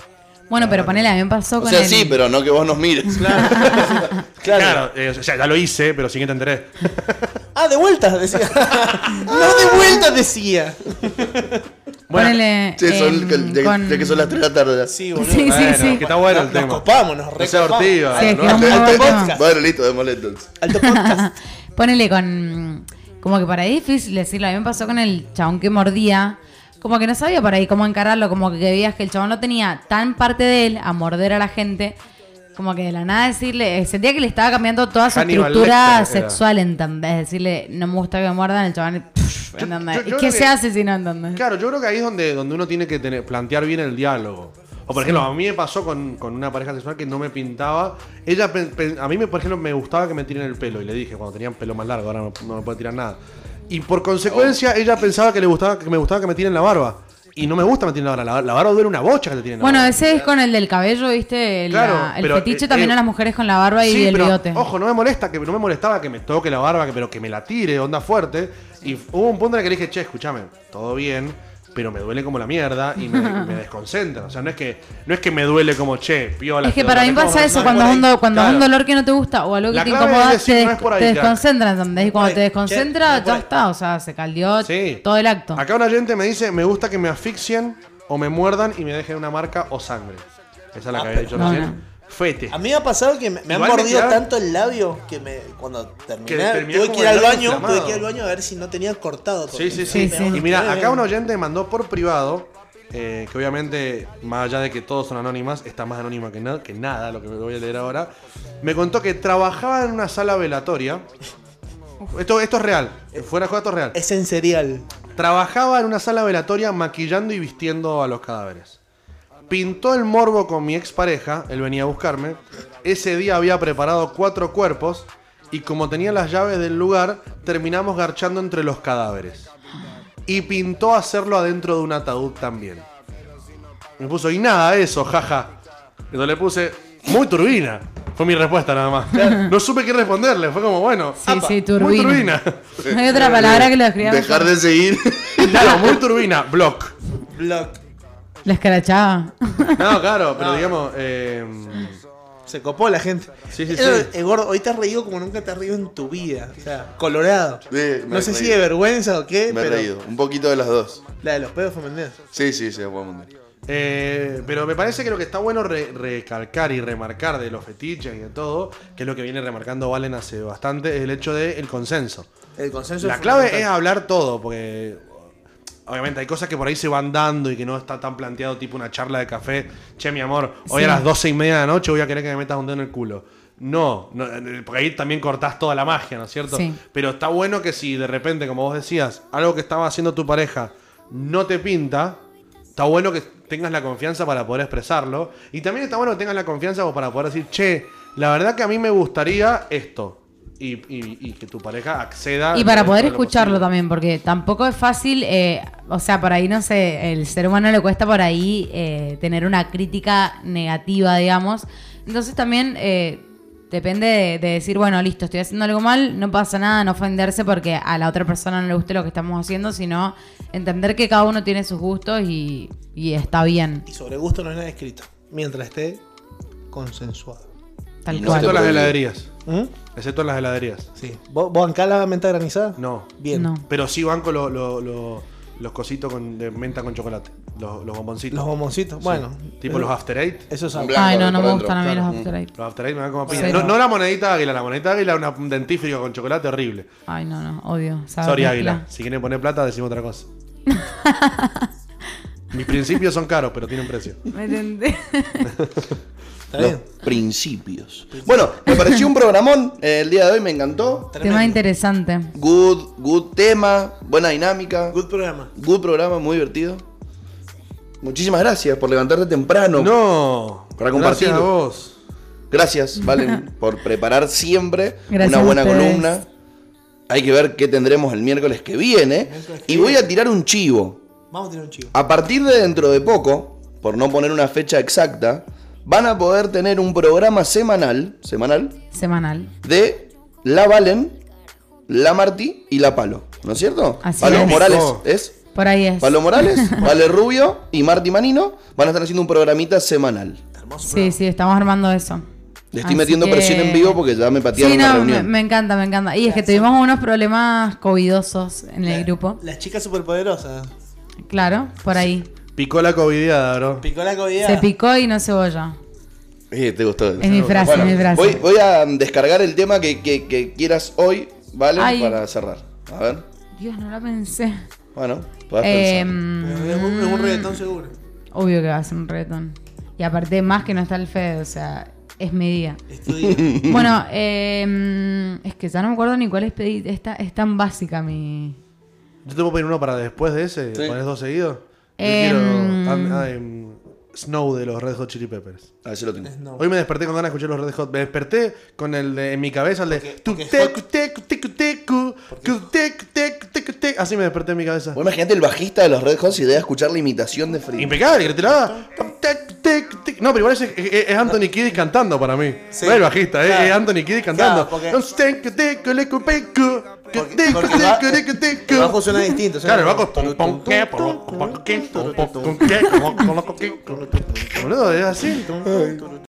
Bueno, pero ponele, a mí me pasó O con sea, el- sí, pero no que vos nos mires. Claro, eh, o sea, ya lo hice, pero sin que te enteré. [LAUGHS] Ah, de vuelta, decía. no, de vuelta, decía. Ponele, [LAUGHS] Che, son, Eh, em, que- ya, con- ya que son las 3 de la tarde. Sí, boludo. [LAUGHS] Sí, sí, Bueno, sí. que está bueno el nos, nos tema. copamos, nos No sea recopamos. ortiga. Sí, ¿no? que [LAUGHS] no me Alto- voy, alto- no. Bueno, listo, démosle entonces. Alto podcast. Ponele con. Como que para ahí es difícil decirlo. A mí me pasó con el chabón que mordía. Como que no sabía para ahí cómo encararlo. Como que veías que el chabón no tenía tan parte de él a morder a la gente. Como que de la nada decirle. eh, Sentía que le estaba cambiando toda su Hannibal estructura Lecter era. sexual, ¿entendés? Decirle, no me gusta que me muerdan. El chabón. pff, Yo- ¿entendés? yo- yo ¿Y qué creo se que- hace si no entendés? Claro, yo creo que ahí es donde, donde uno tiene que tener- plantear bien el diálogo. O por ejemplo, a mí me pasó con, con una pareja sexual que no me pintaba. Ella, pe- pe- a mí, me, por ejemplo, me gustaba que me tiren el pelo. Y le dije, cuando tenían pelo más largo, ahora no, no me puede tirar nada. Y por consecuencia, Oh. ella pensaba que, le gustaba, que me gustaba que me tiren la barba. Y no me gusta que me tiren la barba. La, la barba duele una bocha que te tiren la Bueno, barba. ese es con el del cabello, ¿viste? El, Claro, la- el pero, fetiche eh, también eh, a las mujeres con la barba y Sí, el pero, bigote. Ojo, no me molesta que no me molestaba que me toque la barba, que- pero que me la tire, onda fuerte. Y hubo un punto en el que le dije, che, escúchame, todo bien, pero me duele como la mierda y [LAUGHS] me, me desconcentra. O sea, no es que, no es que me duele como che, piola. Es que te para duele". mí pasa No, eso, no, cuando, por es un, ahí. do- cuando es un Claro. dolor que no te gusta o algo La que te clave es incomoda, decir, te, no es por ahí, te claro. desconcentra, ¿entendés? Y cuando ahí, te che, no desconcentra, es por ya ahí. está, o sea, se caldeó Sí. todo el acto. Acá una gente me dice, me gusta que me asfixien o me muerdan y me dejen una marca o sangre. Esa es la Ah, que había dicho no, recién. no. Fete. A mí me ha pasado que me, me han Igual me mordido quedaron- tanto el labio que me, cuando terminé, Que terminé tuve como que ir el al labio baño, inflamado. tuve que ir al baño a ver si no tenía cortado. Sí, porque sí, sí. me Sí, pegaba sí. Y mira, una acá un pegada. oyente me mandó por privado, eh, que obviamente, más allá de que todos son anónimas, está más anónima que, na- que nada, lo que me voy a leer ahora. Me contó que trabajaba en una sala velatoria. Esto, esto es real. Fuera de juego, esto es real. Es en serial. Trabajaba en una sala velatoria maquillando y vistiendo a los cadáveres. Pintó el morbo con mi expareja, él venía a buscarme. Ese día había preparado cuatro cuerpos y como tenía las llaves del lugar, terminamos garchando entre los cadáveres. Y pintó hacerlo adentro de un ataúd también. Me puso, y nada, eso, jaja. Entonces le puse, muy turbina. Fue mi respuesta [LAUGHS] nada más. No supe qué responderle, fue como, bueno, Sí, sí, muy turbina. turbina. [LAUGHS] No hay otra palabra que lo describa. Dejar de seguir. [LAUGHS] Claro, muy turbina, block. Block. La escarachaba. No, claro, pero digamos. eh, Se copó la gente. Sí, sí, Era- sí. eh, gordo, hoy te has reído como nunca te has reído en tu vida. O sea, colorado. Sí, me no he sé si reído. de vergüenza o qué, Me he pero reído. Un poquito de las dos. la de los pedos fue Mendoza. Sí, sí, sí, Juan Mundial. Eh, pero me parece que lo que está bueno re- recalcar y remarcar de los fetiches y de todo, que es lo que viene remarcando Valen hace bastante, es el hecho del consenso. El consenso La fue clave es fundamental. hablar todo, porque obviamente hay cosas que por ahí se van dando y que no está tan planteado tipo una charla de café. Che, mi amor, hoy Sí. a las doce y media de la noche voy a querer que me metas un dedo en el culo. No, no, eh, porque ahí también cortás toda la magia, ¿no es cierto? Sí. Pero está bueno que si de repente, como vos decías, algo que estaba haciendo tu pareja no te pinta, está bueno que tengas la confianza para poder expresarlo. Y también está bueno que tengas la confianza vos para poder decir, che, la verdad que a mí me gustaría esto. Y, y- y que tu pareja acceda. Y para dentro poder de lo escucharlo posible. también, porque tampoco es fácil, eh, o sea, por ahí, no sé, el ser humano le cuesta por ahí eh, tener una crítica negativa, digamos. Entonces también eh, depende de, de decir, bueno, listo, estoy haciendo algo mal, no pasa nada, no ofenderse porque a la otra persona no le guste lo que estamos haciendo, sino entender que cada uno tiene sus gustos y, y está bien, Y sobre gusto no hay nada escrito. Mientras esté consensuado. tal No cual. Excepto Bueno. las heladerías. ¿Mm? Excepto las heladerías. Sí. ¿Vos, vos bancás la menta granizada? No. Bien. No. Pero sí banco lo- lo- lo- los cositos con, de menta con chocolate. Los, los bomboncitos. Los bomboncitos. Sí. Bueno. Tipo los After Eight. Eso es Un algo. blanco Ay, por no, no me dentro, gustan a mí claro. los after eight. Los After Eight me dan como piña. Sí. No, no la monedita águila. La monedita águila es una- un dentífrico con chocolate horrible. Ay, no, no, odio. sabor Sorry, mezcla. [LAUGHS] águila. Si quieren poner plata, decimos otra cosa. [LAUGHS] Mis principios son caros, pero tienen precio. ¿Me entendés? ¿Está Los bien? principios. Bueno, me pareció un programón eh, el día de hoy, me encantó. Tema interesante. Good, good tema, buena dinámica. Good, Good programa. programa, muy divertido. Muchísimas gracias por levantarte temprano. No. Para Gracias compartirlo. a vos. Gracias, Valen, por preparar siempre Gracias una a buena ustedes. columna. Hay que ver qué tendremos el miércoles que viene. Y voy a tirar un chivo. Vamos a tirar un chivo. A partir de dentro de poco, por no poner una fecha exacta, van a poder tener un programa semanal, semanal, Semanal. de La Valen, La Martí y La Palo. ¿No es cierto? Así Palo es. Morales Oh. es. Por ahí es. Palo [LAUGHS] Morales, Vale Rubio y Marti Manino van a estar haciendo un programita semanal. Sí, sí, estamos armando eso. Le estoy Así metiendo que- presión en vivo porque ya me patearon Sí, una no, me, reunión. me encanta, me encanta. Y es que tuvimos unos problemas covidosos en el grupo. Las chicas superpoderosas. Claro, por ahí. Picó la covidiada, bro. Picó la comida. Se picó y no cebolla. Eh, te gustó. Es mi frase, es mi frase. Voy, voy a mm, descargar el tema que, que- que quieras hoy, ¿vale? Ay. Para cerrar. A ver. Dios, no la pensé. Bueno, podés Eh, pensar. Es un, es un [LAUGHS] reggaetón seguro. Obvio que va a ser un reggaetón. Y aparte, más que no está el Fede, o sea, es medida. Estudia. [LAUGHS] Bueno, eh, es que ya no me acuerdo ni cuál es pedí. Esta, es tan básica mi. Yo te puedo pedir uno para después de ese. Sí. ¿Pones dos seguidos? Yo Em. quiero I'm- I'm Snow de los Red Hot Chili Peppers. A ver si lo tengo. No. Hoy me desperté con ganas de escuchar los Red Hot. Me desperté con el de, en mi cabeza el de. tu porque te, Hot- cu, te, cu, te, cu, te, cu, cu, te, cu, te, cu, te, cu, te. Así me desperté en mi cabeza. Vos imaginate el bajista de los Red Hot si debe escuchar la imitación de Free. Impecable, que te la haga. Tic, tic, tic. No, pero igual es, es- es Anthony Kiddis cantando para mí. Sí. No es el bajista, es- Claro. es Anthony Kiddis cantando. Claro, porque- Don't stink, tic, lick, pick, que Porque- tic, porque tic, va- lick, pick. El bajo suena distinto. suena- Claro, el bajo es pom, pom, que, pom, pom, que, pom, pom, que, pom, pom, que, pom, pom, que. Boludo, es así.